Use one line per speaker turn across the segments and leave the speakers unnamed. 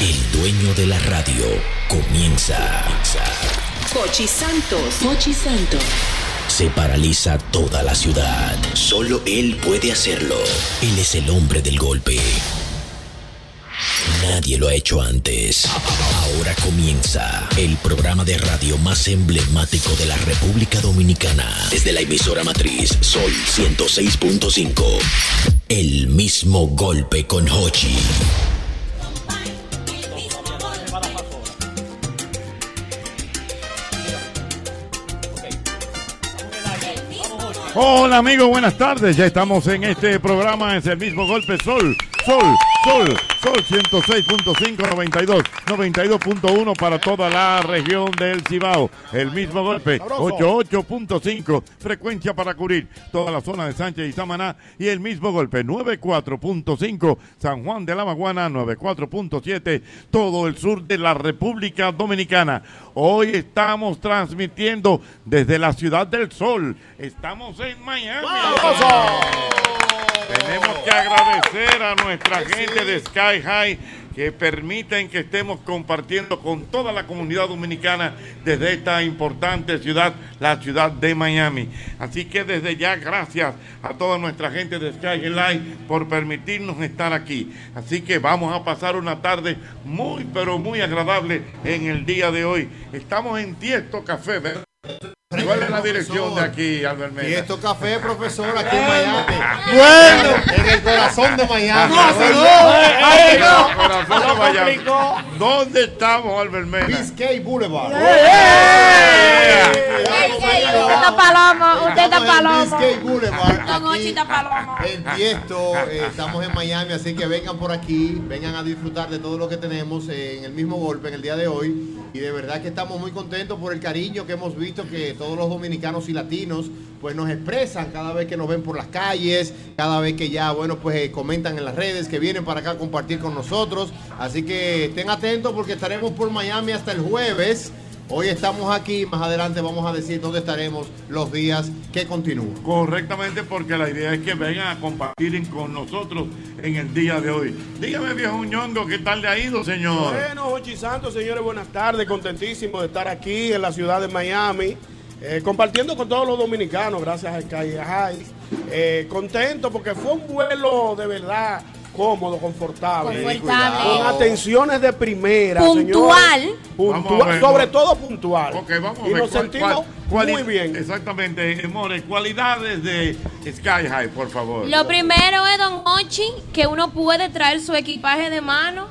El dueño de la radio comienza.
Pochi Santos.
Pochi Santos.
Se paraliza toda la ciudad. Solo él puede hacerlo. Él es el hombre del golpe. Nadie lo ha hecho antes. Ahora comienza el programa de radio más emblemático de la República Dominicana. Desde la emisora matriz Sol 106.5. El mismo golpe con Hochi.
Hola amigos, buenas tardes. Ya estamos en este programa, es el mismo golpe Sol, Sol, Sol, Sol 106.5, 92, 92.1 para toda la región del Cibao. El mismo golpe, 88.5, frecuencia para cubrir toda la zona de Sánchez y Samaná. Y el mismo golpe, 94.5, San Juan de la Maguana, 94.7, todo el sur de la República Dominicana. Hoy estamos transmitiendo desde la Ciudad del Sol. Estamos en Miami. Tenemos que agradecer a nuestra gente de Sky High que permiten que estemos compartiendo con toda la comunidad dominicana desde esta importante ciudad, la ciudad de Miami. Así que desde ya gracias a toda nuestra gente de Sky Light por permitirnos estar aquí. Así que vamos a pasar una tarde muy pero muy agradable en el día de hoy. Estamos en Tiesto Café, ¿verdad? ¿Cuál es la dirección de aquí, Albert Mena?
Y esto café, profesor, aquí en Miami.
Bueno.
En el corazón de Miami.
No,
Bueno.
Eh, eh, no. Corazón de Miami. ¿Dónde estamos, Albert Mena?
Biscay Boulevard.
Usted está paloma, usted está
Estamos en
paloma.
Biscay Boulevard.
Don
aquí,
Ochita paloma.
En Tiesto, eh, estamos en Miami, así que vengan por aquí, vengan a disfrutar de todo lo que tenemos eh, en el mismo golpe en el día de hoy. Y de verdad que estamos muy contentos por el cariño que hemos visto que todos los dominicanos y latinos pues nos expresan cada vez que nos ven por las calles, cada vez que ya, bueno, pues eh, comentan en las redes, que vienen para acá a compartir con nosotros. Así que estén atentos porque estaremos por Miami hasta el jueves. Hoy estamos aquí, más adelante vamos a decir dónde estaremos los días que continúan.
Correctamente, porque la idea es que vengan a compartir con nosotros en el día de hoy. Dígame, viejo ñongo, ¿qué tal le ha ido, señor?
Bueno, Jochi Santos, señores, buenas tardes. Contentísimo de estar aquí en la ciudad de Miami, eh, compartiendo con todos los dominicanos, gracias a Sky High. Eh, contento porque fue un vuelo de verdad cómodo, confortable.
Confortable.
Con atenciones de primera.
Puntual.
señores.
Vamos a
Puntual,
ver,
sobre
vamos.
todo puntual.
Ok, vamos a
y
ver.
nos
cuál-
sentimos
cuál-
muy
cuál-
bien.
Exactamente, eh, More. Cualidades de Sky High, por favor.
Lo primero es, Don Ochi, que uno puede traer su equipaje de mano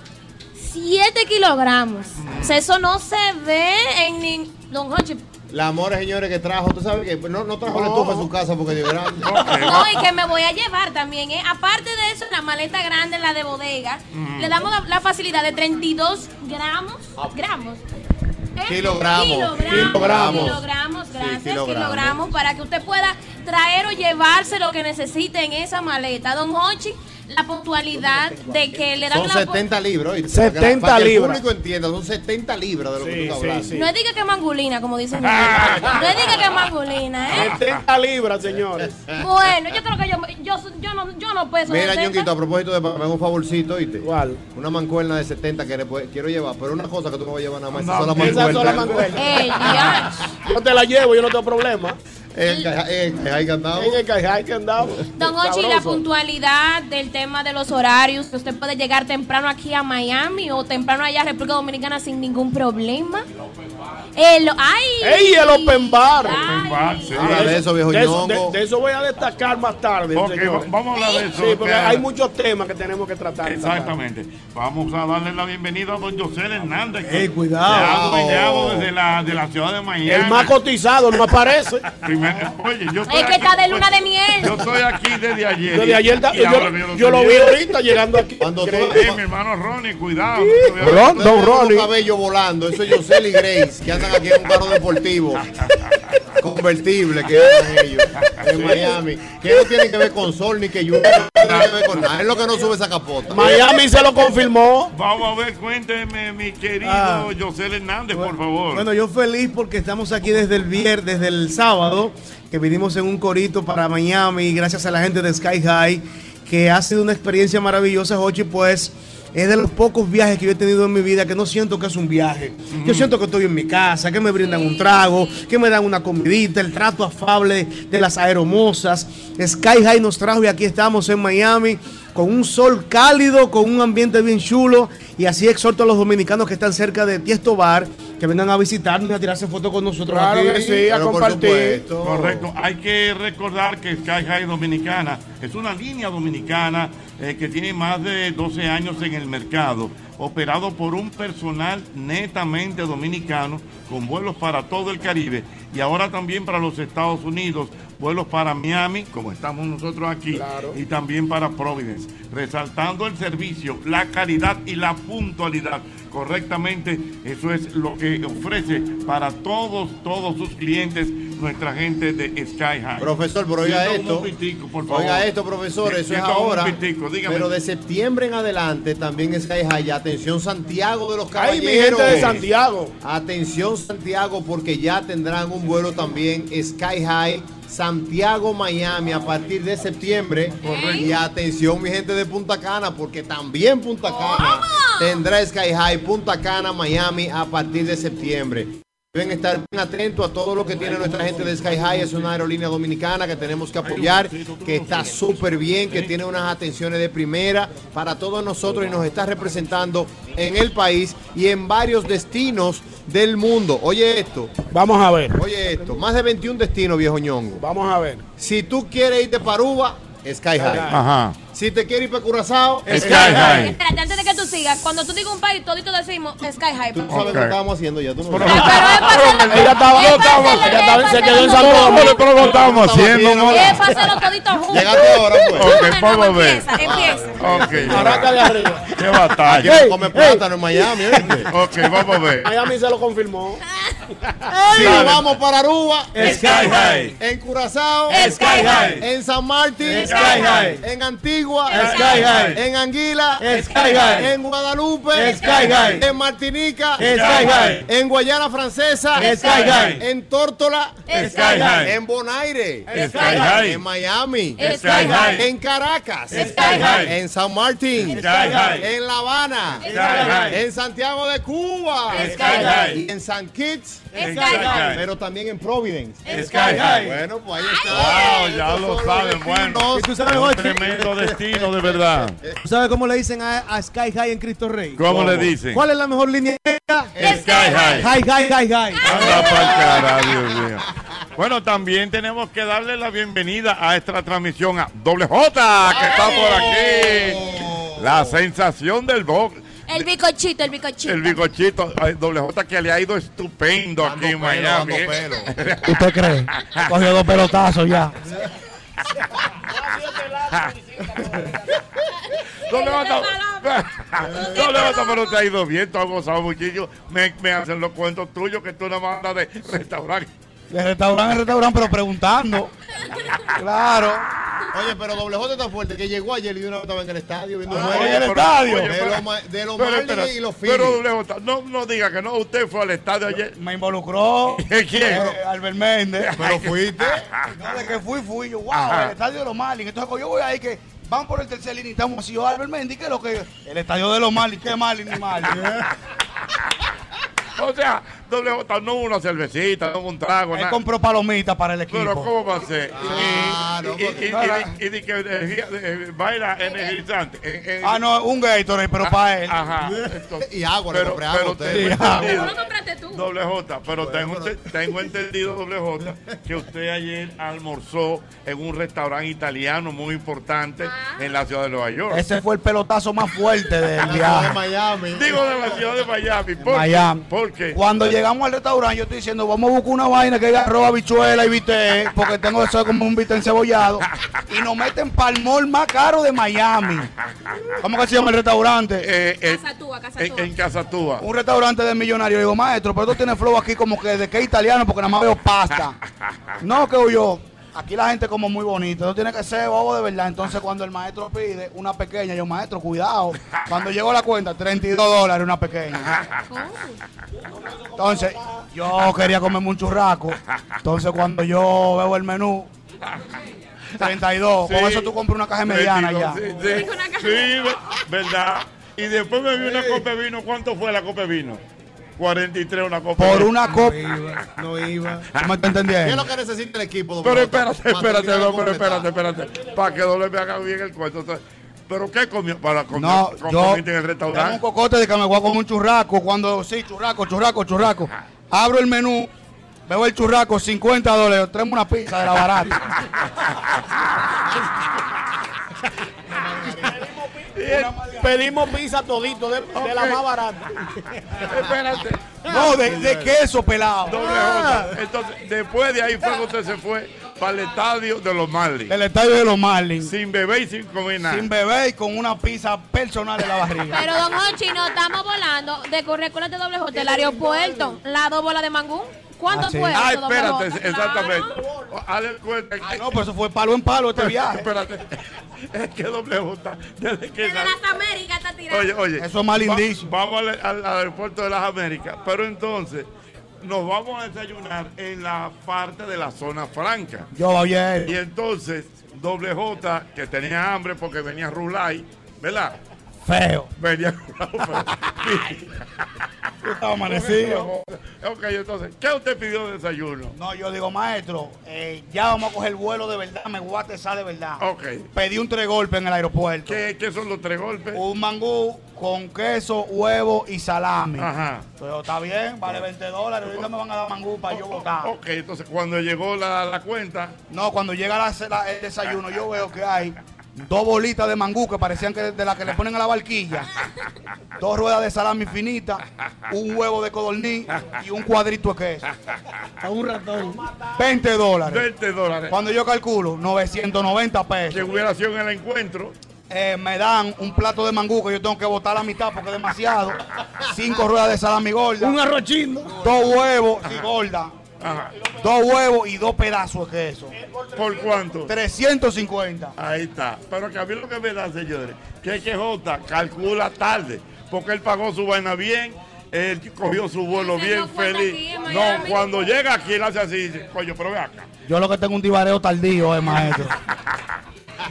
7 kilogramos. O sea, eso no se ve en ni... Don Ochi.
La amores, señores, que trajo, tú sabes que no, no trajo la
No.
estufa a su casa porque dio grande.
Ok, va-
No, y que me voy a llevar también, ¿eh? Aparte de eso, la maleta grande, la de bodega,
Mm.
le damos la, la facilidad de 32 gramos, gramos. ¿eh?
Ah. Kilogramos,
Kilogramos,
kilogramos.
kilogramos, gracias,
Sí, kilogramos.
kilogramos, para que usted pueda traer o llevarse lo que necesite en esa maleta. Don Hochi, la puntualidad de que le dan
Son
la...
70 libras. ¿oíste?
70
para que
libras.
el públipo entienda, son 70 libras de lo que
Sí,
tú estás
sí,
hablando.
sí.
No es diga que mangulina, como dicen. mi mamá. no es diga que mangulina, ¿eh?
70 libras, señores.
Bueno, yo creo que yo, yo, yo, no, yo no peso
Mira,
70.
Ñonguito, a propósito de papá, un favorcito, ¿oíste?
¿Cuál?
Una mancuerna de 70 que le puede- quiero llevar, pero una cosa que tú no vas a llevar nada más,
No,
esa sola
esa
mancuerna.
sola mancuerna.
Ey, Dios.
Yo te la llevo, yo no tengo problema.
El Eh, ca- el ca- ahí cantado.
En el Sky High que andamos.
Don Ochi, la
Sabroso.
puntualidad del tema de los horarios, que usted puede llegar temprano aquí a Miami o temprano allá a República Dominicana sin ningún problema. El ¡Ay!
¡Ey, el open bar!
Ay.
Open bar, sí.
Habla de eso, viejo
de eso,
ñongo.
de- de eso voy a destacar más tarde.
Ok, va-
señores.
vamos a hablar de eso.
Sí, porque
espera.
hay muchos temas que tenemos que tratar. esta tarde.
Exactamente. Vamos a darle la bienvenida a don José Hernández. que
Eh, cuidado.
se ha adueñado desde la, de la ciudad de Miami.
El más cotizado, no me parece.
Primer- Ah, oye, yo estoy
Es que está
aquí-
de luna de miel.
Yo estoy aquí desde ayer.
Desde ayer, da-
Y
yo,
ahora mismo
yo lo
estoy
vi
viendo.
ahorita llegando aquí.
Cuando tú-
Increíble.
Eh, mi hermano Ronnie, cuidado.
Ron-
Ustedes
Don
tienen
Ronnie.
Un cabello volando, eso es José y Grace, que andan aquí en un carro deportivo convertible que andan ellos en Miami. Que no tiene que ver con sol ni que lluvia, no tiene que ver con nada. Es lo que no sube esa capota.
Miami se lo confirmó.
Vamos a ver, cuénteme, mi querido
Ah.
José Hernández, por favor.
Bueno, yo feliz porque estamos aquí desde el viernes, desde el sábado, que vinimos en un corito para Miami, gracias a la gente de Sky High, que ha sido una experiencia maravillosa, Hochi, pues es de los pocos viajes que yo he tenido en mi vida que no siento que es un viaje. Yo siento que estoy en mi casa, que me brindan un trago, que me dan una comidita, el trato afable de las aeromosas. Sky High nos trajo y aquí estamos en Miami con un sol cálido, con un ambiente bien chulo. Y así exhorto a los dominicanos que están cerca de Tiesto Bar que vengan a visitarnos y a tirarse fotos con nosotros.
Claro
aquí.
que sí, a
Pero por
compartir.
supuesto.
Correcto. Hay que recordar que Sky High Dominicana es una línea dominicana eh, que tiene más de 12 años en el mercado, operado por un personal netamente dominicano con vuelos para todo el Caribe y ahora también para los Estados Unidos, vuelos para Miami, como estamos nosotros aquí,
Claro.
y también para Providence, resaltando el servicio, la calidad y la puntualidad. Correctamente, eso es lo que ofrece para todos, todos sus clientes nuestra gente de Sky High.
Profesor, pero oiga
Siento un
esto.
momentico, por favor.
Oiga esto, profesor, eso es
Siento un
ahora.
momentico, dígame.
Pero de septiembre en adelante también Sky High. Atención Santiago de los
Ay,
Caballeros.
mi gente de Santiago.
Atención Santiago porque ya tendrán un vuelo también Sky High Santiago Miami a partir de septiembre y atención mi gente de Punta Cana porque también Punta Cana tendrá Sky High Punta Cana Miami a partir de septiembre. Deben estar bien atentos a todo lo que tiene nuestra gente de Sky High. Es una aerolínea dominicana que tenemos que apoyar, que está súper bien, que tiene unas atenciones de primera para todos nosotros y nos está representando en el país y en varios destinos del mundo. Oye esto,
Vamos a ver.
oye esto. Más de 21 destinos, viejo ñongo.
Vamos a ver.
Si tú quieres irte para Uva, Sky High.
Ajá.
Si te quieres ir para Curazao,
Sky
Sky High.
High.
Espérate, antes de que tú sigas, cuando tú digas un país, todito decimos Sky High.
Tú
Pero
sabes lo
Ok.
que estábamos haciendo ya. Tú no
es para
Ella estaba-
es para
estaba-
hacerlo-
ella estaba-
es
se
para
quedó en
hacerlo
San
todo.
Pablo.
pero lo estamos haciendo, ¿no?
Es para hacerlo Eh, todito junto.
Llegaste ahora, pues.
Ok,
No, no,
vamos a ver.
Empieza, empieza.
Arranca de
Ok.
arriba.
Qué batalla.
Aquí no come plátano en Miami, ¿oíste?
Ok, vamos a ver.
Miami se lo confirmó.
Si nos vamos para Aruba,
Sky High.
en Curazao,
Sky High.
en San Martín,
Sky High.
en Antigua,
Sky High.
en Anguila,
Sky High.
en Guadalupe,
Sky High.
en Martinica,
Sky High.
en Guayana Francesa,
Sky High.
en Tórtola,
Sky
High.
en Bonaire,
Sky High.
en Miami,
Sky High.
en Caracas,
Sky High.
en San Martín,
Sky High.
en La Habana,
Sky High.
en Santiago de Cuba,
Sky High.
y en San Kitts,
Sky
Sky
High.
High.
pero también en Providence.
Sky High.
Bueno, pues ahí
Wow,
está.
ya lo saben, bueno.
¿Y tú sabes,
Un
Jochi?
tremendo destino, de verdad.
¿Tú sabes cómo le dicen a, a Sky High en Cristo Rey?
¿Cómo le dicen?
¿Cuál es la mejor línea?
Sky High.
High, high, high, high.
Anda pa'l cara, Dios mío. Bueno, también tenemos que darle la bienvenida a esta transmisión a Doble J, que está por aquí. La sensación del box.
El bicochito, el bicochito.
El bigochito, ay, Doble J, que le ha ido estupendo aquí en Miami. ¿eh?
¿Usted cree? Cogió dos pelotazos ya.
Doble J,
Ay, qué
Doble J,
palomo.
pero te ha ido bien, tú has gozado muchillo. Me, me hacen los cuentos tuyos que tú una banda de restaurante.
De restaurante en restaurante, pero preguntando. Claro.
Oye, pero doble J está fuerte que llegó ayer y de una vez estaba en el estadio viendo el
oye,
juego.
el estadio.
De
pero-
lo ma- de lo
pero
Marlins
espera,
y los
Pero
Phillies.
Doble J, no, no diga que no, usted fue al estadio ayer.
Me involucró.
¿Quién?
eh, Albert Méndez.
Pero fuiste.
No, de que fui, fui yo. Wow,
Ajá.
el estadio de los Marlins. Entonces, cuando yo voy ahí que van por el tercer línea y estamos así. Yo, Albert Méndez, que lo que. El estadio de los Marlins, que Marlins ni Marlins.
O sea, doble J, no hubo una cervecita, no hubo un trago,
Él
nada.
compró palomitas para el
Pero
equipo.
¿cómo va a ser?
Claro,
Y- y- y- y-
porque-
y- y- y- que energía- eh, baila energizante. Eh, eh,
Ah, no, un Gatorade, pero para él.
Ah, Ajá. Entonces,
Y agua, le
pero,
compré agua
pero
a usted.
tengo
Sí, agua.
¿Cómo lo
entendido,
compraste tú?
doble J, pero tengo, ente- tengo entendido, doble J, que usted ayer almorzó en un restaurante italiano muy importante
Ah.
en la ciudad de Nueva York.
Ese fue el pelotazo más fuerte del
De
viaje.
Miami.
Digo de la ciudad de Miami. ¿Por qué?
Miami.
¿Por qué?
Cuando llegamos al restaurante, yo estoy diciendo, vamos a buscar una vaina que arroba habichuela y bistec, porque tengo eso como un bistec encebollado. Y nos meten palmol más caro de Miami. ¿Cómo que se llama el restaurante?
Eh, eh,
Casatúa, Casatúa.
en, en Casa Tuba.
Un restaurante de millonarios. Yo digo, maestro, pero tú tienes flow aquí como que de qué italiano, porque nada más veo pasta. No, que yo. Aquí la gente como muy bonita, no tiene que ser bobo de verdad. Entonces cuando el maestro pide una pequeña, yo maestro, cuidado. Cuando llegó la cuenta, 32 dólares una pequeña. Entonces, yo quería comerme un churraco. Entonces, cuando yo veo el menú, 32.
Sí.
Con eso tú compras una caja mediana ya.
22, Sí, sí. Sí, ve- verdad. Y después me vi una copa de vino. ¿Cuánto fue la copa de vino? 43 una copa. de
Por
vino.
una copa.
No iba.
¿Tú me estás
¿Qué es
entendiendo?
lo que necesita el equipo? don
Pero
Pelota?
espérate,
Para
espérate,
terminar de
no, pero
completar.
espérate, espérate. Para que doble me haga bien el cuento. Entonces, ¿Pero qué comió? Para comer
No,
con-
yo
comiste en el
tengo un
restaurante.
cocote de que me voy a comer un churraco. Cuando sí, churraco, churraco, churraco. Abro el menú, veo el churraco, 50 dólares. Tráeme una pizza de la barata.
Pedimos pizza todito de, de la más barata.
Espérate.
No, de, de queso pelado.
Doble J. Entonces, después de ahí fue que usted se fue para el estadio de los Marlins.
Del estadio de los Marlins.
Sin beber y sin comer nada.
Sin bebé y con una pizza personal en la barriga.
Pero don Hochi, no estamos volando de currículas de doble J del aeropuerto. La dos bolas de mangú. ¿Cuánto
Ah, sí.
fue?
Ah,
eso, doble J?
espérate, exactamente.
Claro.
Haz de cuenta.
Ah, no, pero eso fue palo en palo este viaje.
Espérate. Es que doble J. Desde que
Desde
sal-
las Américas está tirando.
Oye, oye.
Eso es mal
va-
indicio.
vamos al, al- al aeropuerto de las Américas. Pero entonces, nos vamos a desayunar en la parte de la zona franca.
Yo,
Y
oye,
entonces, doble J, que tenía hambre porque venía Rulay, ¿verdad?
feo.
Venía Rulay.
Yo estaba amanecido.
ok, entonces, ¿qué usted pidió de desayuno?
No, yo digo, maestro, eh, ya vamos a coger vuelo de verdad, me voy a tesar de verdad.
Ok.
Pedí un tres golpes en el aeropuerto.
¿Qué, qué son los tres golpes?
Un mangú con queso, huevo y salami.
Ajá.
Pero está bien, vale 20 dólares. Ahorita me van a dar mangú para yo votar.
Ok, entonces cuando llegó la, la cuenta,
No, cuando llega la- la- el desayuno, yo veo que hay dos bolitas de mangú que parecían que de las que le ponen a la barquilla, dos ruedas de salami finita, un huevo de codorniz y un cuadrito de queso.
A un ratón.
20 dólares.
20 dólares.
Cuando yo calculo, 990
Que
pesos.
hubiera sido en el encuentro,
Eh, me dan un plato de mangú que yo tengo que botar la mitad porque es demasiado. Cinco ruedas de salami gorda.
Un arrochino.
dos huevos y gorda.
ajá,
Dos huevos y dos pedazos de queso.
¿por cuánto?
350.
Ahí está. Pero que a mí lo que me da, señores, que es que J calcula tarde, porque él pagó su vaina bien, él cogió su vuelo
Se
bien
dio cuenta aquí
feliz.
en
No,
Miami.
cuando llega aquí, él hace así, dice, coño, pero ve acá.
Yo lo que tengo un divareo tardío, eh, maestro.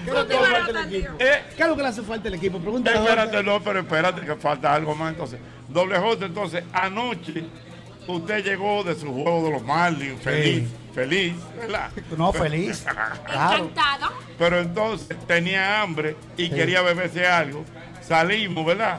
No te van a dar tiro.
Eh,
¿Qué es lo que le hace falta al equipo? Pregúntale.
Espérate, no, pero espérate, que falta algo más. Entonces, doble J, entonces, anoche usted llegó de su juego de los Marlins, feliz, feliz, ¿verdad?
No, feliz. Claro.
Encantado.
Pero entonces tenía hambre y quería beberse algo. Salimos, ¿verdad?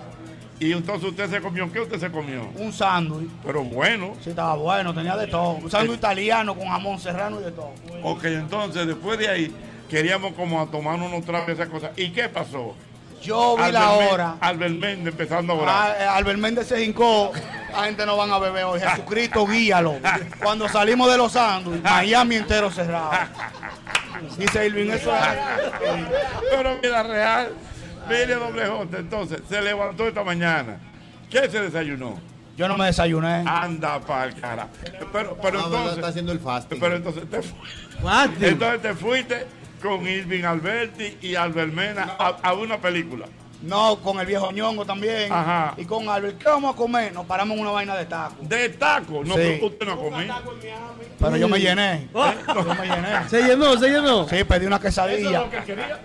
Y entonces usted se comió, ¿qué usted se comió?
Un sándwich.
Pero bueno, Eh.
Sí, estaba bueno, tenía de todo. Un sándwich italiano con jamón serrano y de todo.
ok, entonces después de ahí queríamos como a tomar unos tragos y esas cosas. ¿Y qué pasó?
Yo vi la
Albert
hora.
Men- Albert Méndez empezando a orar.
Ah, eh, Albert Méndez se hincó. La gente no van a beber hoy. Jesucristo, guíalo. Cuando salimos de los sándwiches, Miami entero cerrado. Dice Irving, eso es.
Pero vida real, mire doble J. Entonces, se levantó esta mañana. ¿Qué se desayunó?
Yo no me desayuné.
Anda pa'l cara. Pero, pero
Ah, verdad, está
entonces.
haciendo el fasting.
Pero entonces te, fu-
Fácil.
entonces te fuiste con Irving Alberti y Albert Mena a, a una película.
No, con el viejo ñongo también.
Ajá.
Y con Albert, ¿qué vamos a comer? Nos paramos en una vaina de tacos.
De taco. No,
Sí.
pero usted no comió.
Pero yo me llené. Yo me llené.
Se llenó, se llenó.
Sí, pedí una
Ah, Eso es
quesadilla.
lo que quería.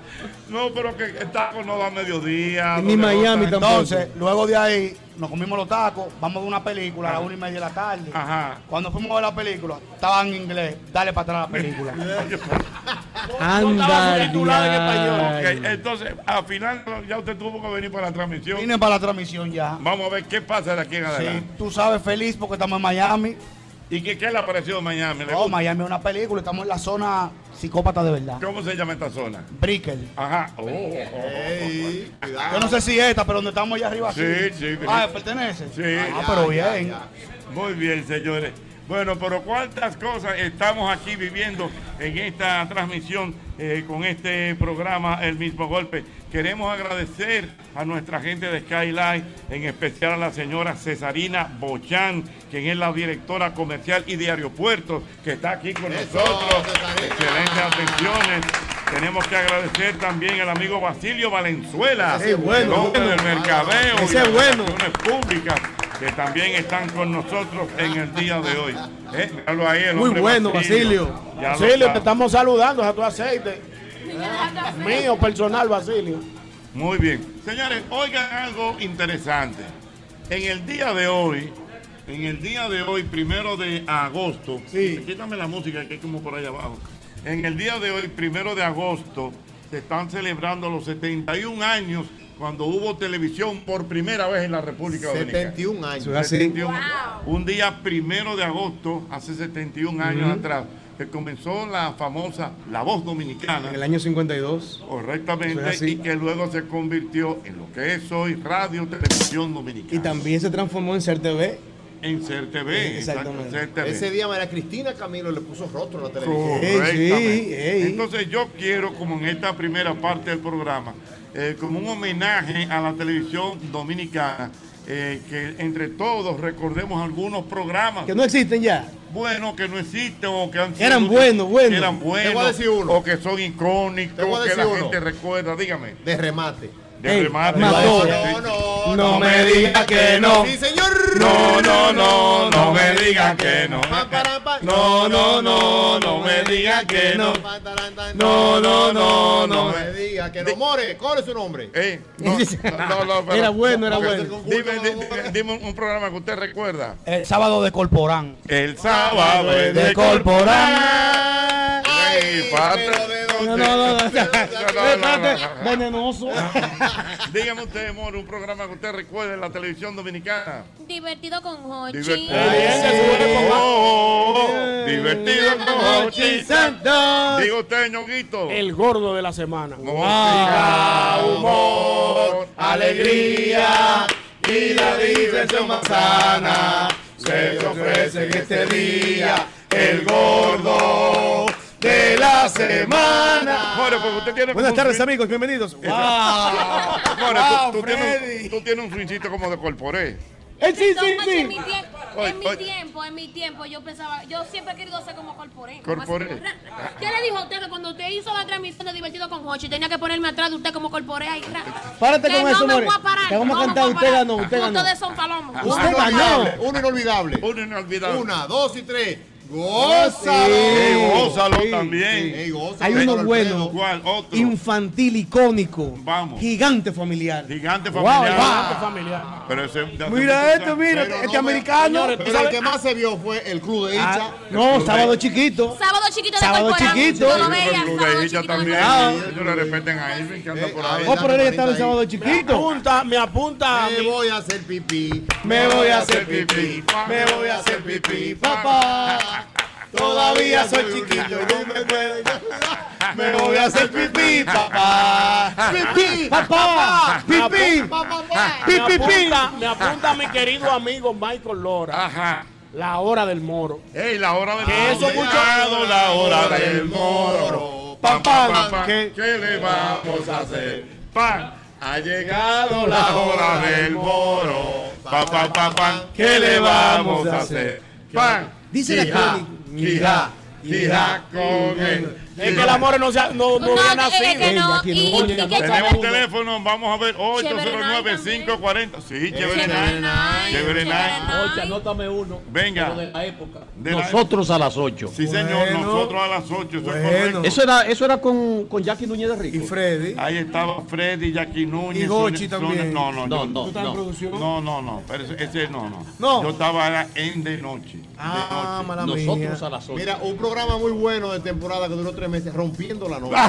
No, pero que el taco no da a mediodía.
Ni
doble J.
Miami tampoco.
Entonces, luego de ahí, nos comimos los tacos, vamos a ver una película a las una y media de la tarde.
Ajá.
Cuando fuimos a ver la película, estaba en inglés, dale para atrás la película. Ah.
Anda.
estaba subtitulada en español.
diablo.
Ok, entonces, al final ya usted tuvo que venir para la transmisión.
Vine para la transmisión ya.
Vamos a ver qué pasa de aquí en
Sí,
adelante.
tú sabes, feliz porque estamos en Miami.
¿Y qué, qué le ha parecido Miami? ¿Le
Oh,
gusta?
Miami es una película, estamos en la zona psicópata de verdad.
¿Cómo se llama esta zona?
Brickell. Eh,
Ajá. Oh, oh,
Ey, cuidado.
Yo no sé si esta, pero donde estamos allá arriba
Sí, sí,
Ah,
Brickell.
pertenece.
Sí.
Ah,
Ya,
pero
ya,
bien.
ya.
oh. Muy bien, señores. Bueno, pero cuántas cosas estamos aquí viviendo en esta transmisión eh, con este programa El mismo golpe. Queremos agradecer a nuestra gente de Skyline, en especial a la señora Cesarina Bochán, quien es la directora comercial y de aeropuertos, que está aquí con
Eso,
nosotros.
Cesarina.
Excelentes atenciones. Tenemos que agradecer también al amigo Basilio Valenzuela.
Ese es
el
bueno.
hombre del mercadeo. y
Ese
las
es bueno.
relaciones públicas que también están con nosotros en el día de hoy. Eh, míralo ahí, el
Muy
hombre
bueno, Basilio.
Ya lo
Basilio,
sabe.
te estamos saludando a tu aceite.
Ni que dejaste hacer.
Mío, personal, Basilio.
Muy bien. Señores, oigan algo interesante. En el día de hoy, en el día de hoy, primero de agosto, sí. quítame la música que es como por ahí abajo. En el día de hoy, primero de agosto, se están celebrando los 71 años cuando hubo televisión por primera vez en la República Dominicana.
71 años.
Eso es así.
71. Un día primero de agosto, hace 71 años atrás, que comenzó la famosa La Voz Dominicana.
En el año 52. Eso
Correctamente,
es así.
y que luego se convirtió en lo que es hoy Radio Televisión Dominicana.
Y también se transformó en CERTV.
En CERTV.
Exactamente.
exacto, CERTV.
Ese día María Cristina Camilo le puso rostro a la televisión.
Correctamente.
sí, ey.
Entonces yo quiero, como en esta primera parte del programa, eh, como un homenaje a la televisión dominicana, eh, que entre todos recordemos algunos programas
Que no existen ya.
buenos que no existen o que han
Eran buenos, buenos.
que eran
Te voy a
buenos
decir uno.
o que son icónicos,
Te voy a
que
decir
la
uno.
gente recuerda, dígame.
De remate.
De
Ey,
remate.
mató.
Sí.
no,
No me diga que no.
Sí, señor.
No, no, no, no me diga que no.
Pa, pa, ra, pa.
No, no, no, no me diga que no.
Pa, ta, ra, ta,
No, no, no, no.
No me diga que no. More, ¿cuál es su nombre?
Eh, no, no, no, pero-
Era bueno, era
Ok,
bueno.
Dime, di- di- dime un programa que usted recuerda.
El sábado de Corporán.
El sábado es
De Corporán.
Ay,
pero de dónde.
No, no, no. no.
no, no.
Venenoso.
Dígame usted, amor, un programa que usted recuerde en la televisión dominicana.
Divertido con Hochi.
Divertido. Oh, oh, oh, oh. Divertido con Hochi.
Santos.
Digo usted, ñonguito.
El gordo de la semana. Ah,
Música, humor,
alegría,
y la diversión más sana se ofrece en este día el gordo de la semana. Bueno, porque usted tiene como
Buenas
un
tardes,
swing-
amigos. Bienvenidos.
More,
Wow,
Ah. tú, tú tienes
Freddy.
un, tú tienes un swingcito como de corporé.
Eh, sí, sí,
Entonces, En mi,
sí.
tiempo,
Oye,
en mi
oye.
tiempo, en mi tiempo, yo pensaba, yo siempre he querido ser como Corporé.
Corporé.
Como así, como, ra. Yo le dije a usted que cuando usted hizo la transmisión de Divertido con Hochi, tenía que ponerme atrás de usted como Corporé ahí. ra.
Párate
Que
con
no
eso,
me
More.
voy a parar,
Te vamos a
no me
cantar.
voy
Usted
parar.
ganó, usted ganó.
Ustedes son palomos.
Ah.
Usted
Uno
ganó.
inolvidable, Uno inolvidable.
Un inolvidable.
Una, dos y tres. Gózalo.
Sí,
Sí,
gózalo
sí,
también.
Ey, gózalo,
Hay uno
Alfredo.
bueno,
¿Cuál? Otro.
infantil, icónico,
Vamos.
gigante familiar.
Gigante
Wow,
este familiar.
wow.
Familiar.
Pero ese-
Mira esto, mira,
Pero
este
no me-
americano.
Señores, Pero el
¿sabes?
que más se vio fue el club de
Ah,
hincha.
no, sábado chiquito.
Sábado chiquito de
Sábado
Corporán.
chiquito.
Yo lo
Yo
veía.
creo que
Sábado
Lugaijita
chiquito de
Pues también.
Corporán.
Ah.
Ellos le respeten a Irving que anda
Eh,
por
a
ahí.
ver.
Oh, pero él
este
ya estaba el sábado
Me
chiquito.
apunta, me apunta. a
Me
mí.
voy a hacer pipí.
Me voy a hacer
pipí.
Me voy a hacer pipí, papá. Todavía soy chiquito y no me puedo. Me voy a hacer pipí, papá. Pipí, papá. Pipí.
Me
Pi, pi, pi.
apunta- Me apunta mi querido amigo Michael Lora.
Ajá.
La hora del moro.
Ey, la hora del
Que eso mucho-
Llegado la hora del moro. Pam, pam, pam, pam. ¿Qué? le vamos a hacer? Pan. Ha llegado la hora del moro. Pam, pam, pam, pam. ¿Qué le vamos a hacer? Pan.
Dice la
Quijá,
crónica.
quijá, quijá con él.
Es que el amor no, se ha- no, no había
No, es que
nacido.
no.
aquí
Y,
no.
y que
Tenemos un
Chévere-
teléfono, vamos a ver,
Chévere Night
809-540. Sí, chévere
Chévere
night. Chévere night.
Night, Chévere Night.
Venga. De la-
Nosotros a las 8.
Sí, señor,
Bueno.
nosotros a las 8, eso es
Bueno.
correcto.
Eso era, eso era con, con Jackie Núñez de
Y
Rico.
Freddy.
Ahí estaba Freddy, Jackie Núñez.
Y Gochi
Sonia- Sonia-
también.
No, no,
No,
yo-
no, no.
no. No, no, pero ese, ese no, no,
No.
Yo estaba era en de noche.
Ah, mala mía.
Nosotros a las 8.
Mira, un programa muy bueno de temporada que duró tres meses, rompiendo la noche.
Pues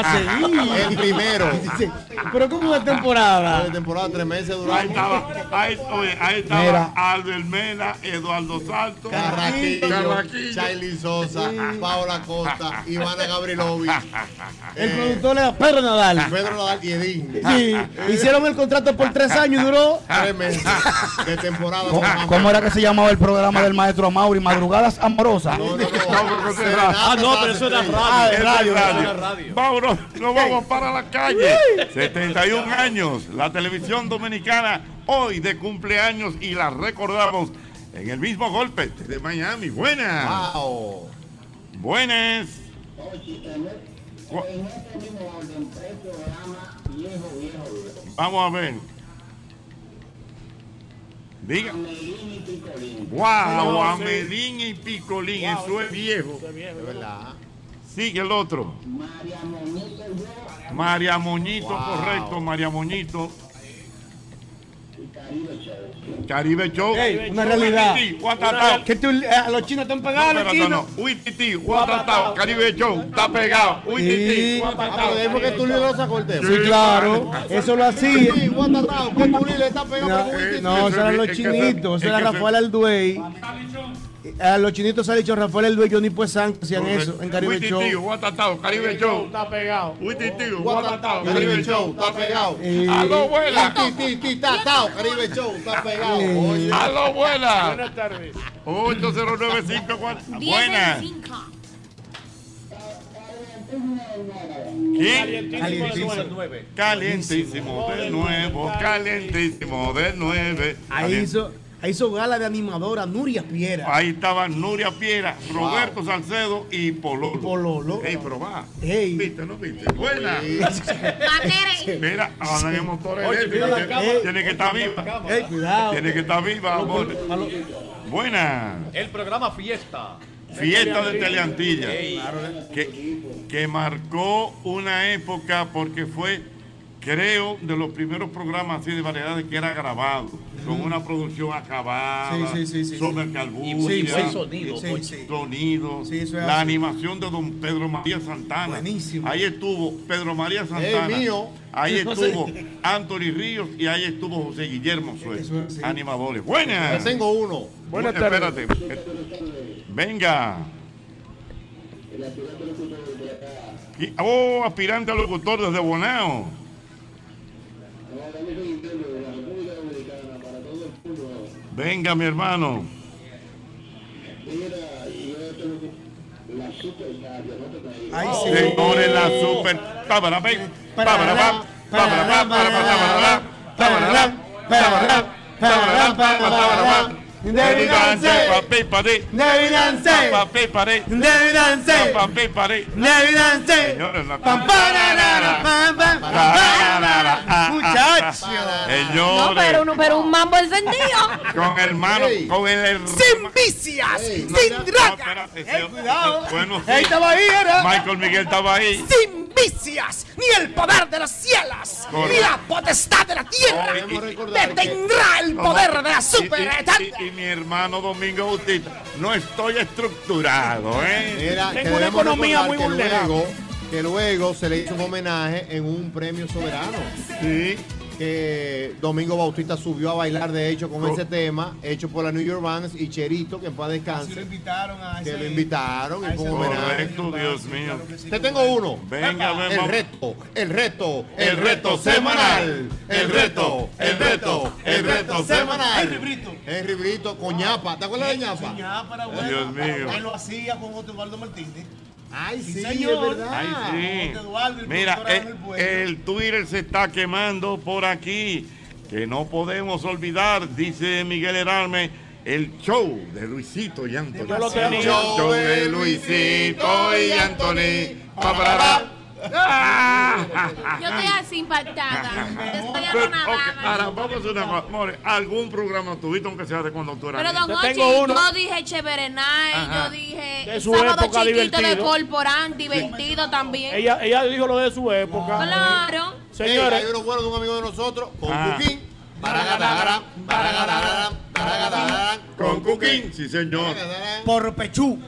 a seguir.
El primero.
Sí, Pero como una temporada.
De temporada tres meses
Ahí
duramos.
estaba, ahí, oye, ahí estaba
Mira.
Albert Mena, Eduardo Santos,
Carraquillo,
Carraquillo.
Shailin Sosa, Paola Costa, Ivana Gabrilovic,
ah,
El
eh.
productor era Pedro Nadal.
Pedro Nadal y Edín.
Sí, hicieron el contrato por
Ah,
tres años y duró.
Tres meses de temporada.
Co-
con
¿Cómo era que se llamaba el programa del maestro Mauri? Madrugadas amorosas.
No, no,
No,
no.
porque eso
Serenata
era-
Ah, no, pero eso era
Ah, de
Eso es
radio,
radio.
de radio.
Vámonos, nos vamos para la calle. 71 años, la televisión dominicana hoy de cumpleaños y la recordamos en el mismo golpe de Miami. Buenas.
Wow.
Buenas. Vamos a ver. Diga. Wow, Amelín y Picolín, eso es viejo.
De verdad.
Sigue el otro. María Moñito, correcto, María Moñito. Caribe Show.
Ey, una realidad.
Huitití, Guatatao.
Que tú- eh, a los chinos están pagados,
No,
los
pero no,
chinos.
no. Huitití, Guatatao, Caribe Show, está pegado. Huitití,
Sí.
Ah,
Guatatao.
pero es porque Tulio lo sacó el tema.
Sí, claro. Eso lo
Sí,
hacía.
Guatatao, que Tulio le está pegando
No, eh,
con Wiki.
no, esos eran los
Es que-
chinitos. Eso
es
era
que-
Rafael Alduey. Eh, A los chinitos Salichón, Rafael Alduey, Johnny Pues Santos hacían eso en Caribe
Huitití,
Show.
Guatatao, Caribe Show.
Está pegado.
Huitití, Guatatao,
Guatatao, Caribe Show, está pegado.
Aló, buena.
Ti, ti, ti, ta, tao, Caribe Show, está pegado. Oye.
Aló, buena.
Buenas tardes.
8095. Buena.
10.25.
¿Quién?
Calientísimo de nuevo.
Calientísimo de nuevo, calientísimo de nueve.
Ahí hizo, ahí hizo gala de animadora Nuria Piera.
Ahí estaban Nuria Piera, Roberto Salcedo y Pololo.
Pololo.
Ey, pero va.
Ey.
¿Viste, no viste? Buena.
Manera.
Mira, ahora hay motores eléctricos.
mira la
Tiene-
cámara.
Tiene que estar viva.
Ey, cuidado.
Tiene que estar viva, amor.
A lo-
Buena.
El programa Fiesta.
Fiesta de Teleantilla. ¿eh?
Ey.
eh.
Que, que marcó una época porque fue, creo, de los primeros programas así de variedades que era grabado. Con una producción acabada.
Sí, sí, sí, sí.
Sobre
Y buen,
calbulla.
y buen sonido.
Sí,
coño.
sí.
sonido,
Sí, eso es
la
así.
animación de don Pedro María Santana.
Buenísimo.
Ahí estuvo Pedro María Santana.
mío.
Ahí
No
estuvo
sé.
Anthony Ríos y ahí estuvo José Guillermo Suez.
Eso es así.
Animadores. Buenas.
Yo tengo uno.
Buenas
Bu-
tardes.
Espérate. Venga. Y- Oh, aspirante a locutor desde Bonao. Venga, mi hermano.
Ahí sí.
Señores, la super. Tábara, ven. Tábara, va. Tábara, va. Tábara, va. Tábara, va. Tábara, va. Tábara, va. Tábara, va.
Debe danzar.
Papi, paré.
Debe danzar.
Papi, paré.
Debe danzar.
Papi, paré.
Debe danzar.
Señores, la-
Pam, pararara, pam, pam, pam,
Pararara.
pam. Muchachos.
No, pero,
Señores,
un- pero un mambo encendido.
con hermano,
Ey.
con el
Sin
hermano.
vicias,
Ey, no,
sin
no,
dragas.
espérate,
Eh,
sí,
Cuidado.
bueno, sí.
Ahí estaba ahí, era.
Michael Miguel estaba ahí.
Sin vicias, ni el poder de los cielos, ni
Correcto.
la potestad de la tierra.
Debemos
recordar que-
Detendrá el poder de la super
Y- y- y- y mi hermano Domingo Bautista, no estoy estructurado, ¿eh?
Era, que
Tengo una
debemos
economía
recordar
muy
que
vulnerable.
luego- Que luego se le hizo un homenaje en un premio soberano.
Sí.
que Domingo Bautista subió a bailar de hecho con
Oh.
ese tema hecho por la New York Bands y Cherito que en paz descanse
invitaron a
que lo invitaron y fue un homenaje.
Correcto, Dios mío.
Te tengo uno.
Venga,
El
vemos.
reto, el reto, Oh. el reto semanal. El reto, el reto, el reto semanal.
Henry Brito.
Henry Brito con ñapa. ¿Te acuerdas de ñapa?
Dios mío.
Él lo hacía con Otto Eduardo Martínez.
Ay, sí,
señor.
es verdad.
Ay, sí.
Eduardo, el
Mira,
doctor Ángel
el,
Puello.
el Twitter se está quemando por aquí. Que no podemos olvidar, dice Miguel Herarme, el show de Luisito y Anthony.
Yo lo tengo.
El show de Luisito y Anthony. Pa, pa, pa. Ah.
Yo estoy así impactada. Yo estoy
Pero,
anonadada.
ok, ahora vamos a hacer una cosa. More, algún programa tuviste, aunque sea de cuando tú eras
Pero
niño?
don
Te
Hochi,
tengo uno.
yo dije Cheverenay,
Ajá.
yo dije
De
el
su
sábado
época,
chiquito de
divertido.
corporán, divertido también.
Ella, ella dijo lo de su época.
Claro.
Señores, hay
Señores,
uno bueno de un amigo de nosotros, con
Ah.
Cuquín. Baragadagaram, baragadagaram, baragadagaram,
Con Cuquín, sí señor.
baragadagaram.
Por Pechú.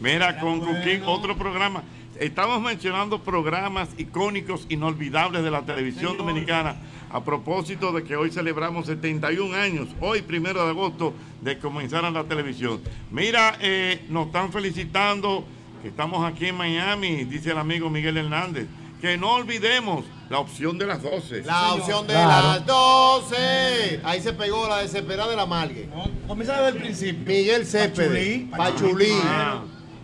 Mira, con Cuquín, otro programa. Estamos mencionando programas icónicos, inolvidables de la televisión dominicana. A propósito de que hoy celebramos 71 años, hoy primero de agosto, de comenzar a la televisión. Mira, eh, nos están felicitando que estamos aquí en Miami, dice el amigo Miguel Hernández. Que no olvidemos la opción de las 12.
La opción de las 12. Ahí se pegó la desesperada de la Margue.
Comienza desde el principio.
Miguel Céspedes,
Pachulí,
Pachulí,
Ah.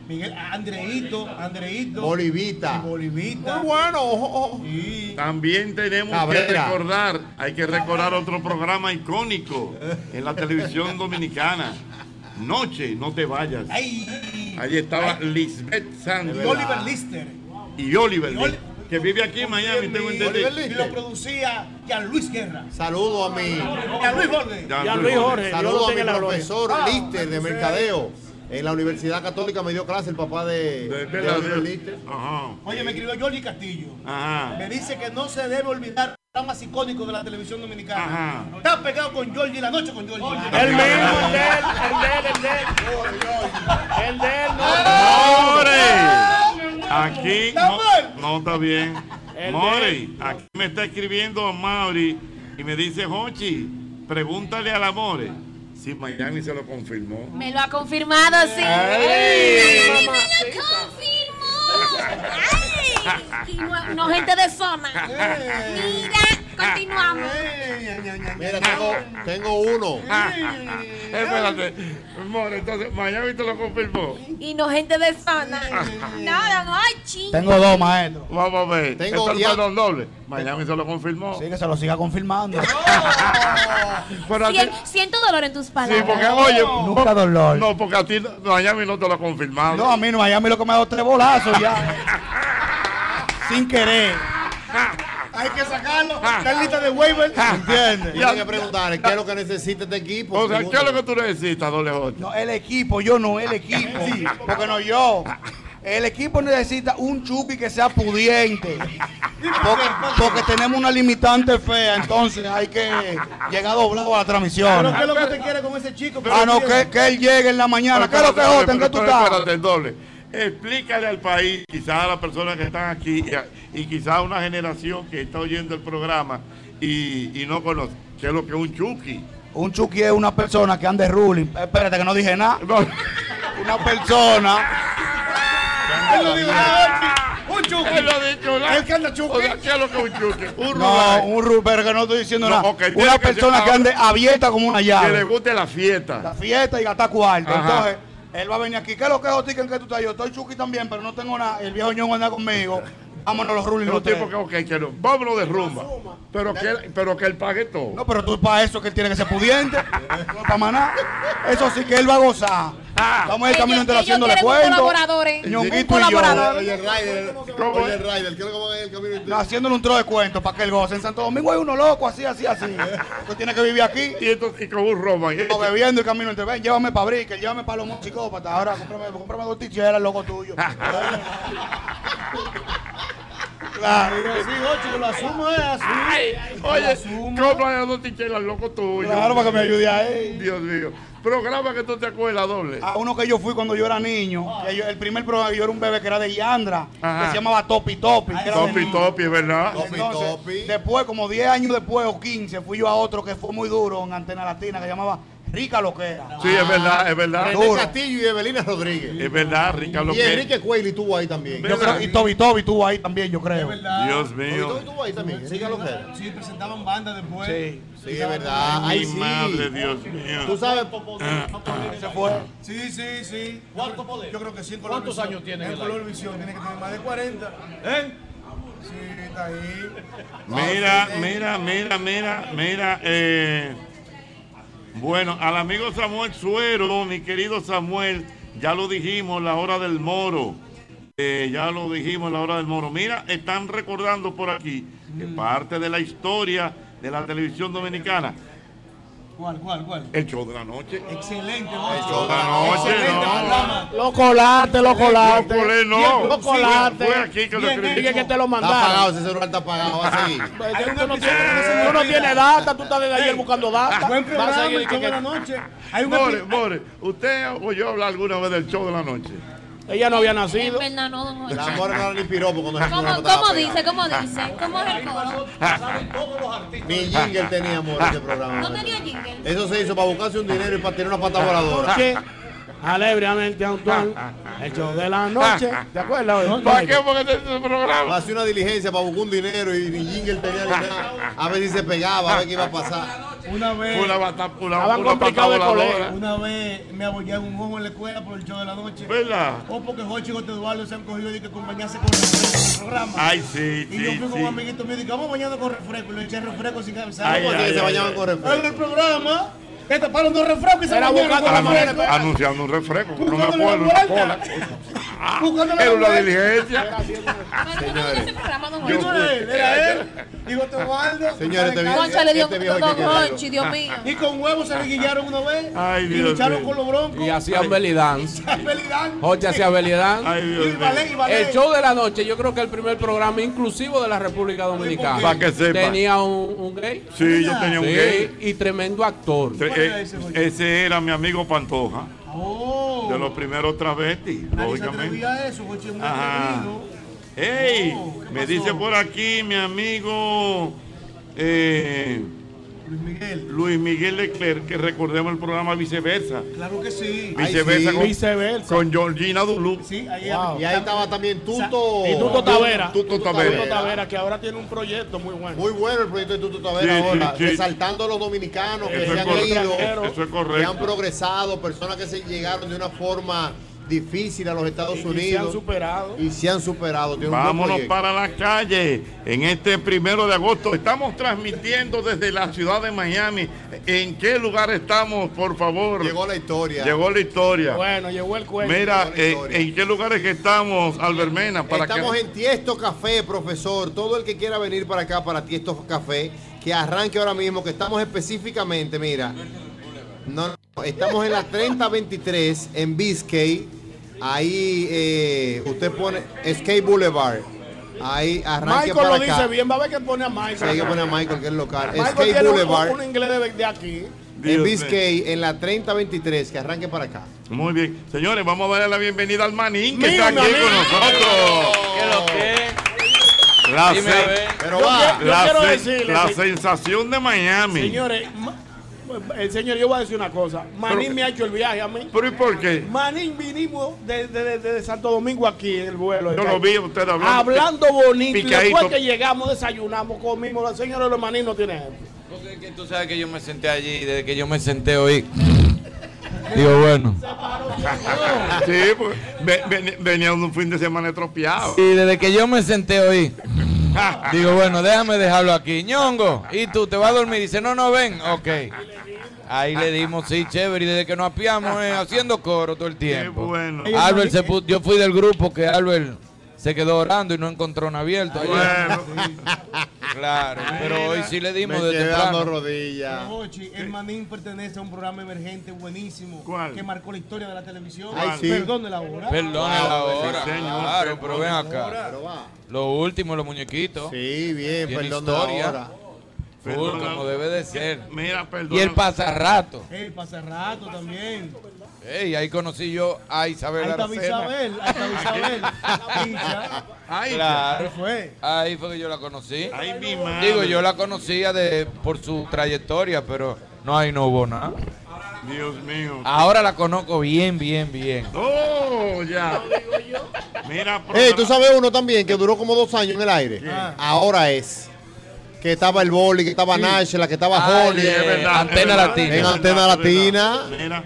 Miguel, Andreito, Andreito.
Bolivita.
Bolivita.
Muy bueno, ojo, ojo.
Y
También tenemos que
Cabrera.
recordar, hay que recordar otro programa icónico en la televisión dominicana. Noche, no te vayas.
ahí.
Ahí estaba Lisbeth Santos
Y Oliver Lister.
y Oliver,
Oli-
que vive aquí en Miami, tengo
Oliver
entendido.
Lister.
Y lo producía Jean Luis Guerra.
Saludo a mi,
Jean Luis Borde.
ya Luis Jorge, Dios lo
saludo a
tenga
mi
en la gloria. Ah,
profesor Lister de mercadeo. En la Universidad Católica me dio clase el papá de,
De- de
de
la-
Oliver Lister.
Ajá.
Oye, me escribió Jordi Castillo.
Ajá.
Me dice que no se debe olvidar programas icónicos de la televisión dominicana.
Ajá.
Está pegado con Jordi la noche con Jordi.
El mismo, el de él, el de él, el de él. El de él, no.
¡More! Aquí no, no está bien.
El
More, aquí me está escribiendo a Mauri y me dice, Jochi, pregúntale al Amore. Si Miami se lo confirmó.
Me lo ha confirmado, sí.
Ay,
¡Ay, me lo confirmó! ¡Ay! Y no, no gente de zona. Mira, continuamos.
Mira, tengo, tengo uno.
Espérate. More, entonces Miami te lo confirmó.
Y no gente de zona. Nada, no, ay, chi.
Tengo dos, maestro.
Vamos a ver.
Tengo
Esto es
ya-
perdón doble. Miami se lo confirmó.
Sí, que se lo siga confirmando.
Pero a ti-
Sien- siento dolor en tus
Sí,
palabras.
porque oye,
Nunca dolor.
no, porque a ti Miami no te lo ha confirmado.
No, a mí no, Miami lo que me ha dado tres bolazos ya. Sin querer.
Hay que sacarlo. Está en lista de waiver.
¿Entiendes?
Tienen que preguntar qué es lo que necesita este equipo.
o sea, ¿qué es lo que tú necesitas, doble J?
No, el equipo, yo no, el equipo. porque no yo. El equipo necesita un chupi que sea pudiente. Porque, porque tenemos una limitante fea, entonces hay que llegar doblado a la transmisión.
Pero ¿qué es lo que usted quiere con ese chico?
Ah, no, que, que él llegue en la mañana. ¿Qué es lo que
Pero,
Jota? ¿En qué tú
pero,
estás?
Espérate, el doble. Explícale al país, quizás a las personas que están aquí y, a- y quizás a una generación que está oyendo el programa y, y no conoce, qué es lo que es un chuki.
Un chuqui es una persona que anda de ruling. Espérate, que no dije nada.
No,
Una persona.
Él lo dijo, ah, Jordi, un chuco.
él lo ha dicho, ¿no?
Él que anda chuki.
O sea, ¿qué es lo que es un chuki? Un
No,
rural
un ru- pero que no estoy diciendo
No,
nada.
ok, tiene que
una
ser
persona que
ahora.
ande abierta como una
que le
llave.
guste la fiesta.
La fiesta y gastar cuarto.
Ajá.
Entonces, él va a venir aquí. ¿Qué es lo que es Jotica? ¿En qué tú estás? Yo estoy chuqui también, pero no tengo nada. El viejo ñongo anda conmigo. Vámonos los
Es
ruling
un
los
tipo
tres.
que, ok, que no, vámonos de rumba. Pero que, pero que él pague todo.
No, pero tú para eso que él tiene que ser pudiente. no para más nada. Eso sí que él va a gozar.
Ah.
Estamos en el
Ellos-
camino entre
ellos
haciéndole
quieren un
cuento.
colaborador, ¿eh?
Ñonguito
Un
y yo.
colaborador.
Oye, Ryder,
¿Cómo
oye,
es?
Ryder, ¿qué es lo que va a ver el camino?
No, haciéndole un tro de cuento para que él goce. En Santo Domingo hay uno loco, así, así, así. Tú tienes que vivir aquí.
Y entonces y con un Roma.
O bebiendo el camino entre ven, llévame para Bricker, llévame para los psicópatas. Ahora cómprame, cómprame dos ticheras, loco tuyo. claro,
Sí, Jordi, que lo asumo
eh,
es así.
Ay, oye, compra a dos tichelas, loco tuyo.
claro, para que me ayude ahí.
Dios mío. Programa que tú te acuerdas, doble.
A uno que yo fui cuando yo era niño, que yo- el primer programa que yo era un bebé que era de Yandra,
Ajá.
que se llamaba Topi Topi. que era de
Topi,
niño.
topi, es verdad.
Topi,
Entonces,
Topi.
Después, como 10 años después o 15, fui yo a otro que fue muy duro en Antena Latina, que llamaba Rica Loquera.
Sí, es verdad, es verdad.
René Castillo y Evelina Rodríguez.
Es verdad, Ricardo.
Y Enrique Cuelly estuvo ahí también.
Yo creo, y Toby Toby estuvo ahí también, yo creo.
Dios
Oye, ¿tú
mío.
estuvo ahí también? Sí, lo que era.
Sí, presentaban bandas después.
Sí.
Sí, es verdad.
Mi
Ay, sí.
madre, Dios
Tú
mío.
sabes,
Ah. Se fue.
Sí, sí, sí. ¿Cuánto poder? Yo creo que sí. en color
¿Cuántos
visión.
años tiene
En
él
color visión tiene que tener más de 40. ¿Eh? Sí, está ahí. Ah,
Mira, mira, mira, mira, mira. eh, bueno, al amigo Samuel Suero, mi querido Samuel, ya lo dijimos, la hora del moro. Eh, ya lo dijimos, la hora del moro. Mira, están recordando por aquí que parte de la historia de la televisión dominicana,
¿Cuál, cuál, cuál?
Eh,
el show de la noche.
Excelente,
show de la noche,
Excelente
no.
programa.
Lo colaste, lo
No,
colaste.
Colé, no.
Lo colaste.
Fue aquí que lo
Bien,
escribí.
dije que te lo
está apagado,
mandaron.
ese celular está apagado, va a seguir.
Tú no, tienes, tú no tienes data, tú estás desde ayer buscando data.
Buen
Vas a
programa,
seguir
el show de la
etiquetando.
noche. Hay un
More,
epi-
More, ¿usted oyó hablar alguna vez del show de la noche?
Ella no había
En
nacido.
verdad, no, don Jorge.
La mora no era ni piropo cuando se
¿Cómo, cómo dice? ¿Cómo dice? ¿Cómo es el coro?
Ni jingle tenía amor ese programa.
No tenía jingle.
Eso se hizo para buscarse un dinero y para tener una pata voladora.
Noche, alegremente Antoine, el show de la noche. ¿Te acuerdas? Jorge?
¿Para qué? Porque este es el programa.
Hacía una diligencia para buscar un dinero y ni jingle tenía ni nada. A ver si se pegaba, a ver qué iba a pasar.
Una vez,
Una bata, una,
Estaban
una pata
complicados de
voladora.
una vez me abollaron un ojo en la escuela por el show de la noche.
¿Verdad?
O porque Jorge y Gote Eduardo se han cogido y que acompañarse con el programa.
Ay, sí,
Y yo
Ah, sí,
fui con
sí.
un amiguito mío y dije, vamos bañando con refresco. Y le eché refresco sin cabeza.
Ay,
¿Cómo así que
ay,
se
ay,
bañaban
ay.
con
En
refresco?
el programa, que taparon dos refrescos y se
Era
bañaron
buscando
con
la manera.
refresco.
Anunciando un refresco, no me
Buscando la
acuerdo, una
vuelta.
cola.
Buscando la
Era una
vuelta.
diligencia.
ese programa, don
Yo-
Monchi?
Era él.
Digo, te guardo.
Señores, te vi-
Concha, le dio
este viejo hay
don
que quedarlo.
Monchi, Dios mío.
Y con huevos se reguillaron una vez.
Ay,
y
Dios
lucharon
mío.
con los broncos.
Y hacían belly dance.
Belidán.
Jorge hacía belly dance.
Ay, Dios
Y
mío.
ballet, y ballet.
El show de la noche, yo creo que el primer programa inclusivo de la República Dominicana.
Pa' que sepa.
Tenía un, un gay.
Sí, yo tenía un
Sí,
gay.
y tremendo actor.
Sí, eh, ese era mi amigo Pantoja.
Oh,
De los primeros travestis,
Nadie se atrevía
lógicamente.
a eso, Jochi es muy
Ajá.
atrevido.
¡Ey!
No, ¿qué
me
pasó?
dice por aquí mi amigo eh,
Luis Miguel,
Luis Miguel Leclerc que recordemos el programa Viceversa.
claro que sí.
Ay,
Viceversa
sí.
con,
Viceversa.
con Georgina Dulú.
Sí, ahí
Wow.
Y ahí estaba también Tuto.
Y Tuto Tavera.
Tuto
Tuto
Tavera.
Tavera, que ahora tiene un proyecto muy bueno.
Muy bueno el proyecto de Tuto
Sí,
Tavera
sí,
ahora,
sí.
resaltando a los dominicanos que se
Eso es
han
correcto.
ido,
Eso es
que han
correcto.
progresado, personas que se llegaron de una forma difícil a los Estados
Y- y se han
Unidos
superado.
y se han superado. Tiene un buen
Vámonos
proyecto.
para la calle en este primero de agosto. Estamos transmitiendo desde la ciudad de Miami. ¿En qué lugar estamos, por favor?
Llegó la historia.
Llegó la historia.
Bueno, llegó el cuello.
llegó
Mira,
la
eh,
historia.
¿en qué lugares que estamos, Albermena? Para
Estamos
que...
en Tiesto Café, profesor. Todo el que quiera venir para acá, para Tiesto Café, que arranque ahora mismo, que estamos específicamente, mira. No, no, estamos en la 3023 en Biscay. Ahí eh, usted pone Skate Boulevard. Ahí arranque
Michael
para
lo
acá.
dice bien, va a ver que pone a Michael.
Hay que poner a Michael, que es local.
Michael
Skate
tiene un-
Boulevard
un, inglés de, de aquí.
Dios
en Biscay, en la 3023, que arranque para acá.
Muy bien. Señores, vamos a darle la bienvenida al Manín que está aquí
Mira, Manín.
con nosotros.
¿Qué lo que?
La,
Dime
sen-
a ver.
Pero
Yo
va.
quiero- yo
la
quiero
sen-
decirle,
la
se-
sensación de Miami.
señores, ma- el señor, yo voy a decir una cosa.
Pero-
Manín me ha hecho el viaje a mí.
¿Pero y por qué?
Manín vinimos desde Santo Domingo aquí en el vuelo.
Yo lo vi, usted hablando.
Hablando bonito. y
Picadito.
después que llegamos, desayunamos, comimos. Los señores, los manín no tienen ejemplo.
Porque es que tú sabes que yo me senté allí y desde que yo me senté hoy. Digo, bueno.
Sí, porque ve- ven- venía un fin de semana estropeado.
Y desde que yo me senté hoy. Digo, bueno, déjame dejarlo aquí. Ñongo, ¿y tú te vas a dormir? Dice, no, no, ven. Ok. Ahí le dimos, sí, chévere. Y desde que nos apiamos, eh, haciendo coro todo el
Qué
tiempo.
bueno.
Ah,
Albert se pu- yo fui del grupo que Albert se quedó orando y no encontró un abierto. ayer.
Bueno,
Claro, pero hoy sí le dimos
Me
de
quedé dando
temprano.
rodillas.
Jochi, el Manín pertenece a un programa emergente buenísimo
¿Cuál?
que marcó la historia de la televisión.
Ay, sí.
Perdón de la hora.
Perdona la hora.
señor,
Claro, pero ven acá.
Pero va.
Lo último, los muñequitos.
Sí, bien,
Tiene
perdón
historia.
de la hora.
Full, como debe de ser.
mira, perdón.
Y el pasarrato.
El pasarrato también.
Ey, ahí conocí yo a Isabel
Ahí está
Aracena.
Isabel, ahí está Isabel. La pincha.
Ay,
¿Qué
Claro.
fue?
Ahí fue que yo la conocí.
ay, mi madre.
Digo, yo la conocía de por su trayectoria, pero no, ahí no hubo nada.
Dios mío.
Ahora la conozco bien, bien, bien.
Oh, ya. Mira,
Ey, tú sabes uno también que duró como dos años en el aire. Ahora es. Que estaba el boli, que estaba Nachela, que estaba
Ay,
Holly.
eh, Antena Latina.
En Antena Latina.
Mira,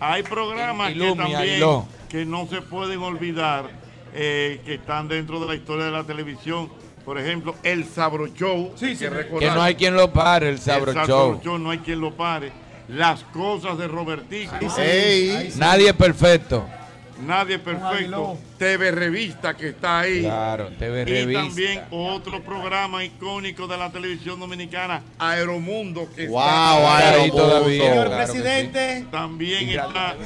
hay programas que
Ilumia,
también
Iló.
que no se pueden olvidar eh, que están dentro de la historia de la televisión. Por ejemplo, El Sabro Show.
Sí, sí,
Que no hay quien lo pare, el Sabro
El Sabro
Show.
Show, no hay quien lo pare. Las cosas de Robertico.
Ey.
Nadie es perfecto.
Nadie es perfecto.
Aguiló.
TV Revista que está ahí.
Claro, TV
Y
Revista.
también otro programa icónico de la televisión dominicana, Aeromundo, que
Wow,
está
Está ahí
Aeromundo.
todavía.
Señor
claro que sí.
presidente.
También está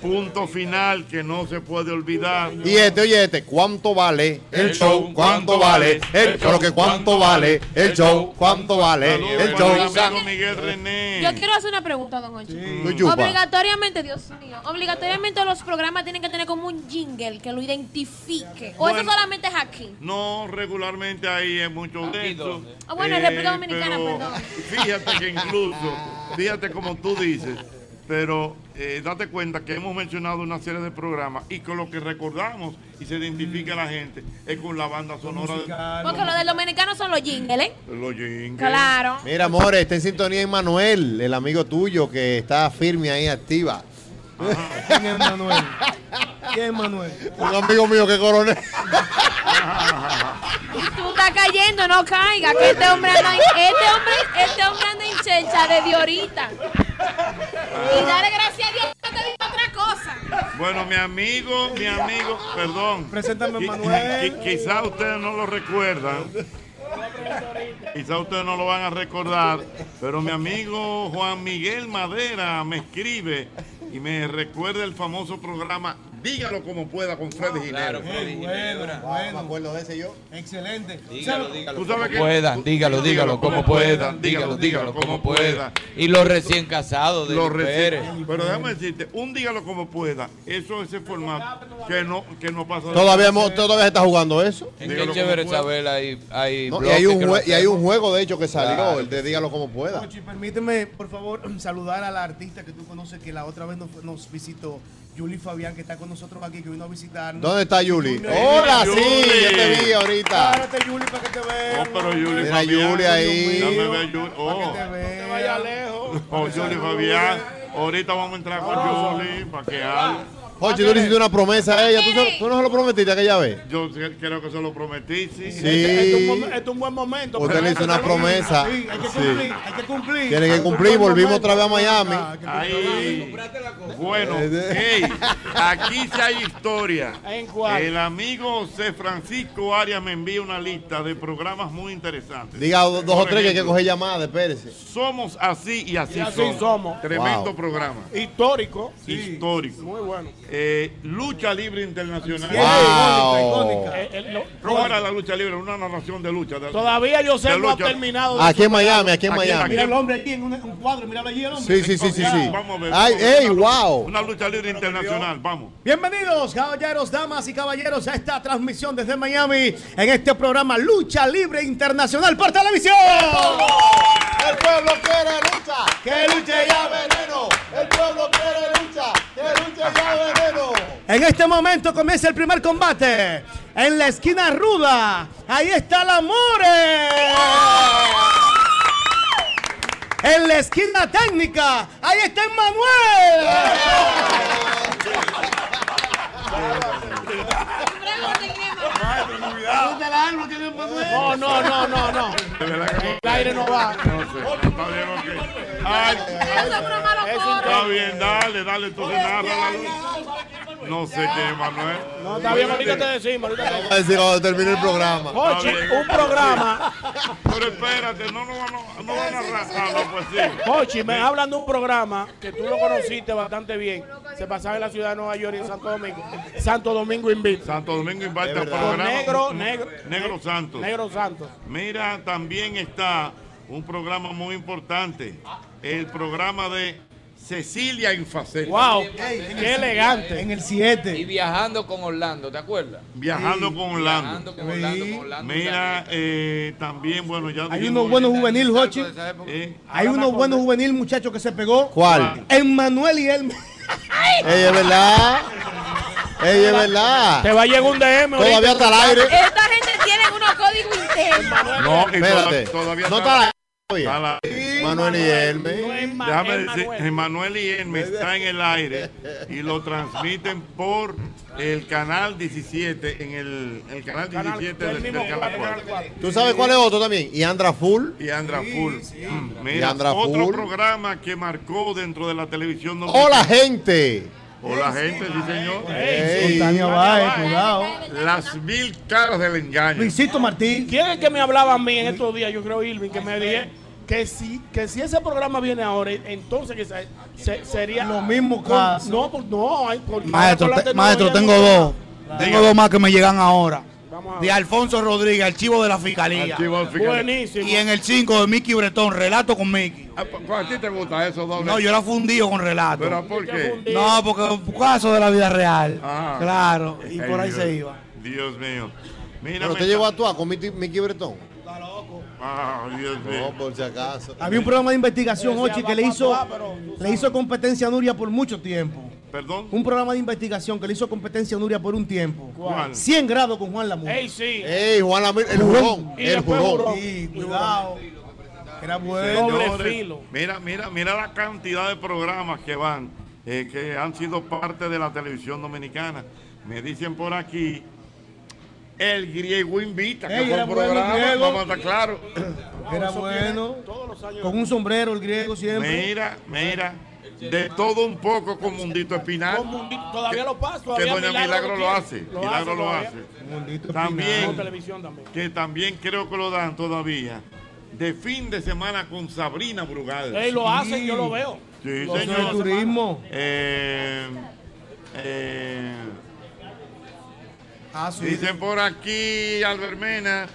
punto final que no se puede olvidar.
Y este, oye este, ¿cuánto vale el show? ¿Cuánto vale el show? que ¿Cuánto vale el show? ¿Cuánto vale
Saludos
el
para mi
show?
amigo Miguel René.
Yo quiero hacer una pregunta, don Ochi.
Tú chupa.
Obligatoriamente, Dios mío, obligatoriamente los programas tienen que tener como un jingle que lo identifique. O
Bueno.
eso solamente es aquí.
No, regularmente ahí es mucho de eso.
Ah, bueno, en República Dominicana, perdón.
Fíjate que incluso, fíjate como tú dices, pero eh, date cuenta que hemos mencionado una serie de programas y con lo que recordamos y se identifica la gente es con la banda sonora de
Porque lo del dominicano son los jingles, ¿eh?
los jingles.
Claro.
Mira, amores, está en sintonía Manuel, el amigo tuyo que está firme ahí activa.
¿Quién es Manuel? ¿Quién es Manuel?
Un amigo mío que coronel.
Tú estás cayendo, no caiga. Que este hombre anda en, este hombre, este hombre anda en
Ah.
chelcha desde ahorita. Y dale gracias a Dios que te dijo otra cosa.
Bueno, mi amigo, mi amigo, perdón.
Preséntame a
Qui-
Manuel.
qui- Quizá ustedes no lo recuerdan. Quizá ustedes no lo van a recordar, pero mi amigo Juan Miguel Madera me escribe y me recuerda el famoso programa Dígalo como pueda con Freddy Ginebra.
Bueno, bueno.
acuerdo de ese yo.
Excelente.
Dígalo,
¿Sabes?
dígalo,
Tú
como
sabes que-
puedan, dígalo, dígalo, como puedan, dígalo,
dígalo,
dígalo, como
puedan.
puedan. Y los recién casados de
Lo reci-
Pérez.
Pero déjame decirte, un dígalo como pueda. Eso ese formato que no que no pasa. de-
Todavía, mo- todavía se está jugando eso.
En
Dígalo
qué
como
chévere
pueda.
saber hay, hay
No, y,
bloques
hay un
que lo
jue- y hay un
hacemos.
juego, de hecho, que salió,
Claro.
el de Dígalo como pueda.
Ochi, permíteme, por favor, saludar a la artista que tú conoces que la otra vez nos, nos visitó, Julie Fabián, que está con nosotros aquí, que vino a visitarnos.
¿Dónde está Yuli?
Yuli.
Hola, sí,
Yuli.
yo te vi ahorita.
Párate, Julie, para que te
Oh,
vean.
pero Yuli
Mira,
Fabián,
Yuli ahí.
Dame ver a Yuli. Oh,
Para que te vean.
No vaya lejos.
oh, Yuli Fabián. Ahorita vamos a entrar con Yuli para que hable.
Jochi, tú le hiciste una promesa a ella. ¿Tú, se- tú no se lo prometiste aquella vez?
Yo sé- creo que se lo prometí, sí.
Este, es un
Sí.
mom- este es un buen momento.
Usted
pero
le hizo una
déjalo ir.
promesa.
Sí, hay que cumplir,
Sí.
hay que cumplir.
Tiene que
Este
cumplir. Volvimos otra vez a Miami.
Ahí. Bueno, hey, aquí sí hay historia.
¿En cuál?
El amigo José Francisco Arias me envía una lista de programas muy interesantes.
Diga dos dos o
Por
tres que hay que
ejemplo,
coger llamadas, espérese.
Somos así y así,
Y así somos.
Tremendo
Wow.
programa.
Histórico.
Histórico.
Muy bueno.
Eh, lucha libre internacional.
Tiene icónica,
Wow.
icónica.
Eh, eh, lo-
Roja era la lucha libre, una narración de lucha. de-
todavía José
De
no ha
lucha.
terminado. de-
Aquí en Miami, aquí en
Aquí,
Miami.
aquí.
Mira el hombre aquí en un, un cuadro, míralo allí el hombre.
Sí, sí, sí, sí, sí.
Vamos a ver.
Ay,
vamos a ver.
ey, wow.
Una lucha libre internacional, vamos.
Bienvenidos, caballeros, damas y caballeros, a esta transmisión desde Miami en este programa Lucha Libre Internacional por televisión.
El pueblo quiere lucha,
que luche ya
veneno. El pueblo quiere lucha, que luche ya veneno.
En este momento comienza el primer combate. En la esquina ruda, ahí está la More. En la esquina técnica, ahí está Manuel.
No, no, no, no, no.
De verdad que
El aire no va.
no sé. Está bien, ok. Ay, está bien, dale, dale, entonces narra la lucha. No sé qué, Manuel.
No, está bien, ahorita te decimos. ahorita te decimos.
Vamos a decir cuando termine el programa.
Jochi, un programa.
Pero espérate, no, no, no, no van a arrasar, no, pues sí.
Jochi, me hablan de un programa que tú lo conociste bastante bien. Se pasaba en la ciudad de Nueva York y en Santo Domingo. Santo Domingo Invita.
Santo Domingo invita al
verdad.
programa.
Negro, negro.
Negro Santos.
Negro Santos.
Mira, también está un programa muy importante. El programa de Cecilia Infacel.
Wow,
Ey, en
qué
el- En
elegante.
el
Y
7.
viajando con Orlando, ¿te acuerdas?
Viajando con Orlando.
Viajando con Orlando, con Orlando.
Mira, eh, también, bueno, ya
Hay
dijimos-
unos buenos juveniles, Jochi.
Eh,
Hay unos buenos juveniles, muchachos, que se pegó.
¿Cuál?
Emmanuel y él.
Ey, es verdad. Ey, es verdad.
Te va a llegar un DM. ahorita.
Todavía está al aire.
Esta gente tiene unos códigos internos.
No, y
Espérate.
toda- todavía
No está al
está,
aire. todavía.
la-
Manuel y
No
Hermes.
es ma-
Déjame
es
decir,
Manuel.
Emanuel y Hermes está en el aire y lo transmiten por el canal 17, en el, el canal 17 del, del canal 4.
¿Tú sabes cuál es otro también? Y Andra Full.
Y Andra Full. Mm, Mira,
Y Andra
otro
Full.
programa que marcó dentro de la televisión. dominicana.
Hola, gente.
Hola, gente, sí, señor.
Ey.
Tania Baez, cuidado.
Las mil caras del engaño.
Luisito Martí.
¿Quién es el que me hablaba a mí en estos días? Yo creo Irving, que me dije que si, que si ese programa viene ahora, entonces que se- se- sería.
Lo mismo
Con-
caso.
No, pues no, hay por
Maestro,
con la
te- maestro,
tecnología
tengo
no-
dos. Tengo dos más que me llegan ahora.
Vamos a
De
ver.
Alfonso Rodríguez, archivo de la fiscalía.
Archivo de fiscalía.
Buenísimo.
Y en el 5 de Mickey Bretón, relato con Mickey.
Ah, pues, ¿A ti te gusta eso, doble?
No, yo era fundido con relato.
¿Pero por qué?
fundido.
No, porque un caso de la vida real.
Ah.
Claro, y por
Ay,
ahí
Dios.
se iba.
Dios mío. Mira,
Pero
me
te
está-
llevó a actuar con Mickey Mickey Bretón.
Ah, Dios
No,
mío.
por si acaso.
Había un programa de investigación, Ochi, que le hizo, le hizo competencia a Nuria por mucho tiempo.
Perdón.
Un programa de investigación que le hizo competencia a Nuria por un tiempo.
¿Cuál?
100 grados con Juan Lamu.
Ey, sí.
Ey, Juan Lamir, el jurón.
Y
El
después
jurón.
jurón.
Sí, cuidado. Era bueno.
Doble
Señores,
filo.
Mira, mira, mira la cantidad de programas que van, eh, que han sido parte de la televisión dominicana. Me dicen por aquí, el griego invita, que
Ey,
fue
era
un
bueno el
programa,
griego.
vamos a estar claros.
Era bueno. Con un sombrero el griego siempre.
Mira, mira, de todo un poco con Mundito Espinal.
Todavía lo paso.
que
todavía
Doña Milagro lo hace.
Lo
Milagro lo
todavía.
hace.
Mundito Espinal. Televisión
También,
también.
que también creo que lo dan todavía. De fin de semana con Sabrina Brugal.
Ey, lo hacen, yo lo veo.
Sí,
Lo hacen
señor.
de turismo.
Eh, eh,
Ah,
dicen por aquí, Albermena,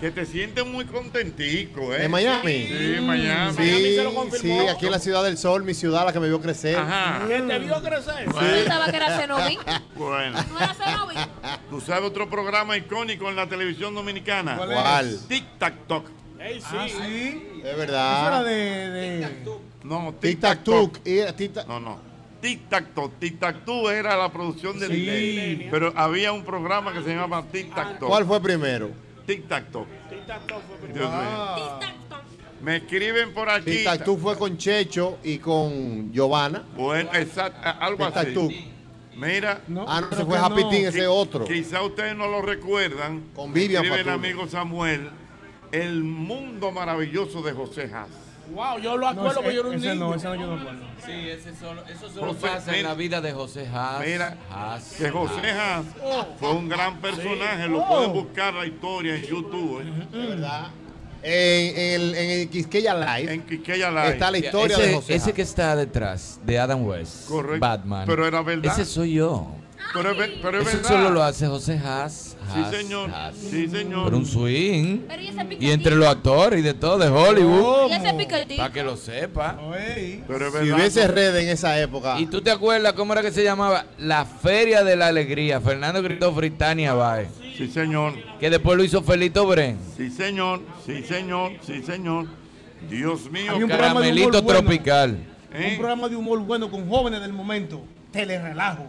que te sientes muy contentico, ¿eh?
¿En Miami?
Sí, en Miami.
Sí, sí, aquí en la Ciudad del Sol, mi ciudad, la que me vio crecer.
Ajá.
¿Quién te vio crecer?
Yo pensaba que era Cenoví.
Bueno. ¿Tú sabes otro programa icónico en la televisión dominicana?
¿Cuál es? ¿Cuál?
Tic Tac Ah, Toc.
Ey, sí.
Es verdad.
No, Tic Tac Toc.
Tic-tac-tuc. y- tic-tac-
No, no. Tic Tac Toe. Tic Tac Toe era la producción del
Sí.
Pero había un programa que se llamaba Tic Tac Toe.
¿Cuál fue primero?
Tic Tac Toe. Dios mío. Me escriben por aquí.
Tic-tac-tuc fue con Checho y con Giovanna.
Bueno, exacto, a- algo
Tic Tac
así.
Toe.
Mira.
Ah, no, se fue Happy Team, ese
Qui-
otro.
Quizá ustedes no lo recuerdan.
Con Vivian
Escribe el
Patrullo.
amigo Samuel. El mundo maravilloso de José Haas.
Wow, yo lo acuerdo porque yo era un niño.
Sí, ese solo, eso solo
José,
pasa en
mira.
la vida de José Haas.
Mira,
Haas,
que José Haas
Oh.
fue un gran personaje. Lo pueden buscar la historia en YouTube. ¿eh?
De verdad. En, en el, en el Quisqueya Live Eh,
En Quiqueya Live.
está la
Haas.
historia
ese,
de José.
ese
Haas.
que está detrás de Adam West,
Correcto.
Batman.
Pero era verdad.
Ese soy yo.
Pero es, ver- pero es
Eso
verdad.
solo lo hace José Haas.
Sí,
Haas,
señor.
Haas.
Sí, señor.
Pero un swing.
Pero y ese piquetito.
Y entre los actores y de todo, de Hollywood.
Y ese piquetito.
Para que lo sepa.
Pero es
Si
verdad.
hubiese red en esa época,
¿Y tú te acuerdas cómo era que se llamaba? La Feria de la Alegría. Fernando gritó Britania Bae.
Sí, señor.
Que después lo hizo Felito Bren.
Sí, señor. Sí, señor. Sí, señor. Dios mío.
Había un
cara-
programa de humor
Caramelito
bueno.
Tropical.
¿eh?
Un programa de humor bueno con jóvenes del momento. Telerelajo.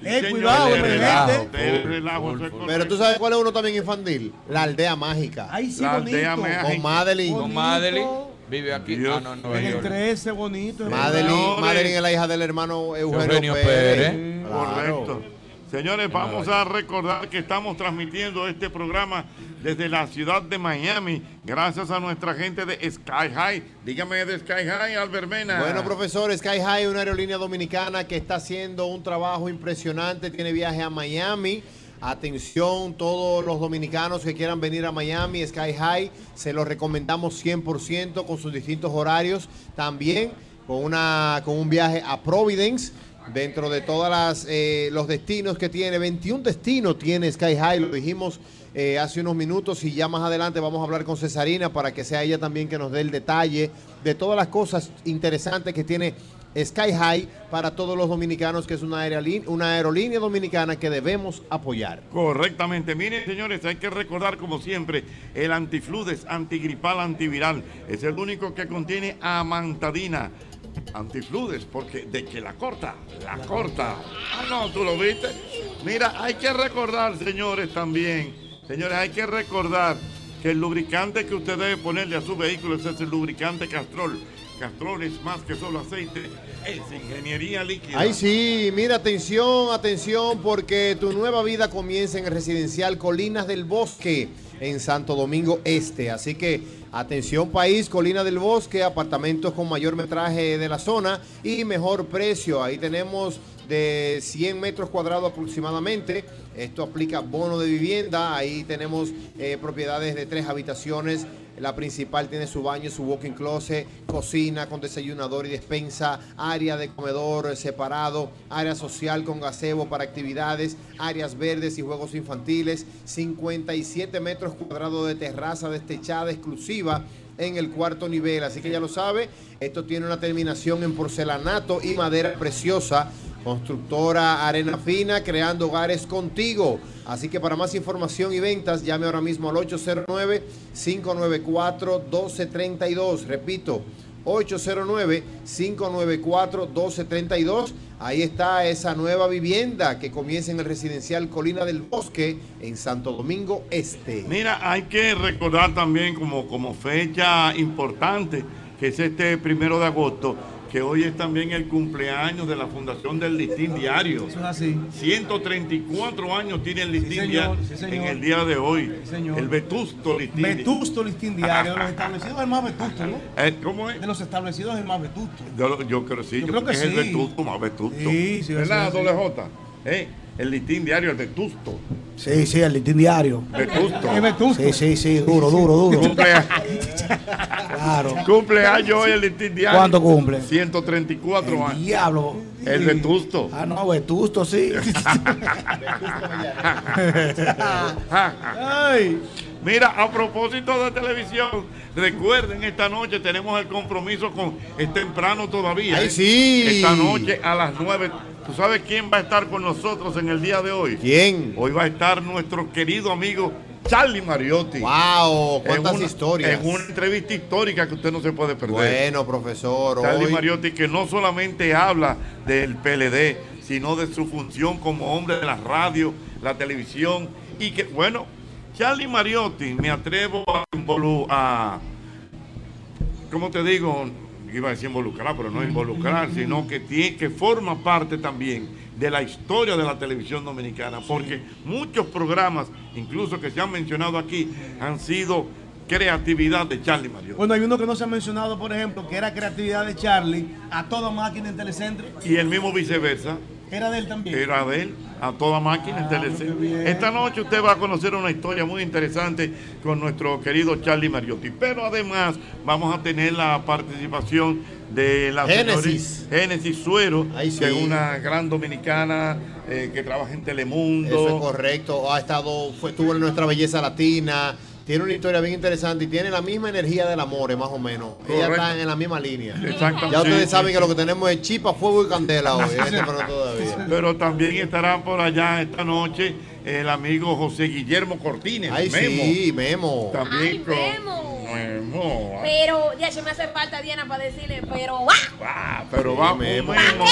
Sí,
Eh,
señor.
cuidado,
Del relajo,
emergente.
del relajo, eso
pero
es
tú
correcto.
sabes cuál es uno también infantil, la aldea mágica.
Ay, sí,
La aldea
bonito.
mea-
Con Madeline.
Bonito.
Comadre vive aquí.
Dios.
Ah, no, no,
En el
York.
13, bonito.
Madeline,
Señores.
Madeline es la hija del hermano eh, Eugenio,
Eugenio
Pérez.
Pérez.
Claro.
Correcto. Señores, vamos a recordar que estamos transmitiendo este programa desde la ciudad de Miami, gracias a nuestra gente de Sky High. Dígame de Sky High, Albermena.
Bueno, profesor, Sky High es una aerolínea dominicana que está haciendo un trabajo impresionante. Tiene viaje a Miami. Atención, todos los dominicanos que quieran venir a Miami, Sky High, se los recomendamos 100% con sus distintos horarios. También con, una, con un viaje a Providence. Dentro de todos los destinos que tiene, 21 destinos tiene Sky High, lo dijimos eh, hace unos minutos y ya más adelante vamos a hablar con Cesarina para que sea ella también que nos dé el detalle de todas las cosas interesantes que tiene Sky High para todos los dominicanos, que es una aerolínea, una aerolínea dominicana que debemos apoyar.
Correctamente. Miren, señores, hay que recordar, como siempre, el antifludes, antigripal, antiviral. Es el único que contiene amantadina. Antifludes, porque de que la corta, la corta. Ah, no, tú lo viste. Mira, hay que recordar, señores, también. Señores, hay que recordar que el lubricante que usted debe ponerle a su vehículo es el lubricante Castrol. Castrol es más que solo aceite, es ingeniería líquida.
Ay, sí, mira, atención, atención, porque tu nueva vida comienza en el residencial Colinas del Bosque, en Santo Domingo Este. Así que, atención, país, Colinas del Bosque, apartamentos con mayor metraje de la zona y mejor precio. Ahí tenemos de 100 metros cuadrados aproximadamente. Esto aplica bono de vivienda. Ahí tenemos eh, propiedades de tres habitaciones. La principal tiene su baño, su walk-in closet, cocina con desayunador y despensa, área de comedor eh, separado, área social con gazebo para actividades, áreas verdes y juegos infantiles, 57 metros cuadrados de terraza destechada exclusiva en el cuarto nivel. Así que ya lo sabe, esto tiene una terminación en porcelanato y madera preciosa. Constructora Arena Fina, creando hogares contigo. Así que para más información y ventas, llame ahora mismo al 809-594-1232. Repito, 809-594-1232. Ahí está esa nueva vivienda que comienza en el residencial Colina del Bosque, en Santo Domingo Este.
Mira, hay que recordar también como, como fecha importante, que es este primero de agosto, que hoy es también el cumpleaños de la fundación del Listín Diario.
Eso es así.
134 años tiene el Listín
señor,
Diario
sí, señor.
en el día de hoy.
Sí, señor.
El vetusto Listín.
Vetusto listín diario, de los establecidos es el más vetusto, ¿no?
Eh, ¿Cómo es?
De los establecidos es el más vetusto.
Yo, lo- yo creo sí, yo
Yo
creo
creo
que es
que
el
sí.
vetusto más vetusto.
Sí, sí,
¿Verdad,
sí, sí.
doble J? Eh, el Listín Diario, el vetusto.
Sí, sí, el listín diario.
Vetusto.
Sí, sí, sí, duro, duro, duro.
Cumplea-
Claro.
Cumpleaños hoy el Listín Diario.
¿Cuánto cumple?
134 años.
Diablo.
El vetusto.
Ah, no, vetusto, sí.
Ay. Mira, a propósito de televisión, recuerden, esta noche tenemos el compromiso con. Es temprano todavía.
Ay,
¿eh?
sí.
Esta noche a las 9. ¿Tú sabes quién va a estar con nosotros en el día de hoy?
¿Quién?
Hoy va a estar nuestro querido amigo Charlie Mariotti.
¡Wow!
En
¡Cuántas
una-
historias!
En una entrevista histórica que usted no se puede perder.
Bueno, profesor,
Charlie
hoy
Mariotti, que no solamente habla del PLD, sino de su función como hombre de la radio, la televisión, y que, bueno, Charlie Mariotti, me atrevo a involucrar, ¿cómo te digo? Iba a decir involucrar, pero no involucrar, sino que, tiene, que forma parte también de la historia de la televisión dominicana, porque muchos programas, incluso que se han mencionado aquí, han sido creatividad de Charlie Mariotti.
Bueno, hay uno que no se ha mencionado, por ejemplo, que era creatividad de Charlie a toda máquina en Telecentro.
Y el mismo viceversa.
Era de él también.
Era de él, a toda máquina,
Ah,
en Telecel. Esta noche usted va a conocer una historia muy interesante con nuestro querido Charlie Mariotti. Pero además vamos a tener la participación de la
Génesis.
señorita Génesis Suero,
Ay, sí.
que es una gran dominicana eh, que trabaja en Telemundo.
Eso es correcto. Ha estado, fue, estuvo en nuestra belleza latina. Tiene una historia bien interesante y tiene la misma energía del amor, más o menos. Ella está
Correcto.
en la misma línea.
Exactamente.
Ya ustedes
Sí,
saben
sí,
que lo
sí.
que tenemos es chipa, fuego y candela hoy. en este programa todavía.
Pero también estará por allá esta noche el amigo José Guillermo Cortines.
Ay,
Memo.
sí, Memo.
También
Ay,
con
Memo.
Memo.
Pero, ya se me hace falta Diana para decirle, pero ¡guau!
Ah, pero
Sí,
va un
Memo.
Memo.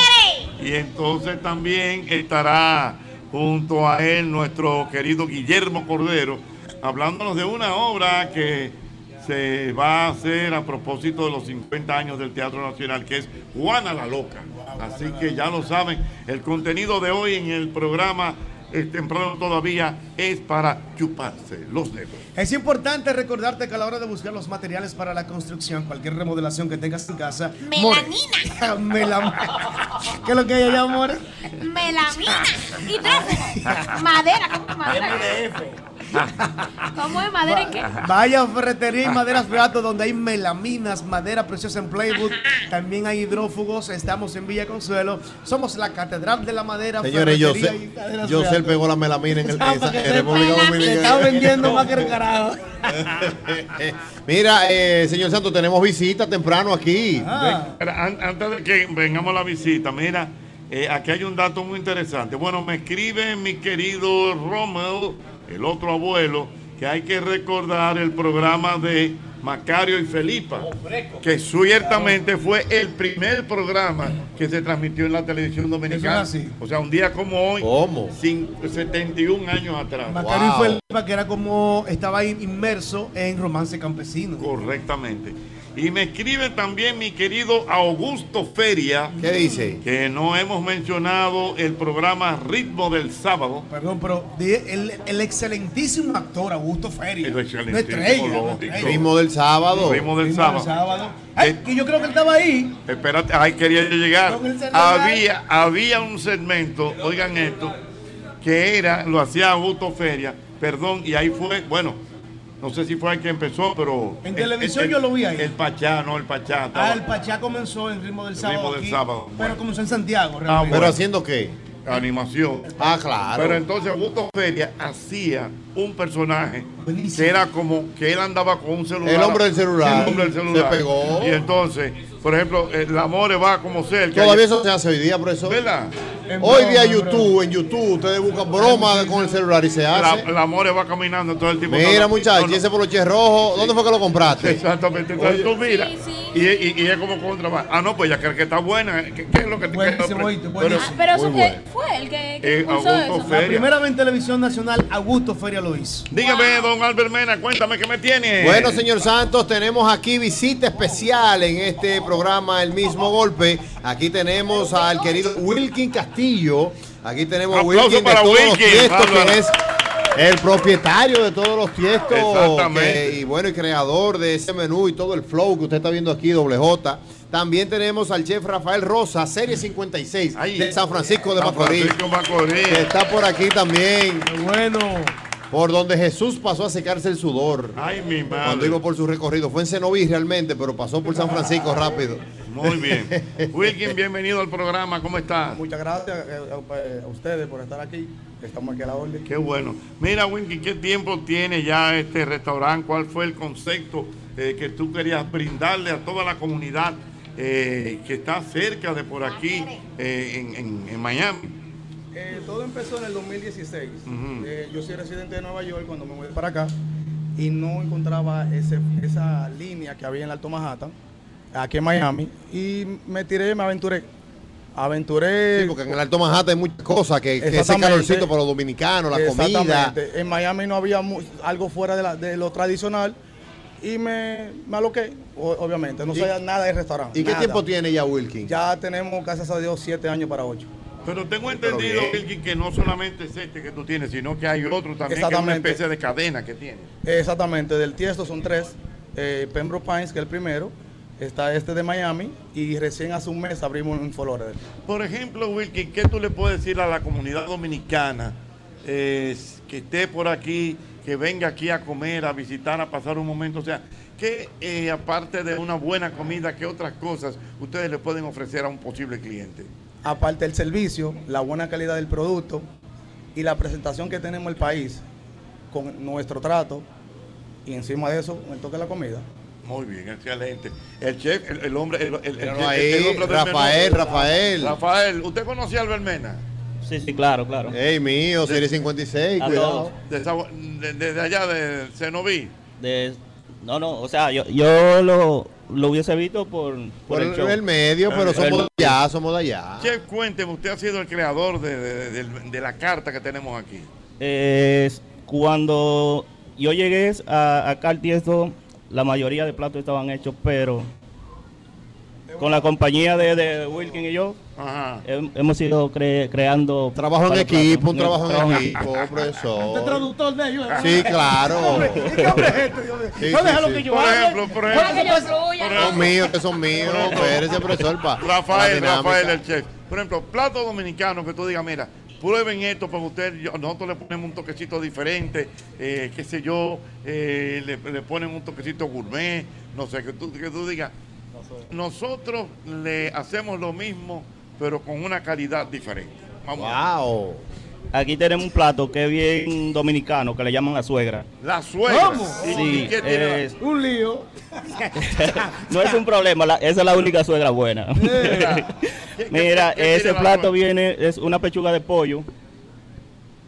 Y entonces también estará junto a él nuestro querido Guillermo Cordero, hablándonos de una obra que se va a hacer a propósito de los 50 años del Teatro Nacional, que es Juana la Loca. Así que ya lo saben, el contenido de hoy en el programa es temprano todavía es para chuparse los dedos.
Es importante recordarte que a la hora de buscar los materiales para la construcción, cualquier remodelación que tengas en casa. More. Melam- ¿Qué es lo que hay allá, More?
melamina y tres madera, ¿cómo Ah. es madera? ¿Cómo es madera en qué? Ah,
Vaya a ferretería y maderas barato donde hay melaminas, madera preciosa en Playwood. También hay hidrófugos. Estamos en Villa Consuelo. Somos la Catedral de la Madera.
Señores, yo
ferretería y
sé,
maderas
yo sé, él
Beato.
pegó la melamina en, el, en
Para que
en
sepa,
República
Le está
Dominicana.
vendiendo más que el carajo.
Mira, eh, señor Santo, tenemos visita temprano aquí.
Ah,
Pero an- Antes de que vengamos a la visita, mira, eh, aquí hay un dato muy interesante. Bueno, me escribe mi querido Rommel, el otro abuelo, que hay que recordar el programa de Macario y Felipa, que ciertamente fue el primer programa que se transmitió en la televisión dominicana.
Eso es así.
O sea, un día como hoy,
¿Cómo?
cin- 71 años atrás.
Macario
Wow.
y Felipa, que era como estaba in- inmerso en romance campesino.
Correctamente. Y me escribe también mi querido Augusto Feria.
¿Qué dice?
que no hemos mencionado el programa Ritmo del Sábado.
Perdón, pero di- el, el excelentísimo actor Augusto Feria.
El
Una
excelentísimo,
estrella, una
lógico.
estrella.
Ritmo del sábado.
Ritmo del
Ritmo
Sábado. Eh.
Ay, que yo creo que él estaba ahí.
Espérate, ahí quería yo llegar.
Con el celular.
Había, había un segmento, oigan esto, que era, lo hacía Augusto Feria, perdón, y ahí fue, bueno, no sé si fue el que empezó, pero.
En
el-
televisión
el-
yo lo vi ahí.
El Pachá, no, el Pachá. estaba-
Ah, el Pachá comenzó en Ritmo del
El
Sábado.
Ritmo del
aquí,
Sábado,
Pero
bueno.
comenzó en Santiago,
Ah,
realmente.
¿Pero haciendo qué?
Animación.
Ah, claro.
Pero entonces Augusto Feria hacía un personaje
Buenísimo.
que era como que él andaba con un celular.
El hombre del celular.
El hombre del celular.
Se pegó.
Y entonces, por ejemplo, eh, el amor va como ser. que
Todavía
hay-
eso se hace hoy día, profesor.
¿Verdad?
En
Hoy
broma,
día
en broma.
YouTube, en YouTube, ustedes buscan bromas con el celular y se
La-
hace.
El amor va caminando todo el tiempo.
Mira,
muchachos
muchachos, ese poloche rojo, ¿dónde fue que lo compraste?
Exactamente. Entonces tú mira,
Sí, sí.
Y, y, y es como contra. va, Ah, no, pues ya creo que está buena. ¿Qué, qué es lo que te
Buenísimo, oíste, buenísimo.
Ah, Pero eso
Muy bueno.
fue, fue el que,
Eh,
que impulsó
Augusto
eso.
Fe- Feria.
La primera vez en televisión nacional, Augusto Feria lo hizo.
Dígame, don Albert Mena, cuéntame qué me tiene.
Bueno, señor Santos, tenemos aquí visita especial en este programa El mismo golpe. Aquí tenemos al querido Wilkin Castillo. Aquí tenemos a
Aplauso
Wilkin de
para
todos los
Wilkin,
tiestos,
bárbaro.
que es el propietario de todos los tiestos.
Exactamente.
que- y bueno, y creador de ese menú y todo el flow que usted está viendo aquí, doble J. También tenemos al chef Rafael Rosa, serie 56 de San Francisco de
San
Macorís.
Francisco Macorís.
que Está por aquí también.
Bueno.
Por donde Jesús pasó a secarse el sudor.
Ay, mi
Cuando
madre.
iba por su recorrido, fue en Cenoví realmente, pero pasó por San Francisco rápido.
Muy bien. Wilkin, bienvenido al programa. ¿Cómo estás?
Muchas gracias eh, eh, a ustedes por estar aquí. Estamos aquí a la orden.
Qué bueno. Mira, Wilkin, ¿qué tiempo tiene ya este restaurante? ¿Cuál fue el concepto eh, que tú querías brindarle a toda la comunidad eh, que está cerca de por aquí, eh, en, en- en Miami?
Eh, todo empezó en el 2016.
Ujú.
Eh, yo soy residente de Nueva York cuando me mudé para acá y no encontraba ese- esa línea que había en la Alto Manhattan, aquí en Miami, y me tiré, me aventuré. Aventuré.
Sí, porque en el Alto Manhattan hay muchas cosas, que, que ese
Exactamente.
calorcito para los dominicanos, la comida.
Exactamente. En Miami no había mu- algo fuera de, la- de lo tradicional y me, me aloqué, o- obviamente. No
¿Y-
sabía nada de restaurante.
¿Y qué
nada.
tiempo tiene ya Wilkin?
Ya tenemos, gracias a Dios, siete años para ocho.
Pero tengo entendido, Wilkin, que no solamente es este que tú tienes, sino que hay otro también, que es una
Exactamente.
especie de cadena que tienes.
Exactamente, del Tiesto son tres. Eh, Pembroke Pines, que es el primero. Está este de Miami. Y recién hace un mes abrimos en Florida.
Por ejemplo, Wilkin, ¿qué tú le puedes decir a la comunidad dominicana eh, que esté por aquí, que venga aquí a comer, a visitar, a pasar un momento? O sea, que aparte de una buena comida, qué otras cosas ustedes le pueden ofrecer a un posible cliente?
Aparte del servicio, la buena calidad del producto y la presentación que tenemos el país con nuestro trato. Y encima de eso, el toque de la comida.
Muy bien, excelente. El chef, el, el hombre, el, el- el
Míralo
chef,
ahí,
el hombre del
Rafael,
menú.
Rafael.
Rafael, ¿usted conocía a Albermena?
Sí, sí, claro, claro.
Ey, mío, serie 56,
A
cuidado.
todos.
Desde allá de Cenoví.
De- no, no, o sea, yo, yo lo, lo hubiese visto por, por,
Por el,
show.
el medio, pero
Por el-
somos de allá, somos de allá.
Chef, cuénteme, usted ha sido el creador de- de- de- de- de la carta que tenemos aquí.
Eh, cuando yo llegué a, acá al Tiesto, la mayoría de platos estaban hechos, pero con la compañía de, de Wilkin y yo, hem- hemos ido cre- creando...
Trabajo en
varios platos.
equipo, un trabajo en
Trabajo
equipo,
Este
profesor.
traductor de ellos.
Sí, claro. Sí, sí, sí.
Por ejemplo, por ejemplo.
Son míos, que son míos. Espérese, profesor, pa- para la
Rafael,
dinámica.
Rafael, el chef. Por ejemplo, plato dominicano que tú digas, mira, prueben esto para ustedes, yo- nosotros le ponemos un toquecito diferente, eh, qué sé yo, eh, le, le ponen un toquecito gourmet, no sé, que tú, que tú digas, nosotros le hacemos lo mismo, pero con una calidad diferente. Vamos.
Aquí tenemos un plato que es bien dominicano, que le llaman la suegra.
La suegra. ¿Y-
Sí,
y qué tiene la-
es-
Un lío.
No es un problema, la- esa es la única suegra buena. Mira,
qué- qué
ese
tiene la
plato
suegra?
viene, es una pechuga de pollo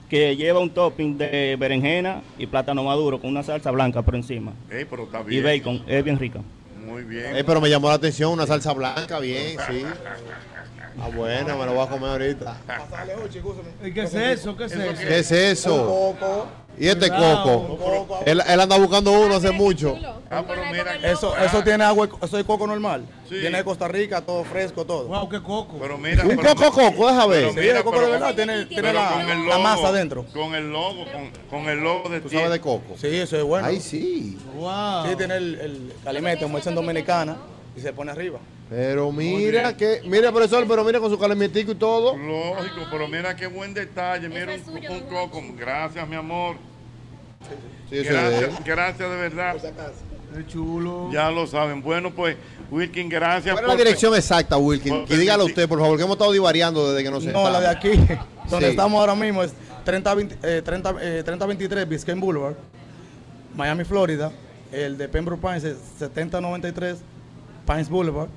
que lleva un topping de berenjena y plátano maduro con una salsa blanca por encima.
Ey, pero está
Y
bien.
bacon, es bien rica.
Muy bien.
Ey, Eh, pero me llamó la atención una salsa blanca, bien, sí. Ah, bueno, me lo voy a comer ahorita.
¿Qué es eso? ¿Qué es eso?
¿Qué es eso? Y este coco.
Coco.
Él, él anda buscando uno hace mucho.
Eso, eso tiene agua, eso es coco normal.
Ah, Sí.
Viene de Costa Rica, todo fresco, todo.
Wow, qué coco.
Pero mira,
Un
pero-
coco coco, deja ver.
Sí, el coco de verdad tiene, tiene
pero
la,
con el
la
logo,
masa adentro.
Con el logo, con, con el logo de
¿Tú sabes
ti.
de coco?
Sí, eso es bueno.
Ay, sí.
Sí, tiene el, el calimete, como dicen dominicana, y se pone arriba.
Pero mira que, mira profesor, pero mira con su calementico y todo.
Lógico, pero mira qué buen detalle. Mira un, un coco. Gracias, mi amor.
Sí, eso es de él.
gracias, gracias de verdad. chulo. Ya lo saben. Bueno, pues, Wilkin, gracias.
¿Cuál es la dirección exacta, Wilkin? Y dígala usted, por favor, que hemos estado divariando desde que nos
No,
sentamos.
la de aquí, donde
Sí.
estamos ahora mismo, es eh, 3023 Biscayne Boulevard, Miami, Florida. El de Pembroke Pines es 7093 Pines Boulevard.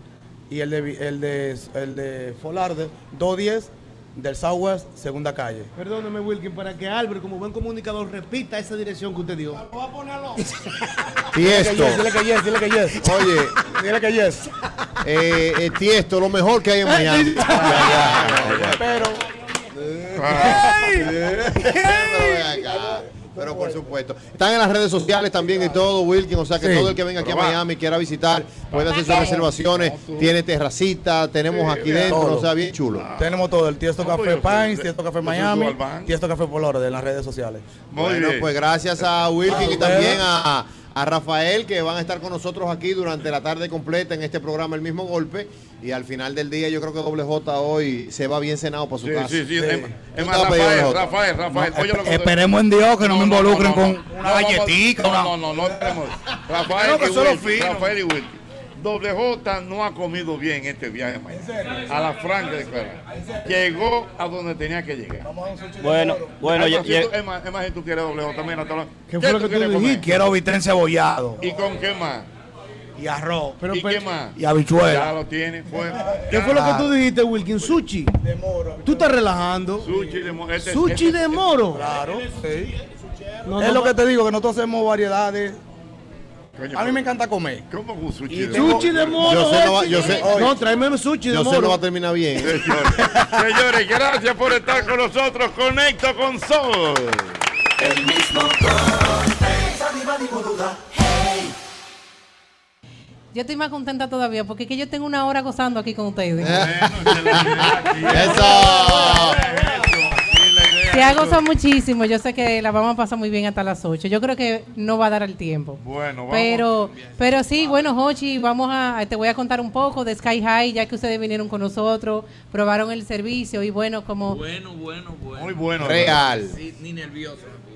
Y el de, Vi- el de, el de Folarde, 210 del Southwest, segunda calle.
Perdóneme, Wilkin, para que Albert, como buen comunicador, repita esa dirección que usted dio.
Tiesto.
Dile que yes, dile que yes.
Oye,
dile que yes.
Eh, eh, Tiesto, lo mejor que hay en Miami. Ah,
Pero.
Pero por supuesto. Están en las redes sociales también y todo, Wilkin. O sea que
Sí.
todo el que venga aquí a
Pero va.
Miami y quiera visitar puede hacer sus reservaciones. Tiene terracita, tenemos aquí dentro.
Todo. Ah.
O sea, bien chulo.
Tenemos todo, el Tiesto Café Pines, Tiesto Café Miami,
al banco.
Tiesto Café Polores, en las redes sociales.
bueno, pues gracias a Wilkin y también a, a Rafael que van a estar con nosotros aquí durante la tarde completa en este programa El mismo golpe. Y al final del día, yo creo que Doble J hoy se va bien cenado para su
Sí,
casa.
sí, sí. Es más-
¿Tú
es más,
te vas a pedir,
Rafael,
Doble J?
Rafael, Rafael. oye lo que te-
Esperemos en Dios que no, me involucren con una
No, vamos-
galletita. una-
No, no, no, no esperemos. Rafael,
No, que
y
solo
Wilkie,
fino.
Rafael y Wilkie. Doble J no ha comido bien este viaje mañana. A la franca de Clara. Llegó a donde tenía que llegar.
Bueno, bueno,
Ay,
ya-
por cierto,
ya-
Es más, es más, si tú quieres doble J, mira, te lo-
¿Qué fue lo que tú
quieres
dijiste?
comer?
Quiero bistec encebollado.
¿Y con qué más?
Y arroz.
¿Y qué más?
Y habichuela.
Ya lo tiene. Fue.
¿Qué fue lo que
Ah.
tú dijiste, Wilkin? Sushi. De moro. Tú estás relajando.
Sushi de moro. Este-
Sushi
este-
de moro.
Claro, sí.
No,
es
no,
lo
no.
que te digo, que nosotros hacemos variedades.
Coño,
A mí me encanta comer.
¿Cómo con sushi?
Y
de
tengo-
moro?
Sushi de moro.
Yo sé, no va- yo sé-
No, tráeme sushi de
Yo
moro.
sé, no va a terminar bien.
Señores, gracias por estar con nosotros. Conecto con Sol. El mismo
Yo estoy más contenta todavía porque es que yo tengo una hora gozando aquí con ustedes.
Eh.
Se ha gozado muchísimo. Yo sé que la vamos a pasar muy bien hasta las 8. Yo creo que no va a dar el tiempo.
Bueno, vamos.
Pero, pero sí, bueno, Jochi, vamos a, eh, te voy a contar un poco de Sky High, ya que ustedes vinieron con nosotros, probaron el servicio y bueno, como
Bueno, bueno, bueno.
Muy bueno. Real.
Sí, ni nervioso me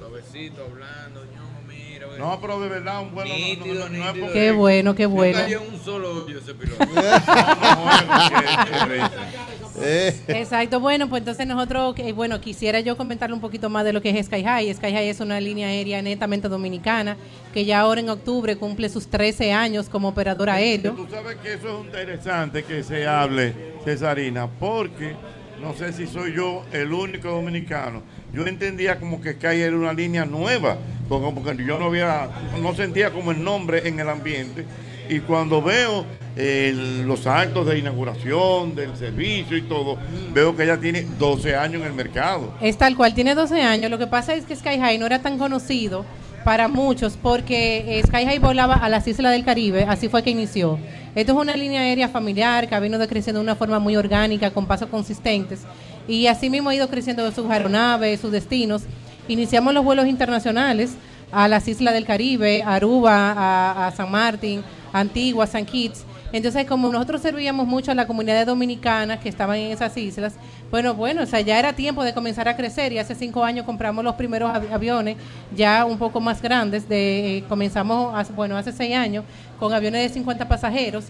puso. Suavecito, hablando, ñomo, mira. güey.
No, pero de verdad, un buen
Nítido, nítido.
porque- Qué bueno, qué
Yo
bueno.
cayó en un solo hoyo ese piloto.
Eh.
Exacto, bueno, pues entonces nosotros, eh, bueno, quisiera yo comentarle un poquito más de lo que es Sky High. Sky High es una línea aérea netamente dominicana que ya ahora en octubre cumple sus 13 años como operador aéreo.
Tú sabes que eso es interesante que se hable, Cesarina, porque no sé si soy yo el único dominicano. Yo entendía como que Sky era una línea nueva, porque, porque yo no había, no sentía como el nombre en el ambiente. Y cuando veo eh, los actos de inauguración del servicio y todo, veo que ya tiene 12 años en el mercado.
Es tal cual, tiene 12 años. Lo que pasa es que Sky High no era tan conocido para muchos porque eh, Sky High volaba a las islas del Caribe, así fue que inició. Esto es una línea aérea familiar que ha venido creciendo de una forma muy orgánica, con pasos consistentes, y así mismo ha ido creciendo sus aeronaves, sus destinos. Iniciamos los vuelos internacionales a las islas del Caribe, Aruba, a, a San Martín, Antigua, San Kitts. Entonces, como nosotros servíamos mucho a la comunidad dominicana que estaban en esas islas, bueno, bueno, o sea, ya era tiempo de comenzar a crecer y hace cinco años compramos los primeros avi- aviones ya un poco más grandes. De, eh, comenzamos, hace- bueno, hace seis años con aviones de 50 pasajeros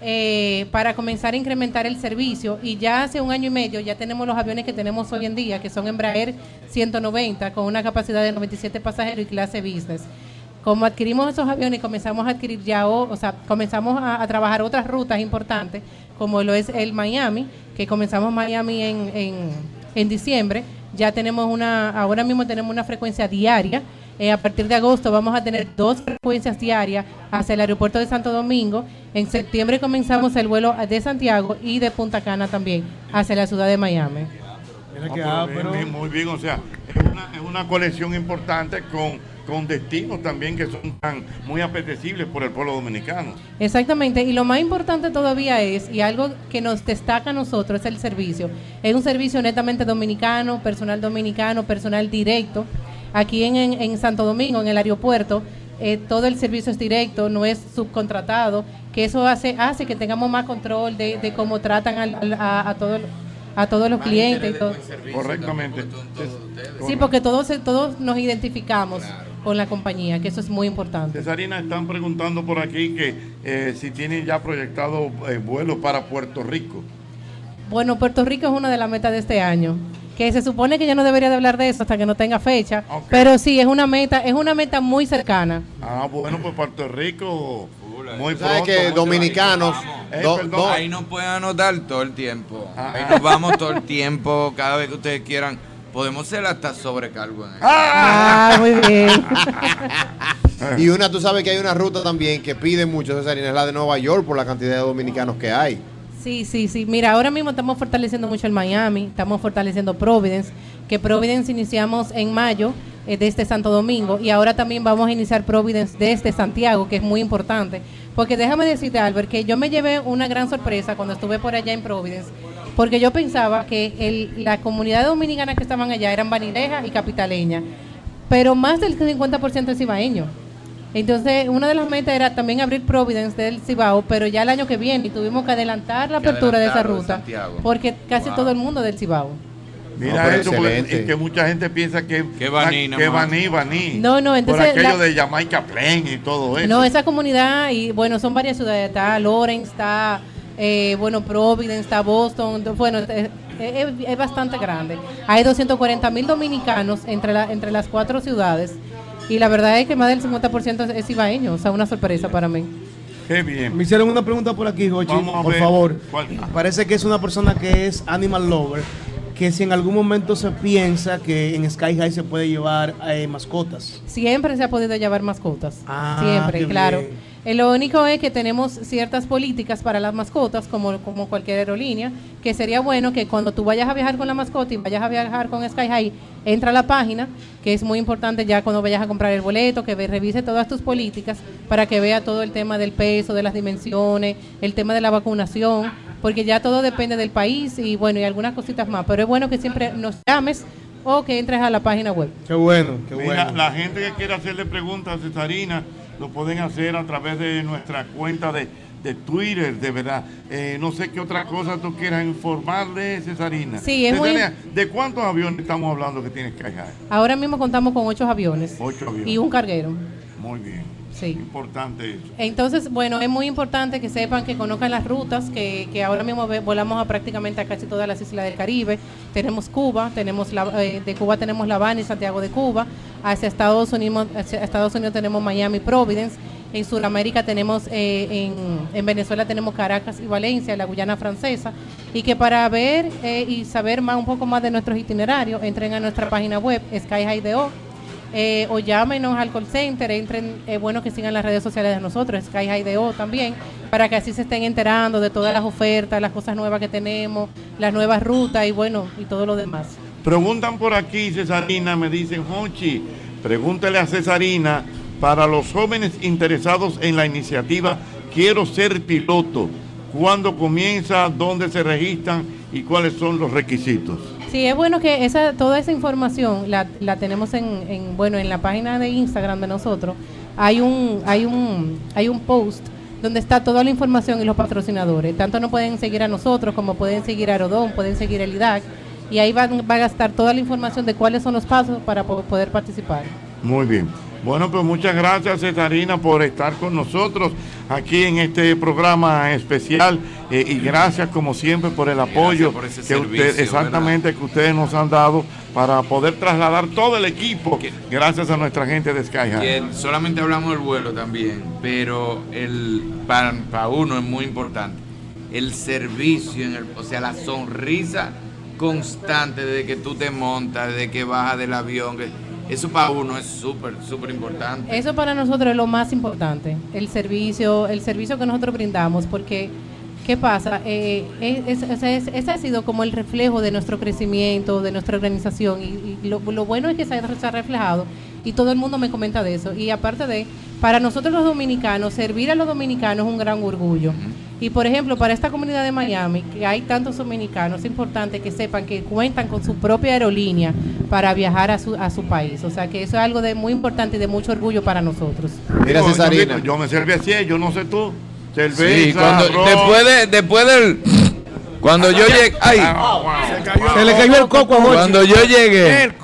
eh, para comenzar a incrementar el servicio y ya hace un año y medio ya tenemos los aviones que tenemos hoy en día, que son Embraer 190 con una capacidad de 97 pasajeros y clase business. Como adquirimos esos aviones, comenzamos a adquirir ya, o, o sea, comenzamos a, a trabajar otras rutas importantes, como lo es el Miami, que comenzamos Miami en, en, en diciembre. Ya tenemos una, ahora mismo tenemos una frecuencia diaria. Eh, a partir de agosto vamos a tener dos frecuencias diarias hacia el aeropuerto de Santo Domingo. En septiembre comenzamos el vuelo de Santiago y de Punta Cana también hacia la ciudad de Miami.
Ah, pero bien, bien, muy bien, o sea, es una, es una colección importante con, con destinos también que son tan muy apetecibles por el pueblo dominicano.
Exactamente, y lo más importante todavía es, y algo que nos destaca a nosotros es el servicio. Es un servicio netamente dominicano, personal dominicano, personal directo. Aquí en, en- en Santo Domingo, en el aeropuerto, eh, todo el servicio es directo, no es subcontratado, que eso hace, hace que tengamos más control de, de cómo tratan al- al- a, a todo- a todos los clientes. y todo.
Correctamente.
Sí, porque todos, se- todos nos identificamos con la compañía, que eso es muy importante.
Cesarina, están preguntando por aquí que eh, si tienen ya proyectado eh, vuelos para Puerto Rico.
Bueno, Puerto Rico es una de las metas de este año. Que se supone que yo no debería de hablar de eso hasta que no tenga fecha. Pero sí, es una meta, es una meta muy cercana.
Ah, bueno, pues Puerto Rico muy
Tú sabes
pronto. Eh,
que
muy
dominicanos,
pronto.
Eh,
Do- do- Ahí no pueden anotar todo el tiempo.
Ah,
Ahí nos vamos todo el tiempo, cada vez que ustedes quieran. Podemos ser hasta sobrecargo en eso.
Ah,
muy bien.
y una, tú sabes que hay una ruta también que pide mucho, César, y es la de Nueva York por la cantidad de dominicanos que hay.
Sí, sí, sí. Mira, ahora mismo estamos fortaleciendo mucho el Miami, estamos fortaleciendo Providence, que Providence iniciamos en mayo eh, desde Santo Domingo y ahora también vamos a iniciar Providence desde Santiago, que es muy importante. Porque déjame decirte, Albert, que yo me llevé una gran sorpresa cuando estuve por allá en Providence, porque yo pensaba que el- la comunidad dominicana que estaban allá eran vanilejas y capitaleñas, pero más del 50% es cibaeño. Entonces, una de las metas era también abrir Providence del Cibao, pero ya el año que viene y tuvimos que adelantar la
Que
apertura de esa
adelantarlo de
ruta,
Santiago.
porque casi
Wow.
todo el mundo del Cibao.
Mira
No, pero
eso, porque-
excelente.
y que mucha gente piensa que, que
baní,
que
nada más.
baní, baní.
No, no, entonces
Por aquello
la-
de Jamaica Plain y todo eso.
No, esa comunidad, y bueno, son varias ciudades, está Lawrence, está, eh, bueno, Providence, está Boston, do- bueno, es, es- es bastante grande. Hay 240 mil dominicanos entre, la, entre las cuatro ciudades, y la verdad es que más del 50% es- es cibaeño, o sea, una sorpresa para mí.
Qué bien.
Me hicieron una pregunta por aquí, Jochi,
Vamos a
por
ver
favor.
cuál-
Parece que es una persona que es animal lover, que si en algún momento se piensa que en Sky High se puede llevar eh, mascotas.
Siempre se ha podido llevar mascotas.
Ah, qué
Siempre, claro.
bien.
Eh, lo único es que tenemos ciertas políticas para las mascotas, como, como cualquier aerolínea, que sería bueno que cuando tú vayas a viajar con la mascota y vayas a viajar con Sky High, entra a la página, que es muy importante ya cuando vayas a comprar el boleto, que ve- revise todas tus políticas para que vea todo el tema del peso, de las dimensiones, el tema de la vacunación, porque ya todo depende del país y bueno, y algunas cositas más. Pero es bueno que siempre nos llames o que entres a la página web.
Qué bueno, qué
Mira,
bueno.
la gente que quiere hacerle preguntas a Cesarina lo pueden hacer a través de nuestra cuenta de, de Twitter, de verdad. Eh, no sé qué otra cosa tú quieras informarle, Cesarina.
Sí, es muy-
Cesarina, ¿De cuántos aviones estamos hablando que tienes que viajar?
Ahora mismo contamos con ocho aviones
Ocho aviones.
y un carguero.
Muy bien.
Sí.
Importante eso.
Entonces, bueno, es muy importante que sepan, que conozcan las rutas, que, que ahora mismo ve- volamos a prácticamente a casi todas las islas del Caribe. Tenemos Cuba, tenemos la- eh, de Cuba tenemos La Habana y Santiago de Cuba. Hacia Estados Unidos, hacia Estados Unidos tenemos Miami, Providence. En Sudamérica tenemos, eh, en, en Venezuela tenemos Caracas y Valencia, la Guyana francesa. Y que para ver eh, y saber más un poco más de nuestros itinerarios, entren a nuestra página web, skyhigh.do eh, o llámenos al call center, entren, es bueno que sigan las redes sociales de nosotros, Sky High DO también, para que así se estén enterando de todas las ofertas, las cosas nuevas que tenemos, las nuevas rutas y bueno, y todo lo demás.
Preguntan por aquí, Cesarina, me dicen, Honchi, pregúntale a Cesarina, para los jóvenes interesados en la iniciativa Quiero ser piloto, ¿cuándo comienza, dónde se registran y cuáles son los requisitos?
Sí, es bueno que esa, toda esa información la, la tenemos en, en, bueno, en la página de Instagram de nosotros. Hay un, hay un, hay un post donde está toda la información y los patrocinadores. Tanto nos pueden seguir a nosotros como pueden seguir a Rodón, pueden seguir el IDAC. Y ahí van, va a estar toda la información de cuáles son los pasos para po- poder participar.
Muy bien. Bueno, pues muchas gracias, Cesarina, por estar con nosotros aquí en este programa especial eh, y gracias, como siempre, por el apoyo
por ese
que
servicio,
usted- exactamente que ustedes nos han dado para poder trasladar todo el equipo, gracias a nuestra gente de Sky
Ah.
High.
Que solamente hablamos del vuelo también, pero el para, para uno es muy importante. El servicio, en el, o sea, la sonrisa constante desde que tú te montas, desde que bajas del avión, que- eso para uno es súper, súper importante.
Eso para nosotros es lo más importante, el servicio, el servicio que nosotros brindamos, porque ¿qué pasa? Eh, es- es- es- ese ha sido como el reflejo de nuestro crecimiento, de nuestra organización, y, y lo, lo bueno es que se ha, se ha reflejado, y todo el mundo me comenta de eso, y aparte de, para nosotros los dominicanos, servir a los dominicanos es un gran orgullo. Y por ejemplo, para esta comunidad de Miami, que hay tantos dominicanos, es importante que sepan que cuentan con su propia aerolínea para viajar a su, a su país. O sea que eso es algo de muy importante y de mucho orgullo para nosotros.
Mira, Cesarina. Yo, me serví así, yo no sé tú. Cerveza,
Sí, cuando-
arroz.
después, de- después del... Cuando yo llegué... ¡Ay!
Se le cayó el coco a Jochi.
Cuando yo llegué...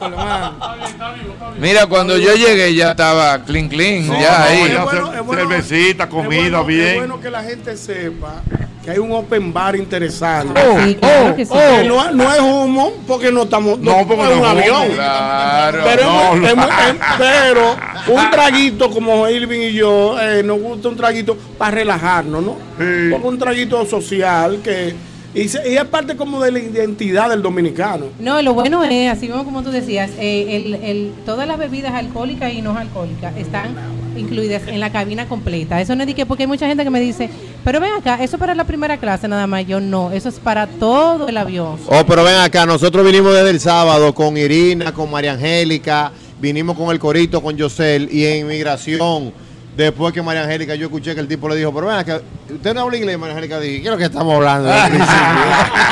Mira, cuando yo llegué ya estaba clean clean,
No,
ya
no,
ahí.
ya cer- cervecita, comida,
bueno, es
bien.
bueno que la gente sepa que hay un open bar interesante.
Oh, Sí, claro que sí. oh.
Que no, es- no es humo porque no estamos.
No, porque
es un
no es humo.
avión.
Claro,
pero,
no,
hemos-
no.
hemos- hem- pero un traguito como Irving y yo, eh, nos gusta un traguito para relajarnos, ¿no? Porque un traguito social que. Y, se- y es parte como de la identidad del dominicano.
No, lo bueno es, así mismo como tú decías, eh, el- el- todas las bebidas alcohólicas y no alcohólicas están incluidas en la cabina completa. Eso no es de que porque hay mucha gente que me dice, pero ven acá, eso es para la primera clase nada más. Yo no, eso es para todo el avión.
Oh, pero ven acá, nosotros vinimos desde el sábado con Irina, con María Angélica, vinimos con el Corito, con Yosel y en inmigración. Después que María Angélica, yo escuché que el tipo le dijo, pero ven acá, usted no habla inglés, María Angélica, dije, ¿qué es lo que estamos hablando? desde el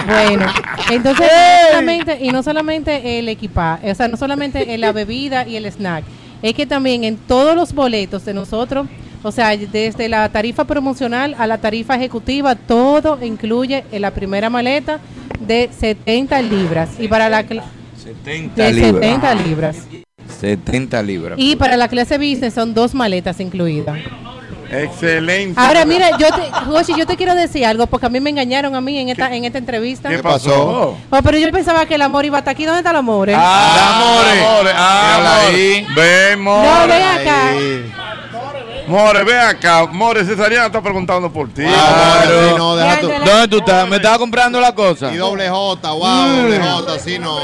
principio?"
Bueno, entonces no solamente- y no solamente el equipaje, o sea, no solamente eh, la bebida y el snack, es que también en todos los boletos de nosotros, o sea, desde la tarifa promocional a la tarifa ejecutiva, todo incluye en la primera maleta de 70 libras y para la cl-
70
de
libras.
70 libras
70 libras.
y para la clase business son dos maletas incluidas.
Excelente. Ah,
Ahora mira, yo te, Joshi, yo te quiero decir algo porque a mí me engañaron a mí en esta en esta entrevista.
¿Qué pasó? Ah,
Oh, pero yo pensaba que el amor iba hasta aquí. ¿Dónde está el amor? eh?
ah,
More, ahí. Ve, More.
No, ve acá.
Ahí. More, ve acá. More, Cesariana está preguntando por ti.
Claro. ¿Dónde tú estás? Me estaba comprando la cosa. Mm.
Y doble J, wow, doble J, así no.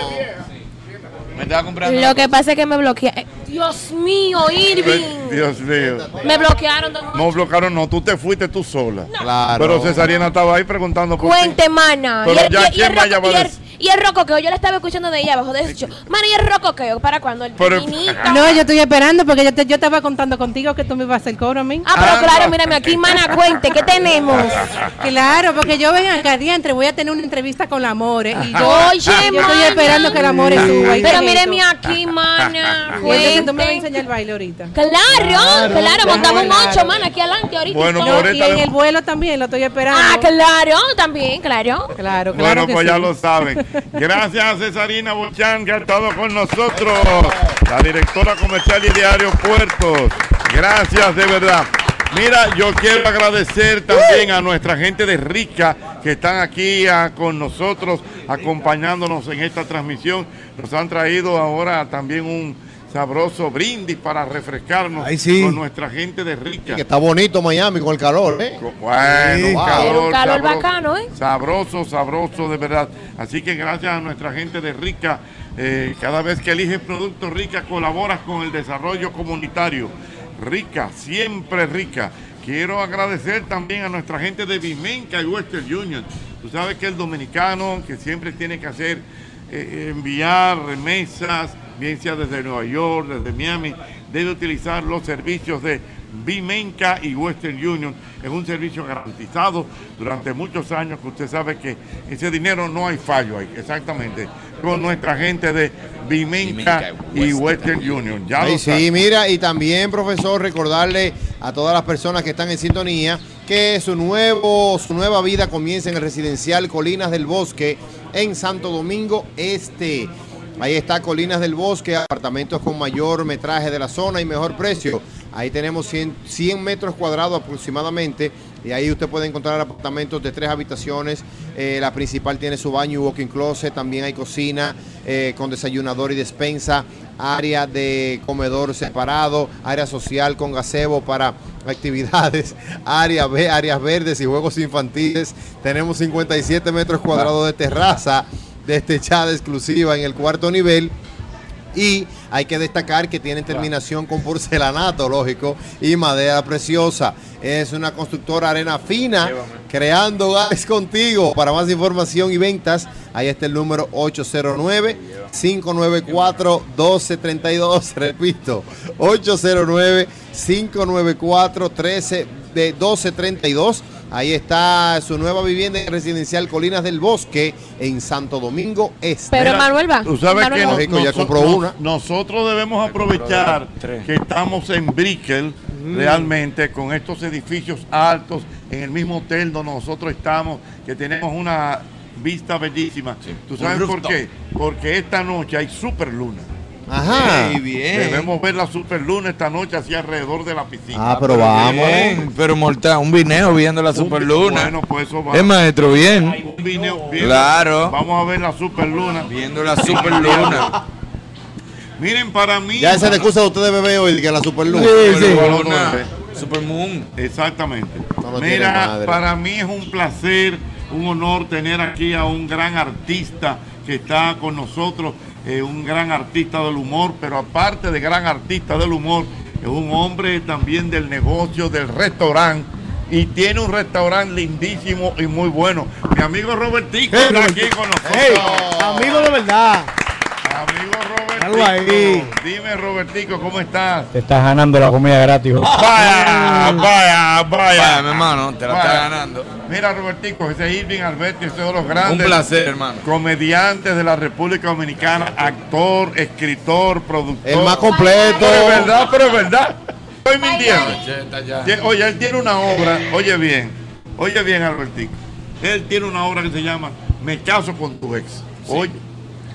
Me estaba comprando.
Lo que pasa es que me bloquea. eh, Dios mío, Irving.
Dios mío.
Me bloquearon. don-
No bloquearon, no. Tú te fuiste tú sola.
Claro.
Pero Cesariana estaba ahí preguntando por ti.
Cuente, mana.
Pero ya,
Ah, y, el,
¿quién vaya
roco-
a
y, el-
decir?
y el rocoqueo, yo la estaba escuchando de ahí abajo, de hecho. Mana, y el rocoqueo, ¿para cuando El
Pero-
pequeñito.
No, yo estoy esperando porque yo, te- yo estaba contando contigo que tú me ibas a hacer cobro a mí.
Ah, pero claro, mírame aquí, mana, cuente, ¿qué tenemos?
Claro, porque yo ven acá diantre, voy a tener una entrevista con la More y yo,
Oye,
yo estoy
mana.
esperando que la More suba. y
Pero
qué es
míreme
esto.
aquí, mana.
Y entonces tú me vas a
cuente.
enseñar el baile ahorita.
Claro, claro, montamos un
Claro.
ocho, mana, aquí adelante ahorita.
Bueno,
y todo.
por esta-
Y en el vuelo también lo estoy esperando.
Ah, claro, también, claro.
Claro,
Bueno, pues ya lo saben. Gracias a Cesarina Bochán que ha estado con nosotros, la directora comercial y de aeropuertos. Gracias de verdad. Mira, yo quiero agradecer también a nuestra gente de Rica que están aquí ah, con nosotros, acompañándonos en esta transmisión. Nos han traído ahora también un sabroso brindis para refrescarnos
Ay, sí.
con nuestra gente de Rica.
Que está bonito Miami con el calor, ¿eh?
Bueno,
Sí.
un calor,
Pero un calor
sabroso,
bacano, ¿eh?
Sabroso, sabroso, de verdad. Así que gracias a nuestra gente de Rica, eh, cada vez que eliges Productos Rica, colaboras con el desarrollo comunitario. Rica, siempre rica. Quiero agradecer también a nuestra gente de Vimenca y Western Union. Tú sabes que el dominicano que siempre tiene que hacer, eh, enviar remesas, bien sea desde Nueva York, desde Miami, debe utilizar los servicios de Bimenca y Western Union es un servicio garantizado durante muchos años que usted sabe que ese dinero no hay fallo ahí, exactamente, con nuestra gente de Bimenca y Western Union. Ya
Ay,
lo
sí,
sabe.
mira, y también, profesor, recordarle a todas las personas que están en sintonía que su, nuevo, su nueva vida comienza en el residencial Colinas del Bosque en Santo Domingo Este. Ahí está Colinas del Bosque, apartamentos con mayor metraje de la zona y mejor precio. Ahí tenemos 100, 100 metros cuadrados aproximadamente. Y ahí usted puede encontrar apartamentos de tres habitaciones. Eh, la principal tiene su baño y walk-in closet. También hay cocina eh, con desayunador y despensa. Área de comedor separado. Área social con gazebo para actividades. Área ve- áreas verdes y juegos infantiles. Tenemos 57 metros cuadrados de terraza destechada exclusiva en el cuarto nivel. Y hay que destacar que tienen terminación con porcelanato, lógico, y madera preciosa. Es una constructora arena fina, creando hogares contigo. Para más información y ventas, ahí está el número 809-594-1232. Repito, 809-594-13 de 1232. Ahí está su nueva vivienda residencial Colinas del Bosque en Santo Domingo Este.
Mira, Tú sabes que nos-
Lógico, ya
noso-
compró
nos-
una.
Nosotros debemos aprovechar
Tres.
que estamos en Brickell
Mm.
realmente con estos edificios altos en el mismo hotel donde nosotros estamos, que tenemos una vista bellísima. ¿Tú
un
sabes por
rooftop.
qué? Porque esta noche hay super luna.
Ajá.
Ey, bien. Debemos ver la Super Luna esta noche así alrededor de la piscina.
Ah, pero vamos. pero mortal, un vineo viendo la superluna.
Bueno, pues eso va.
Es maestro, bien.
Hay un video, bien.
Claro.
Vamos a ver la superluna.
Viendo la superluna.
Miren, para mí.
Ya esa es la excusa de ustedes bebé hoy, que la superluna.
Superluna.
Supermoon.
Exactamente.
tiene
Mira,
madre.
para mí es un placer, un honor tener aquí a un gran artista que está con nosotros, eh, un gran artista del humor, pero aparte de gran artista del humor, es un hombre también del negocio, del restaurante. Y tiene un restaurante lindísimo y muy bueno. Mi amigo Robertico está aquí con nosotros.
Amigo de verdad.
Amigo
Robertico. ahí.
Dime, Robertico, ¿cómo estás?
Te estás ganando la comida gratis. joven.
Vaya, vaya, vaya.
Vaya, mi hermano, te la
Vaya.
estás ganando.
Mira, Robertico, ese es Irving Alberti, ese es uno de los grandes.
Un placer, hermano.
Comediantes de la República Dominicana, actor, escritor, productor.
El más completo.
Pero es verdad, pero es verdad. Estoy mintiendo.
Che, está ya.
Ye- Oye, él tiene una obra, oye bien, oye bien, Albertico. Él tiene una obra que se llama Me caso con tu ex. Oye,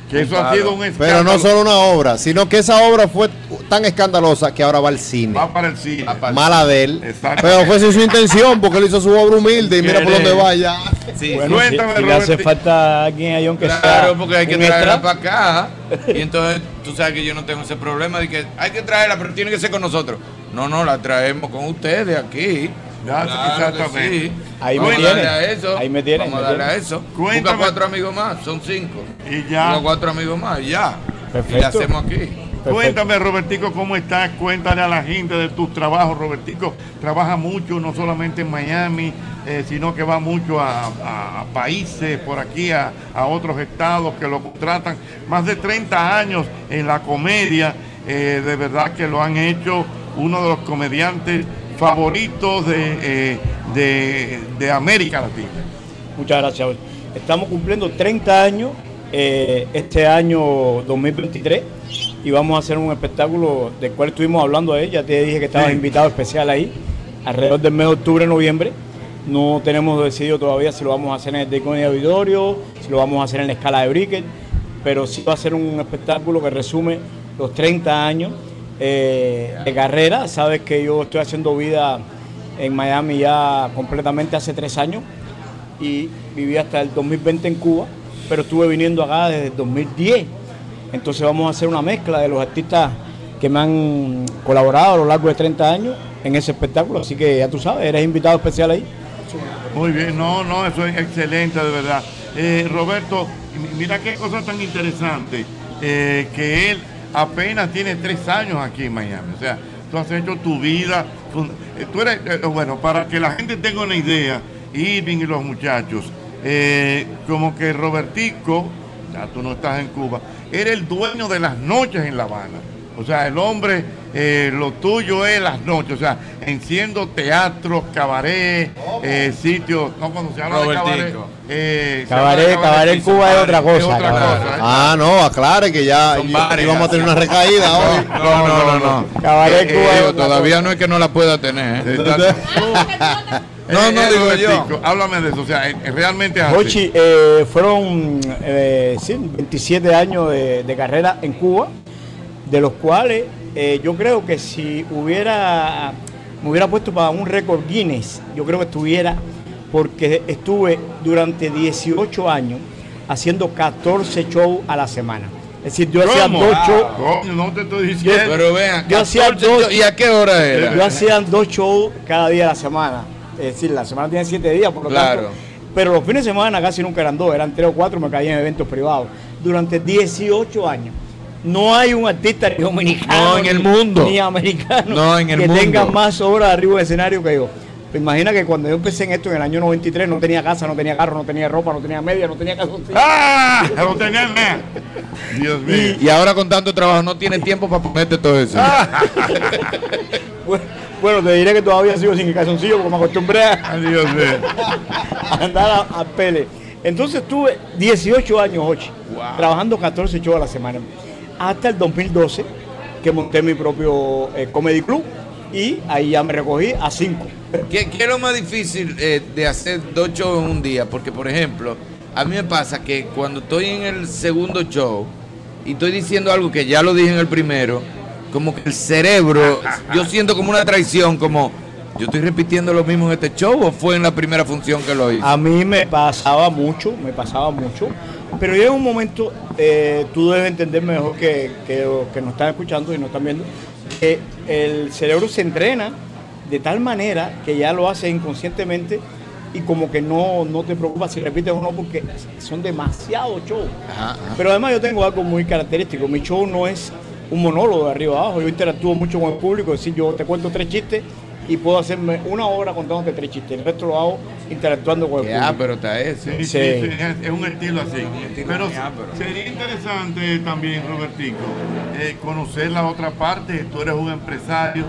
que eso ha
Claro.
sido un
Pero
escándalo.
no solo una obra, sino que esa obra fue tan escandalosa que ahora va al cine.
Va para el cine.
Mala de él.
Exacto.
Pero fue sin su intención, porque él hizo su obra humilde y mira por dónde vaya.
Sí,
Bueno,
cuéntame,
sí, sí,
Robertico.
le hace
falta alguien ahí, aunque
Claro, porque hay que
un extra.
traerla para acá. Y entonces tú sabes que yo no tengo ese problema de que hay que traerla, pero tiene que ser con nosotros. No, no, la traemos con ustedes aquí. Claro que
exactamente.
sí.
Ahí me
Vamos a
tienen,
darle a eso.
ahí me tienen,
Vamos a
me
darle a
tienen.
eso.
Cuéntame.
Busca cuatro amigos más, son cinco.
Y ya.
Busca cuatro amigos más, y ya. Y la
Perfecto.
hacemos aquí.
Cuéntame, Robertico, ¿cómo estás? Cuéntale a la gente de tus trabajos, Robertico. Trabaja mucho, no solamente en Miami, eh, sino que va mucho a, a- a países, por aquí, a, a otros estados que lo contratan. Más de 30 años en la comedia, eh, de verdad que lo han hecho uno de los comediantes favoritos de, eh, de- de América Latina.
Muchas gracias. Abel. Estamos cumpliendo 30 años eh, este año 2023 y vamos a hacer un espectáculo del cual estuvimos hablando ahí. Ya te dije que estabas invitado especial ahí, alrededor del mes de octubre, noviembre. No tenemos decidido todavía si lo vamos a hacer en el Deacon de Auditorio, si lo vamos a hacer en la escala de Brickell, pero sí va a ser un espectáculo que resume los 30 años eh, de carrera. Sabes que yo estoy haciendo vida en Miami ya completamente hace tres años y viví hasta el 2020 en Cuba, pero estuve viniendo acá desde el 2010. Entonces vamos a hacer una mezcla de los artistas que me han colaborado a lo largo de 30 años en ese espectáculo, así que ya tú sabes, eres invitado especial ahí.
Muy bien, no, no, eso es excelente, de verdad. Eh, Roberto, m- mira qué cosa tan interesante, eh, que él apenas tiene tres años aquí en Miami, o sea, tú has hecho tu vida, tú, eh, tú eres, eh, bueno, para que la gente tenga una idea, Irving y los muchachos, eh, como que Robertico, ya tú no estás en Cuba, era el dueño de las noches en La Habana. O sea, el hombre, eh, lo tuyo es las noches. O sea, enciendo teatros, cabaret, eh, sitios. No, cuando se habla de cabaret.
Robertico.
eh, se habla de
Cabaret, cabaret en Cuba es otra
cosa, cabaret.
Ah, no, aclare que ya
Son
y-
varias.
y vamos a tener una recaída hoy.
No, no, no, no.
Cabaret
Eh,
Cuba
eh,
es
digo,
otra
todavía no es que no la pueda tener. ¿eh? No, no, digo yo.
eh, Robertico, Háblame de eso. O sea, eh, eh, realmente es
Ah,
así.
Ochi, eh, fueron eh, sí, 27 años de, de carrera en Cuba, de los cuales eh, yo creo que si hubiera me hubiera puesto para un récord Guinness, yo creo que estuviera, porque estuve durante 18 años haciendo 14 shows a la semana. Es decir, yo hacía
¿Cómo?
dos shows.
Ah, coño, no te estoy diciendo.
Pero vean,
Yo hacía
14
dos-
¿y a qué hora era?
Yo hacía dos shows cada día de la semana. Es decir, la semana tiene siete días, por lo
Claro.
tanto. Pero los fines de semana casi nunca eran dos, eran tres o cuatro, me caía en eventos privados. Durante 18 años. No hay un artista ni dominicano.
No, en el
ni-
mundo.
Ni americano.
No, en el
que
mundo.
tenga más obras arriba del escenario que yo. Te Imagina que cuando yo empecé en esto en el año 93 no tenía casa, no tenía carro, no tenía ropa, no tenía media, no tenía calzoncillo.
¡Ah! No tenía nada. Dios mío.
Y ahora con tanto trabajo no tiene tiempo para ponerte todo eso.
Bueno, te diré que todavía sigo sin el calzoncillo porque me acostumbré a, a andar a, a pele. Entonces tuve 18 años, Ochi, trabajando 14 shows a la semana. Hasta el 2012, que monté mi propio eh, comedy club y ahí ya me recogí a 5.
¿Qué, qué es lo más difícil eh, de hacer dos shows en un día? Porque, por ejemplo, a mí me pasa que cuando estoy en el segundo show y estoy diciendo algo que ya lo dije en el primero, como que el cerebro, yo siento como una traición, como yo estoy repitiendo lo mismo en este show o fue en la primera función que lo hice.
A mí me pasaba mucho, me pasaba mucho. Pero llega un momento, eh, tú debes entender mejor que, que, que nos están escuchando y nos están viendo, que el cerebro se entrena de tal manera que ya lo hace inconscientemente y como que no, no te preocupa si repites o no porque son demasiados shows. Pero además yo tengo algo muy característico. Mi show no es un monólogo de arriba abajo. Yo interactúo mucho con el público. Es decir, yo te cuento tres chistes y puedo hacerme una hora contándote tres chistes. El resto lo hago interactuando con el
Ya,
público.
pero está eso.
Sí,
Sí, sí, es es un estilo así. Pero sería interesante también, Robertico, eh, conocer la otra parte. Tú eres un empresario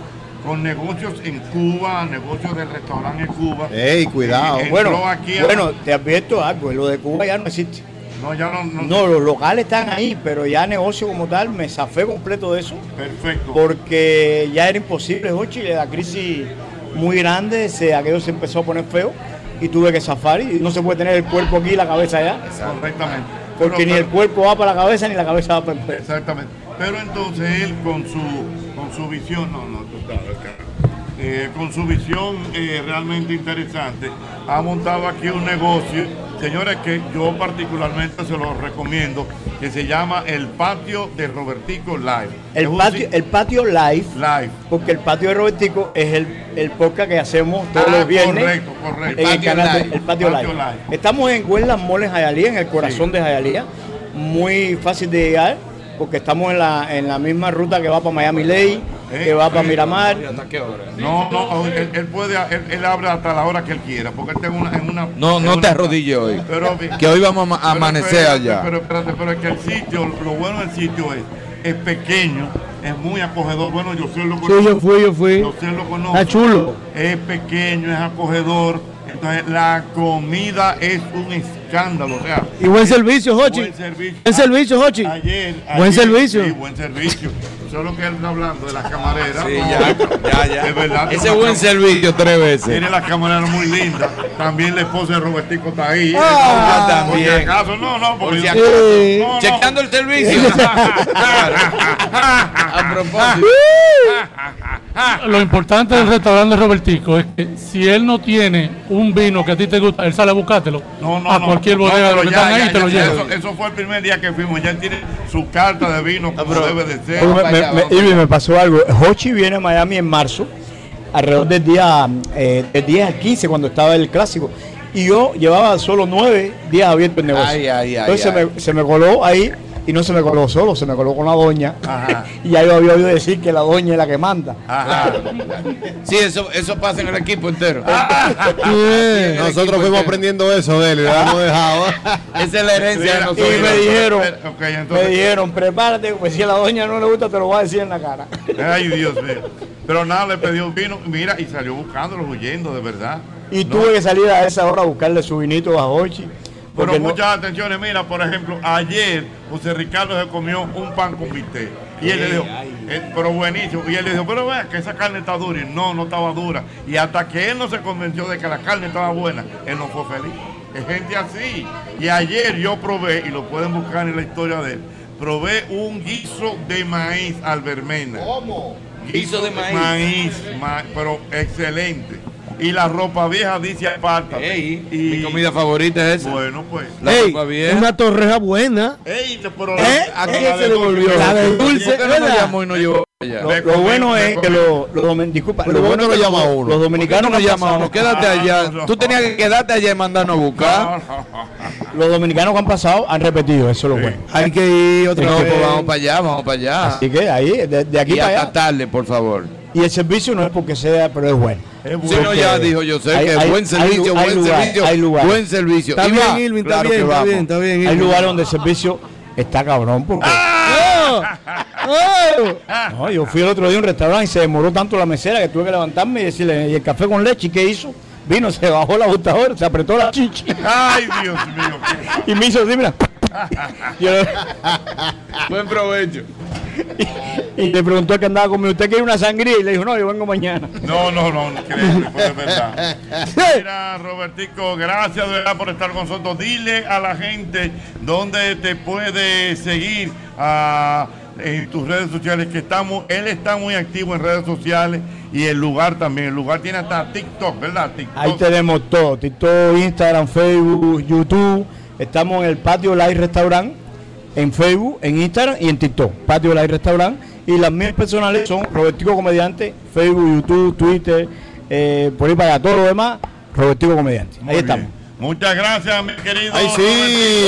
con negocios en Cuba, negocios de restaurante en Cuba.
Ey, cuidado.
Entró
Bueno,
aquí a-
bueno, te advierto algo, lo de Cuba ya no existe.
No, ya no, no.
los locales están ahí, pero ya negocio como tal, me zafé completo de eso.
Perfecto.
Porque ya era imposible, Jochi, la crisis muy grande, se, aquello se empezó a poner feo y tuve que zafar y no se puede tener el cuerpo aquí y la cabeza allá.
Correctamente.
Porque
Pero-
ni el cuerpo va para la cabeza ni la cabeza va para el cuerpo.
Exactamente. Pero entonces él con su con su visión, no, no, tú sabes, cara. Eh, con su visión eh, realmente interesante, ha montado aquí un negocio, señores, que yo particularmente se lo recomiendo, que se llama El Patio de Robertico Live. Es
El
un
patio,
sit-
el patio live, porque el patio de Robertico es el, el podcast que hacemos todos
Ah,
los viernes.
correcto, correcto.
En el
Patio
canal de-
live,
el patio,
patio
live.
live.
Estamos en Huellas Mall en Jayalía, en el corazón de Jayalía. Muy fácil de llegar, porque estamos en la, en la misma ruta que va para Miami Ley,
Eh,
que va para
sí.
Miramar.
¿Hasta qué hora?
No, no, él, él puede, él, él abre hasta la hora que él quiera, porque él está en una... en una-
No,
en
no te
una-
arrodilles hoy.
Pero-
que hoy vamos a ama- a
Pero
amanecer
espérate,
allá.
Pero espérate, pero es que el sitio, lo bueno del sitio es, es pequeño, es muy acogedor. Bueno, yo sé lo conozco.
yo fui, yo fui.
Yo sé lo conozco.
Está chulo.
Es pequeño, es acogedor. Entonces, la comida es un escándalo. o sea,
Y buen servicio, Jochi.
Buen servicio.
Buen servicio, Jochi.
Ayer,
Buen
ayer,
servicio.
Sí, buen servicio. Eso es lo que él está hablando de las camareras.
Sí,
No,
ya, ya, ya.
Es verdad.
Ese buen servicio tres veces.
Tiene la camarera muy linda. También la esposa de Robertico está ahí.
Ah,
Por si
también.
acaso, no, no,
Por
porque
si
yo-
acaso.
No, no.
Chequeando el servicio. a propósito.
Lo importante del restaurante de Robertico es que si él no tiene un vino que a ti te gusta, él sale a buscártelo
No,
a
no,
cualquier
no,
bodega de
pero
los que
ya,
están ahí
ya,
y te
ya,
lo
ya,
lleva.
Eso, eso fue el primer día que fuimos. Ya él tiene su carta de vino como debe de ser.
Oye, Ah, me- me- me- Ivy, me pasó algo. Hochi viene a Miami en marzo, alrededor del día eh, del 10 al 15, cuando estaba el clásico. Y yo llevaba solo nueve días abierto el negocio.
Ay, ay, ay,
Entonces
ay.
Se, me, se me coló ahí y no se me coló solo, se me coló con la doña.
Ajá.
y ya yo había oído decir que la doña es la que manda.
Ajá. Sí, eso, eso pasa en el equipo entero.
Ah,
Eh, Nosotros fuimos aprendiendo eso de él y lo hemos
ah,
Ah,
dejado.
Esa es la herencia de nosotros.
Y me dijeron,
entonces-
me dijeron, prepárate, porque si a la doña no le gusta, te lo voy a decir en la cara.
Ay, Dios mío. Pero nada, le pidió vino. Mira, y salió buscándolo, huyendo, de verdad.
Y tuve que salir a esa hora a buscarle su vinito a Hochi.
Pero
porque no-
muchas atenciones, mira, por ejemplo, ayer José Ricardo se comió un pan con bistec. Y él le dijo, eh, pero buenísimo. Y él le dijo, pero vea que esa carne está dura. Y no, no estaba dura. Y hasta que él no se convenció de que la carne estaba buena, él no fue feliz. Es gente así. Y ayer yo probé, y lo pueden buscar en la historia de él, probé un guiso de maíz al vermena.
¿Cómo?
Guiso de maíz. ma- pero excelente. Y la ropa vieja dice aparta. mi
comida favorita es
esa. Bueno, pues.
Ey, una torreja buena.
Ey, pero
¿Eh?
¿a
¿Eh? Se le volvió. La de dulce, ¿verdad?
y no llevó allá?
Lo, lo bueno es que los los domin- disculpa, lo bueno es que los- Los dominicanos
¿Por qué no lo
que
llama
pasaron-
uno. Quédate
Ah,
allá. Tú tenías que quedarte allá y mandarnos a buscar.
Los dominicanos que han pasado han repetido, eso es lo bueno. Hay que ir
No, pues vamos para allá, vamos para allá.
Así que ahí, de, de aquí
y
para
hasta
allá.
tarde, por favor.
Y el servicio no es porque sea, pero es bueno.
Si no, ya dijo yo sé que buen servicio, buen servicio, buen servicio.
Está
Y
bien,
va,
Irving,
claro que vamos.
Hay lugares donde el servicio está cabrón. Porque...
¡Ah!
¡Oh! No, yo fui el otro día a un restaurante y se demoró tanto la mesera que tuve que levantarme y decirle, ¿y el café con leche? ¿Y ¿Qué hizo? Vino, se bajó la ajustadora, se apretó la chichi.
Ay, Dios mío.
y me hizo así, mira. Yo-
Buen provecho.
y le preguntó al que andaba conmigo, ¿usted quiere una sangría? Y le dijo, no, yo vengo mañana.
No, no, no, increíble, fue de verdad. Mira, Robertico, gracias de verdad por estar con nosotros. Dile a la gente dónde te puede seguir ah, en tus redes sociales, que estamos, él está muy activo en redes sociales y el lugar también. El lugar tiene hasta TikTok, ¿verdad? TikTok.
Ahí tenemos todo, TikTok, Instagram, Facebook, YouTube. Estamos en el Patio Live Restaurant, en Facebook, en Instagram y en TikTok. Patio Live Restaurant. Y las mías personales son Robertico Comediante, Facebook, YouTube, Twitter, eh, por ahí para allá, todo lo demás, Robertico Comediante. ahí estamos.
Muchas gracias, mi querido.
Ay, sí,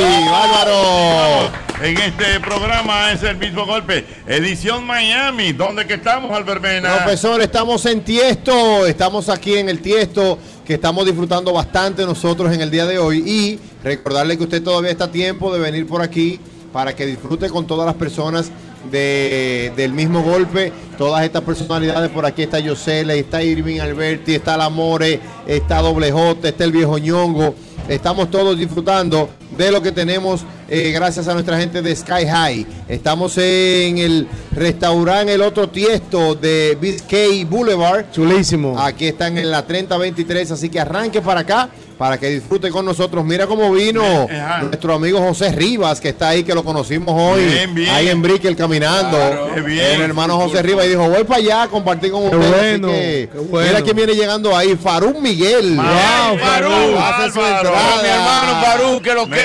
Robertico.
bárbaro.
En este programa es el mismo golpe. Edición Miami. ¿Dónde que estamos, Albert Mena?
Profesor, estamos en Tiesto, estamos aquí en el Tiesto, que estamos disfrutando bastante nosotros en el día de hoy. Y recordarle que usted todavía está a tiempo de venir por aquí para que disfrute con todas las personas de- del mismo golpe, todas estas personalidades. Por aquí está Yosele, está Irving Alberti, está Lamore, está Doble J, está el viejo ñongo. Estamos todos disfrutando de lo que tenemos eh, gracias a nuestra gente de Sky High. Estamos en el restaurante El Otro Tiesto de Biscay Boulevard.
Chulísimo.
Aquí están en la 3023, así que arranque para acá para que disfrute con nosotros. Mira cómo vino
Ajá.
nuestro amigo José Rivas, que está ahí, que lo conocimos hoy.
Bien, bien.
Ahí en Brickell caminando.
Claro. Qué bien.
El hermano José Rivas y dijo, voy para allá a compartir con
Qué
ustedes. así
bueno,
que
qué bueno.
Mira quién viene llegando ahí, Farún Miguel.
Ay, Farú,
Hace su
Álvaro.
entrada.
Farú, que lo que.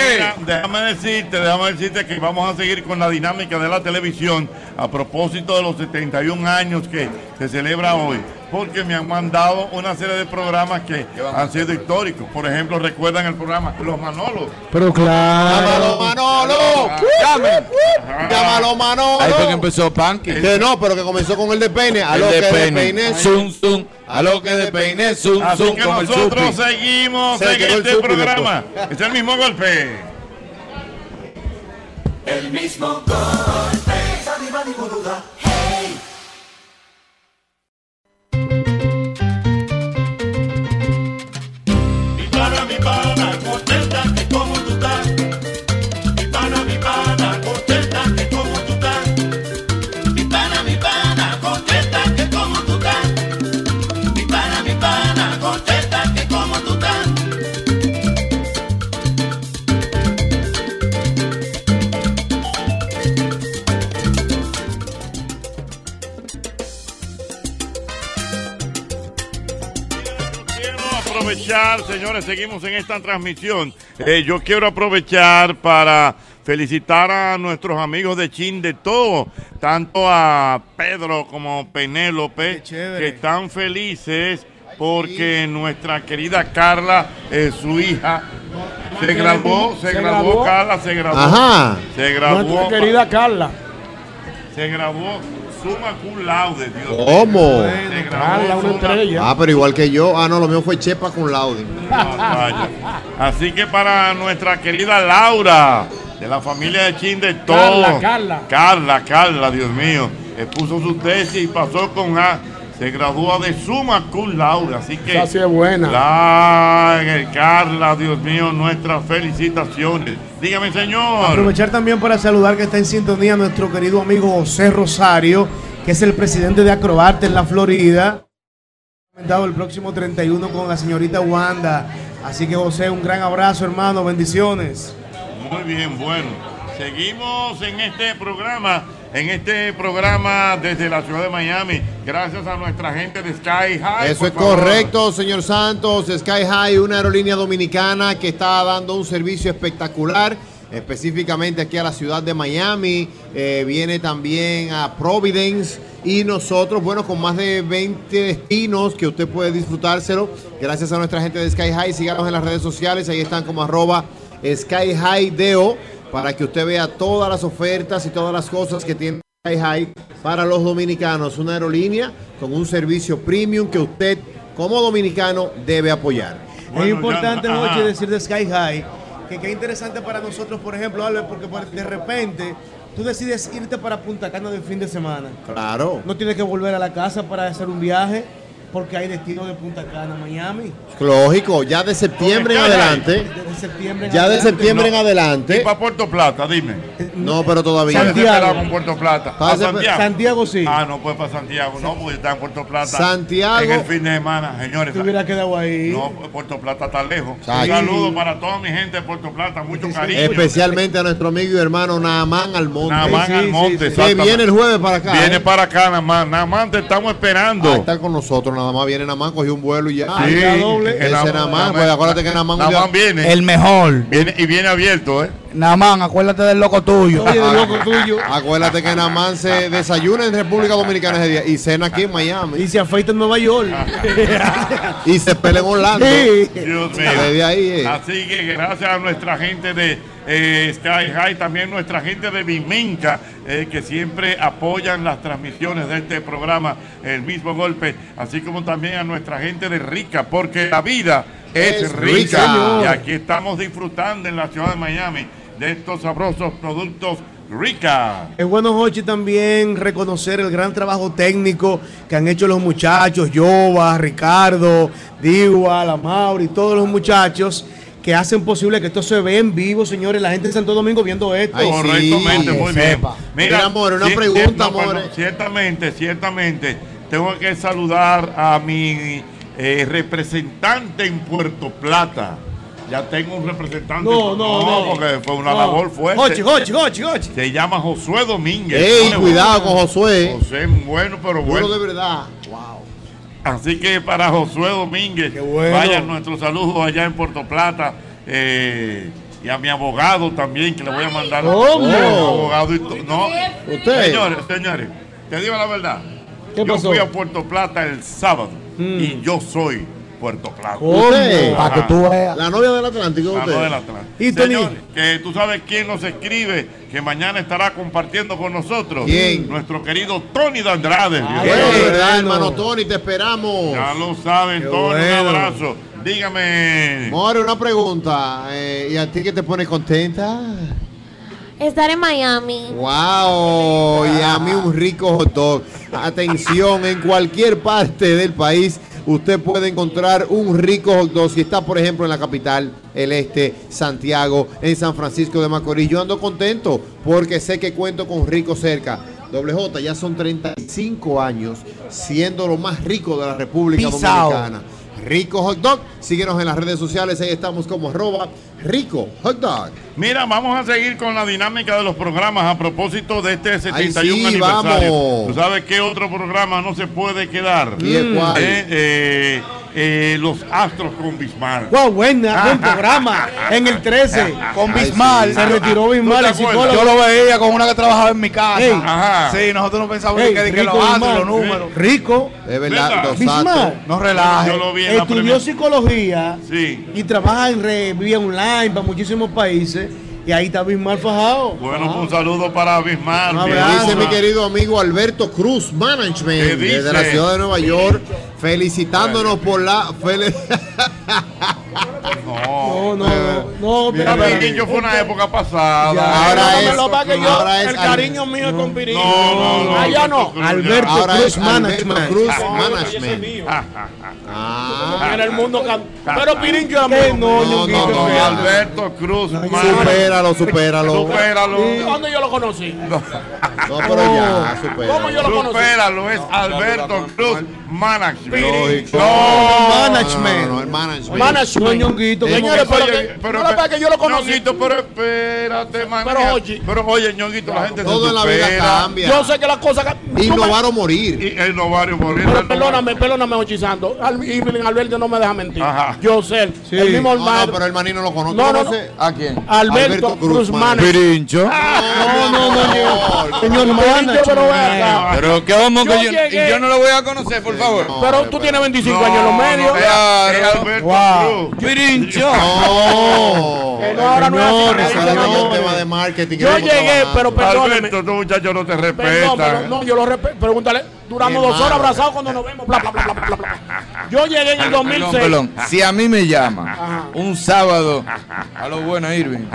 Déjame decirte, déjame decirte que vamos a seguir con la dinámica de la televisión a propósito de los 71 años que se celebra hoy. Porque me han mandado una serie de programas que han sido históricos. Por ejemplo, recuerdan el programa Los Manolos.
Pero claro.
Oh,
Manolo,
Ah,
uh,
llamen.
Llámalo
Ahí fue que
Manolo.
empezó Panky.
Que no, pero que comenzó con el de peine. A
El
lo
de
que de
peine.
peine.
Zoom, zoom. A lo que de peine, zoom,
Así
zoom,
que
como el
nosotros
Supi.
seguimos
Se
en
quedó el
este
Supi
programa. Es el mismo golpe.
El mismo golpe. Sadi, badi, bududa. Hey.
Mi pana, mi pana, conténtate como tú estás. Mi pana, mi pana, conténtate como tú estás. Mi pana, mi pana, conténtate como tú estás. Mi pana, mi pana, conténtate como tú estás.
aprovechar, señores, seguimos en esta transmisión. Eh, yo quiero aprovechar para felicitar a nuestros amigos de Chin de todo, tanto a Pedro como Penélope, que están felices porque nuestra querida Carla, eh, su hija, se graduó, se,
Se
graduó,
graduó.
Carla, se graduó.
Ajá.
Se graduó,
Nuestra querida Carla.
se graduó suma cum laude, Dios mío.
¿Cómo?
Se graduó
una
summa
Ah, pero igual que yo. Ah, no, lo mío fue Chepa con Laude.
Vaya. Así que para nuestra querida Laura, de la familia de Chin de todo.
Carla, Carla.
Carla, Carla, Dios mío. Expuso su tesis y pasó con A. Se gradúa de suma cum laude. Así que.
Esa sí es buena.
La- Carla, Dios mío, nuestras felicitaciones. Dígame, señor.
Aprovechar también para saludar que está en sintonía nuestro querido amigo José Rosario, que es el presidente de Acroarte en la Florida. Comentado el próximo 31 con la señorita Wanda. Así que José, un gran abrazo, hermano. Bendiciones.
Muy bien, bueno. Seguimos en este programa, en este programa desde la ciudad de Miami, gracias a nuestra gente de Sky High.
Eso
por
es
favor.
correcto, señor Santos. Sky High, una aerolínea dominicana que está dando un servicio espectacular, específicamente aquí a la ciudad de Miami. Eh, viene también a Providence. Y nosotros, bueno, con más de 20 destinos que usted puede disfrutárselo. Gracias a nuestra gente de Sky High. Síganos en las redes sociales. Ahí están como arroba Sky High DO para que usted vea todas las ofertas y todas las cosas que tiene Sky High para los dominicanos. Una aerolínea con un servicio premium que usted como dominicano debe apoyar.
es importante,
Ajá.
Jochi, decir de Sky High que qué interesante para nosotros, por ejemplo, Albert, porque por- de repente tú decides irte para Punta Cana de fin de semana.
Claro.
No tienes que volver a la casa para hacer un viaje. Porque hay destino de Punta Cana, Miami.
Lógico, ya de septiembre en
Con Skyline.
adelante.
Desde septiembre en
Ya de
adelante.
septiembre en
No.
adelante.
Y para Puerto Plata, dime.
No, pero todavía.
Está desesperado con Puerto Plata.
Está
¿A
desesper-
Santiago?
Santiago sí.
Ah, no puede para Santiago, no, porque está en Puerto Plata.
Santiago-
En el fin de semana, señores.
Te hubiera quedado ahí.
No, Puerto Plata está lejos.
Exacto.
Un saludo para toda mi gente de Puerto Plata, mucho cariño.
Especialmente a nuestro amigo y hermano Naamán Almonte.
Naamán Almonte,
Que
exactamente.
viene el jueves para acá.
Viene
¿eh?
para acá, nada más. Nada más te estamos esperando.
Ah, está con nosotros, nada más viene Namán, cogió un vuelo y ya.
Sí,
Ese Naamán, pues acuérdate que Naamán
Namán
un día-
viene.
El mejor.
Viene, y viene abierto, ¿eh?
Namán, acuérdate del loco tuyo.
tuyo. Acuérdate que Namán se desayuna en República Dominicana ese día y cena aquí en Miami. Y
se afeita en Nueva York.
y se pelea en Orlando.
Dios mío.
Desde ahí, eh.
Así que gracias a nuestra gente de eh, Sky High, también nuestra gente de Bimenca, eh, que siempre apoyan las transmisiones de este programa, el mismo golpe, así como también a nuestra gente de Rica, porque la vida es,
Es rica.
rica.
Señor.
Y aquí estamos disfrutando en la ciudad de Miami de estos sabrosos productos Rica.
Es bueno, Jochi, también reconocer el gran trabajo técnico que han hecho los muchachos, Yoba, Ricardo, Diwa, La Mauri, todos los muchachos que hacen posible que esto se vea en vivo, señores, la gente de Santo Domingo viendo esto.
Ay, Correctamente, muy bien.
Mira, amor, una
sí, sí,
pregunta,
no, perdón,
amor.
Ciertamente, ciertamente. Tengo que saludar a mi eh, representante en Puerto Plata. Ya tengo un representante.
No, no, no.
porque fue una
No.
labor fuerte.
Jochi, Jochi, Jochi, Jochi.
Se llama Josué Domínguez.
Ey,
Bueno,
cuidado con Josué.
José, bueno, pero bueno.
Duro de verdad.
Así que para Josué Domínguez, vayan nuestros saludos allá en Puerto Plata. eh, y a mi abogado también, que le voy a mandar
¿Cómo?
Eh, abogado y to- no.
Usted.
Señores, señores, te digo la verdad.
¿Qué
yo
pasó? Hmm.
fui a Puerto Plata el sábado y yo soy Puerto Plata.
Usted.
Ajá.
La novia del Atlántico.
La
usted.
novia Ah, del Atlántico.
Y Tony.
Señores, que tú sabes quién nos escribe, que mañana estará compartiendo con nosotros.
¿Quién? Ah,
Nuestro querido Tony de Andrade.
Bueno, de verdad, hermano Tony, te esperamos.
Ya lo saben,
Qué
Tony,
bueno.
un abrazo. Dígame.
More, una pregunta. eh, ¿Y a ti que te pones contenta?
Estar en Miami.
¡Wow! Y a mí un rico hot dog. Atención, en cualquier parte del país usted puede encontrar un rico hot dog. Si está, por ejemplo, en la capital, el este, Santiago, en San Francisco de Macorís. Yo ando contento porque sé que cuento con rico cerca. Doble J, ya son 35 años siendo lo más rico de la República
Peace out.
Dominicana. Rico Hot Dog, síguenos en las redes sociales, ahí estamos como arroba Rico Hot Dog.
Mira, vamos a seguir con la dinámica de los programas a propósito de este 71
Ay, sí,
aniversario.
vamos.
¿Tú sabes qué otro programa no se puede quedar?
¿Y es cuál?
Eh, eh, eh, los Astros con Bismarck.
Wow, buena, buen programa. En el 13,
Con Bismarck.
Ah,
Se retiró Bismarck, el psicólogo.
Yo lo veía con una que trabajaba en mi casa.
Ey.
Ajá. Sí, nosotros no pensábamos
Ey,
ni que, ni que
rico
los astros,
Bismarck.
los números.
Rico.
Es verdad, los
Bismarck.
astros.
No relaje.
Yo lo vi en la
Estudió
primera.
psicología
Sí.
y trabaja en red, vive online para muchísimos países. Y ahí está Bismarck fajado.
Bueno, un saludo para Bismarck.
Un
mi
abrazo. Dice
hermosa.
mi querido amigo Alberto Cruz
¿Qué
Management
dice?
desde la ciudad de Nueva York, felicitándonos por la fel-
No,
no, no,
Mira,
pero-
Pirincho fue una época pasada.
Ya, ahora
No me
es-
lo pague yo.
ahora es
el cariño mío es con Pirincho.
No, no, no.
Allá no.
Alberto Ahora Cruz es Alberto Management. Cruz
Ah, bueno,
Management.
ese es mío.
Ah.
En el mundo can- Pero Pirincho es
Que
mío.
no,
No, no, no,
Alberto Cruz Management.
Supéralo, supéralo.
Supéralo.
¿Cuándo yo lo conocí?
No, pero ya, supéralo.
¿Cómo yo lo conocí?
Supéralo, es Alberto Cruz Management.
Lógico.
No,
Management. No, no, el management.
Management.
No, Ñonguito,
Señores, pero
Oye,
que-
pero
no la
espera-
pague, yo lo conocí.
Ñonguito, pero espérate, man.
Pero oye.
Pero oye, Ñonguito, la gente
Todo
se
en la vida
supera.
cambia.
Yo sé que las cosas.
Innovar o morir.
Y innovar o morir.
Pero perdóname, perdóname, Ochizando. Al- Evelyn Alberto no me deja mentir. Yo sé, el- el mismo
No, no,
hermano.
pero el maní no lo conoce.
No, no, no.
conoce?
¿A quién?
Alberto, Cruz Ah.
Pirincho.
No, no, no, no.
Señor Management. Pero ve acá.
Pero qué vamos que
Yo
yo,
llegué-
yo no lo voy a conocer, por favor.
Pero tú tienes 25 años en los medios.
Claro.
Wow.
Pirincho.
No.
Que no, ahora no es así,
Señores,
ahora no es
señores,
así.
tema de marketing. que
Yo
estamos
llegué,
trabajando.
pero perdóname.
Alberto, estos muchachos no te
Perdón, pero
respetan.
no, yo lo respeto. Pregúntale, duramos
Mi
dos horas
hermano.
abrazados cuando nos vemos. bla, bla, bla, bla, bla, bla. Yo llegué en el 2006.
Perdón, Ah, perdón. Si a mí me llama un sábado, a lo bueno, Irving,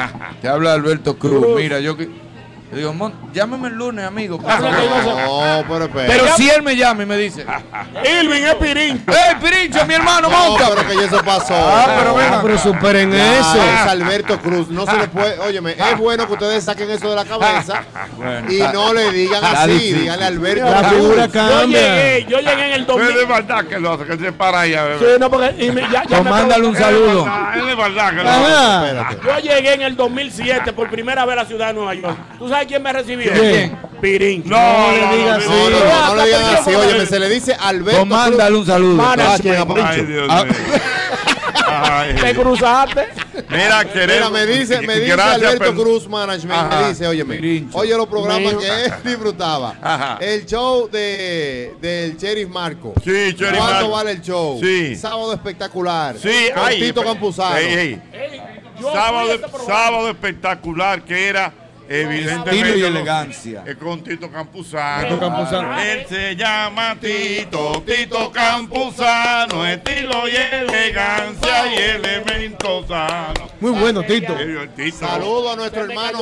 te habla Alberto Cruz. Mira, yo que- Yo digo, Mon, llámame el lunes, amigo.
Ah,
No, pero espera.
Pero si él me llama y me dice,
Irving es Pirincho.
¡Ey, Pirincho, mi hermano,
No,
monta!
pero que ya eso pasó.
Ah, pero venga.
pero superen
eso.
Es Alberto Cruz. No se le puede.
Ah.
Óyeme, es bueno que ustedes saquen eso de la cabeza
Bueno.
y no le digan
Está
así.
difícil.
Díganle a Alberto
La
Cruz.
figura
Yo llegué, yo llegué en el 2000.
Es de verdad que lo hace, que se para ahí a ver.
Sí, no, porque- y me- ya- ya me-
Es de verdad, Es de verdad que lo
Ajá.
hace. Espérate.
Yo llegué en el 2007 por primera vez a la ciudad de Nueva York. ¿Tú sabes quién me recibió?
¿Quién?
Pirín.
No, no, no,
No,
no,
no, no, no le digan así. Óyeme, se le dice Alberto
Pues mándale un saludo.
Management.
¿A quién? ¿A Pincho?
Ay, Dios
Ah.
Ay.
Te cruzaste.
Mira,
Mira,
queremos-
me dice, me dice
Gracias,
Alberto
pero-
Cruz Management,
Ajá.
me dice, óyeme,
Pirincho.
oye los programas
Me-
que él disfrutaba.
Ajá.
El show de del Cherry Marco.
Sí, Cherry
¿Cuánto
Marco.
vale el show?
Sí.
Sábado espectacular.
Sí,
Con
ay,
Tito
espe-
Campuzano.
Ey, ey. Sábado,
este
sábado espectacular que era evidentemente
Estilo y
¿no?
elegancia.
Eh, con Tito Campuzano.
Tito Campuzano.
Él se llama Tito, Tito Campuzano, estilo y elegancia y elementos sano.
Muy bueno, Tito.
Saludo a nuestro hermano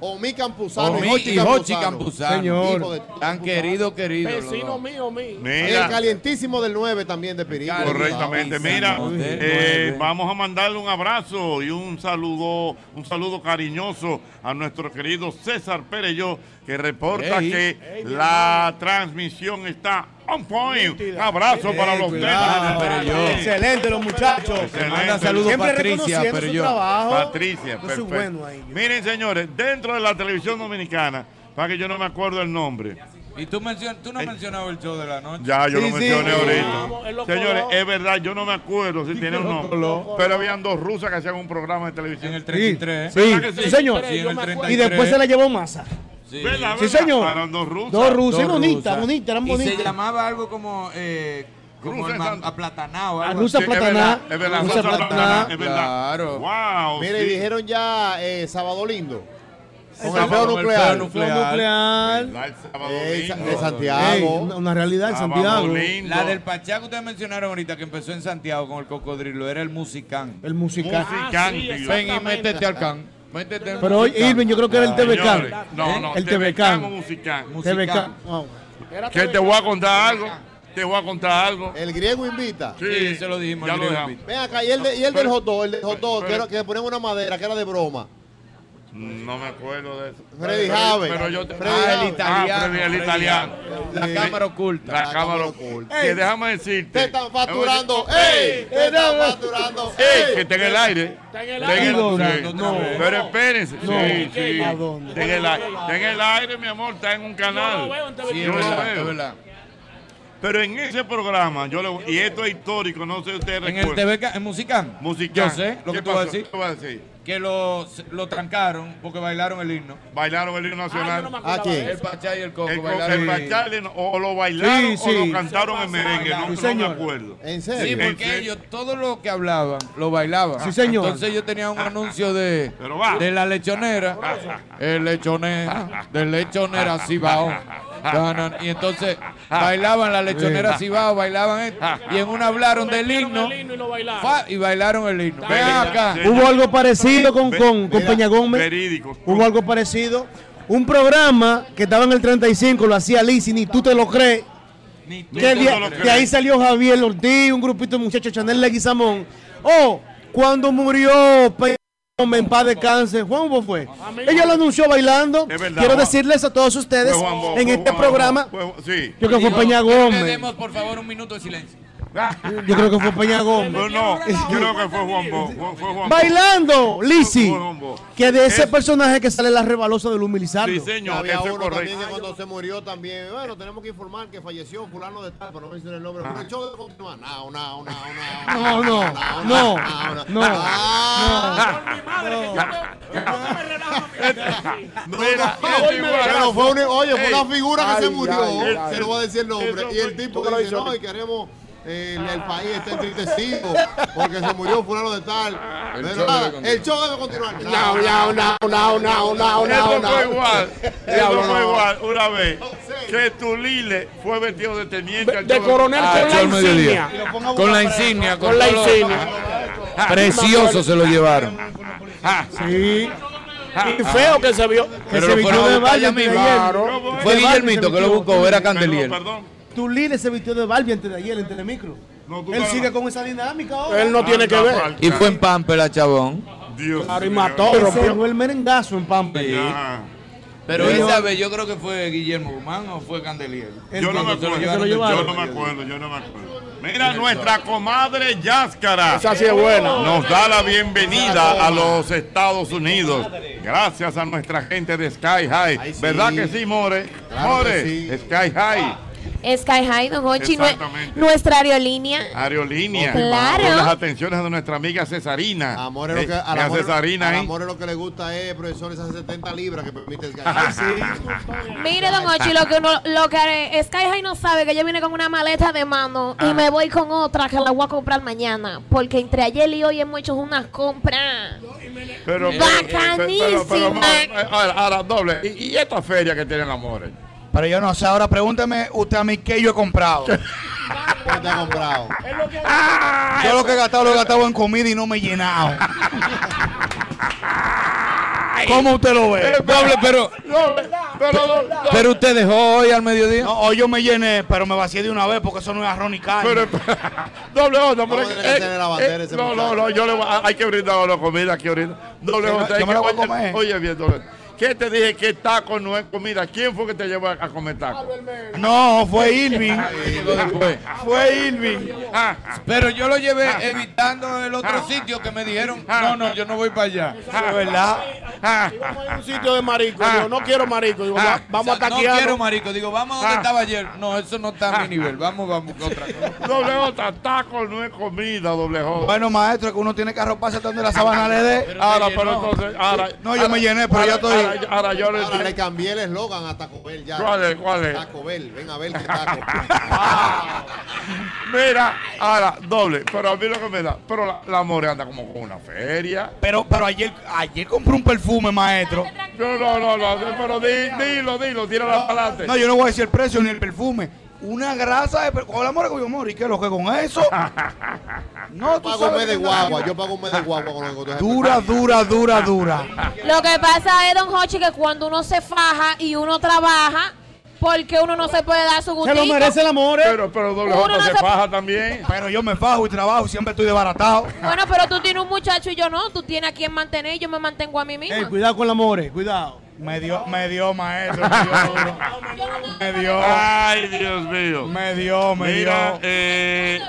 Omi Campuzano.
Omi y Hochi Campuzano. Señor. Tan querido, querido, los Vecino dos.
mío, mío.
Mira.
El calientísimo del 9 también de Pirín.
Correctamente, mira, eh, vamos a mandarle un abrazo y un saludo, un saludo cariñoso a nuestro querido César Pereyó, que reporta
Ey.
que la transmisión está on point. Un abrazo para los
cuidado, Perelló.
tres.
Excelente, los muchachos. Manda saludos
Siempre
Patricia
reconociendo su
Perelló.
trabajo.
Yo
Patricia,
soy
perfecto.
bueno ahí.
Miren, señores, dentro de la televisión dominicana, para que yo no me acuerdo el nombre.
Y tú, mencion- tú no has mencionado el show de la noche.
Ya, yo lo mencioné
Vamos, él
ahorita.
lo
Señores,
coló.
es verdad, yo no me acuerdo si tiene un
lo
nombre.
coló.
Pero habían dos rusas que hacían un programa de televisión. En el
33,
Sí,
¿Verdad que
sí, señor.
¿eh? Sí, en el 33.
Y después se la llevó masa.
Sí,
Sí, señor.
Eran dos rusas.
Dos rusas, y
Dos
bonitas,
rusas.
bonitas, eran
Y se
bonitas.
llamaba algo como, eh, como
Rusa
el ma- aplatanado. algo
Ah, Rusa
así.
Es verdad,
Es verdad,
Rusa
rusa
Platana,
platana, es verdad.
Claro.
Wow.
Mire,
sí.
dijeron ya eh, Sábado Lindo. Con el
Sábado,
feo
con el
nuclear.
feo nuclear.
nuclear. Eh, Sa- de Santiago.
Ey, una- una realidad
Ah,
en Santiago.
La del Pachá que ustedes mencionaron ahorita, que empezó en Santiago con el cocodrilo, era el musicán.
El musicán.
Musicán, sí, tío.
Ven y métete al can. Métete al
Pero hoy,
musicán.
Irving, yo creo que era el
Ah,
TVCAN.
señores.
No, no,
El
TVCAN o
TVCAN.
Musicán.
TVCAN. Wow.
Que te voy a contar algo. Te voy a contar algo.
El griego invita.
Sí,
se lo dijimos.
Ya
el
lo
griego
dejamos.
Ven acá, y el, de- y el del hot dog, el del hot dog, que, era- que ponían una madera, que era de broma.
Eh, No me acuerdo de eso.
Freddy
Pero-
Javes.
Pero yo te-
Freddy
Ah,
Javes.
Ah, Freddy, el
Freddy
italiano.
La cámara oculta.
La cámara oculta.
Ey.
Que déjame decirte.
Te están facturando, ey,
Oye,
te están facturando,
ey, que
ey.
está en el aire.
Está en el
Está
aire.
sí.
No.
Pero espérense.
No.
Sí, sí.
¿A
dónde? Está en el aire. Está en el aire, mi amor. Está en un canal.
Yo lo veo en
Sí,
televisión.
yo lo
Es verdad,
veo.
es
Pero en ese programa, yo le- y esto es histórico, no sé si ustedes
En el
recuerdan.
TVCAN, en musicán.
Musicán.
Yo sé lo
¿Qué
que tú vas a
pasó?
decir.
¿Qué vas a decir?
Que lo, lo trancaron porque bailaron el himno. Ah,
Bailaron el himno nacional.
¿A quién? El Pachá y el Coco
El, co-
bailaron
el
el-
bachale, no, o lo
Sí,
bailaron
sí.
o lo cantaron en merengue, no,
Sí,
no me
señor.
acuerdo.
Sí, porque ellos todo lo que hablaban lo bailaban.
Sí, señor.
Entonces ellos tenían un anuncio de,
Pero va.
de la lechonera. El lechonera, de lechonera Cibao. Ganan. Y entonces bailaban la lechonera
Sí.
Cibao, bailaban esto. Y en una hablaron del himno. fa, Y bailaron el himno. Ven acá.
Hubo algo parecido con, con, con Peña Gómez. Hubo algo parecido. Un programa que estaba en el 35, lo hacía Lisi, ni tú te lo crees. Que
tú
de,
te lo
de
crees.
ahí salió Javier Ortiz, un grupito de muchachos, Chanel Leguizamón. Oh, cuando murió Peña Gómez en paz de cáncer, Juan Bo fue. Ella lo anunció bailando.
verdad,
Quiero
Juan.
decirles a todos ustedes
Fue Juan Bo,
en
fue
este
Juan Bo,
programa,
fue- sí.
yo creo que fue Peña Gómez.
Demos por favor un minuto de silencio.
Yo creo que fue Peña Gómez.
No, no, yo creo que fue Juan Bo. fue- fue Juan Bo.
Bailando, Lisi.
Fue Juan Bo.
Que de ese personaje que sale la rebalosa de Lumi Lizardo.
Sí, señor,
Había
eso es
uno también
correcto.
que cuando se murió también. Bueno, tenemos que informar que falleció fulano de tal, pero no mencioné el nombre.
Ah.
Pero el show de continuar. No, no, no, no.
No, no, no, no,
Mira,
Oye, pero fue una, oye, fue
Ey.
una figura que
Ay,
se murió.
ay, ay.
se lo voy a decir el nombre.
Eso
Y el
fue-
tipo
¿Tú lo
dice,
hizo?
no, y queremos, eh, el país está entristecido porque se murió fulano de tal.
El
Pero
show
nada,
debe continuar.
el show debe continuar.
No, no, no, no, no, no, no,
Eso
no.
fue igual.
Diablo,
Eso fue
no.
igual una vez que Tulile fue vestido de teniente. al
de
show
coronel
Ah,
con
al
la
show del mediodía.
insignia.
Y lo pongo a
Con la
buscar
insignia.
Con la
todo lo-
insignia.
Precioso se lo llevaron.
Sí.
Ah. Y feo que se vio.
Pero lo fueron a buscar allá mismo.
Claro.
Fue
De Barbie
Guillermito
se
que lo
vistió.
buscó, era Candelier.
Tulile se vistió de Barbie antes de ayer en Telemicro. Él sigue con esa dinámica ahora.
Ah,
Él no tiene que ver.
Y fue en Pampera, chabón.
Claro, y mató,
Que
rompió.
Se jugó el merengazo en Pampa.
Pero
Pero-
esa vez yo creo que fue Guillermo Guzmán o fue Candelier.
Yo
Cuando se
no me
lo
acuerdo,
llevaron del
yo no
show.
me acuerdo, yo no me acuerdo. Mira, nuestra comadre Yáscara.
Esa sí es buena.
Nos da la bienvenida a los Estados Unidos. Gracias a nuestra gente de Sky High. ¿Verdad que sí, More?
Claro que
More, Sky High.
Sky High, Don Hochi, nue-
Exactamente.
nuestra aerolínea.
Aerolínea.
Claro.
Con las atenciones de nuestra amiga Cesarina. Amor
Creo que a la More-
Cesarina,
a la
¿eh?
More lo que le gusta es, profesor, esas 70 libras que permite el Ah,
Mire, Don Hochi, lo que, uno- lo que haré- Sky High no sabe que yo vine con una maleta de mano y me voy con otra que la voy a comprar mañana. Porque entre ayer y hoy hemos hecho unas compras.
Pero,
Bacanísima.
pero- ahora, ahora, doble. ¿Y, y esta feria que tienen las More?
Pero yo no sé, ahora pregúnteme usted a mí qué yo he comprado.
¿Qué te ha comprado? Ah,
Yo lo que he gastado, lo he gastado en comida y no me he llenado. ¿Cómo usted lo
Eh,
ve?
Doble, pero, pero usted dejó hoy al mediodía.
No, hoy yo me llené, pero me vacié de una vez porque eso no es arroz ni carne.
Doble O, no, porque-
tener que
eh,
tener la bandera
eh,
ese
no,
muchacho.
no, no, yo le voy a- hay que brindar
Oh,
la comida aquí ahorita. Doble
Yo
O,
me-
usted
yo me la
hay
voy a
que-
comer.
Oye, oye bien, doble. ¿Qué te dije que taco no es comida? ¿Quién fue que te llevó a, a comer taco?
No, fue Irving.
fue Irving.
Pero yo lo llevé evitando el otro sitio que me dijeron, no, no, yo no voy para allá.
Es verdad.
Ah.
Íbamos a un sitio de marico. Digo, no quiero marico. Digo, va- vamos a
No
taquear.
quiero marico, digo, vamos a donde estaba ayer. No, eso no está a mi nivel, vamos, vamos con otra cosa.
Doble O, ta- taco no es comida, doble O.
Bueno, maestro, que uno tiene que arroparse donde la sábana le dé.
Ahora, pero entonces, ahora.
No, yo me llené, pero ya estoy-
Ahora, ahora yo le
Ahora le cambié el eslogan a Taco Bell ya.
¿Cuál es? ¿Cuál es?
Taco Bell, ven a ver qué taco.
Mira, ahora, doble. Pero a mí lo que me da. Pero la, la More anda como con una feria.
Pero, pero ayer, ayer compré un perfume, maestro.
No, no, no, no. Pero di- dilo, dilo, tira la palante.
No, yo no voy a decir el precio ni el perfume. Una grasa de perfume. Hola, amor, que yo amor, ¿y qué es lo que con eso?
pues. Yo
No, tú
pago
sabes
mes
que
de
no.
guagua, yo pago un mes de guagua con los goteos.
Dura, dura, dura, dura.
Lo que pasa es, Don Hochi, que cuando uno se faja y uno trabaja, porque uno no se puede dar su gustito.
¿eh?
amor. Pero, pero doble
Uno
J
no
se
se-
faja también.
Pero yo me fajo y trabajo, siempre estoy desbaratado.
Bueno, pero tú tienes un muchacho y yo no. Tú tienes a quien mantener y yo me mantengo a mí misma.
cuidado con la More, cuidado. Me dio, me dio, maestro. Me dio, me dio.
Ay, Dios mío.
Me dio, me
Mira,
dio.
eh,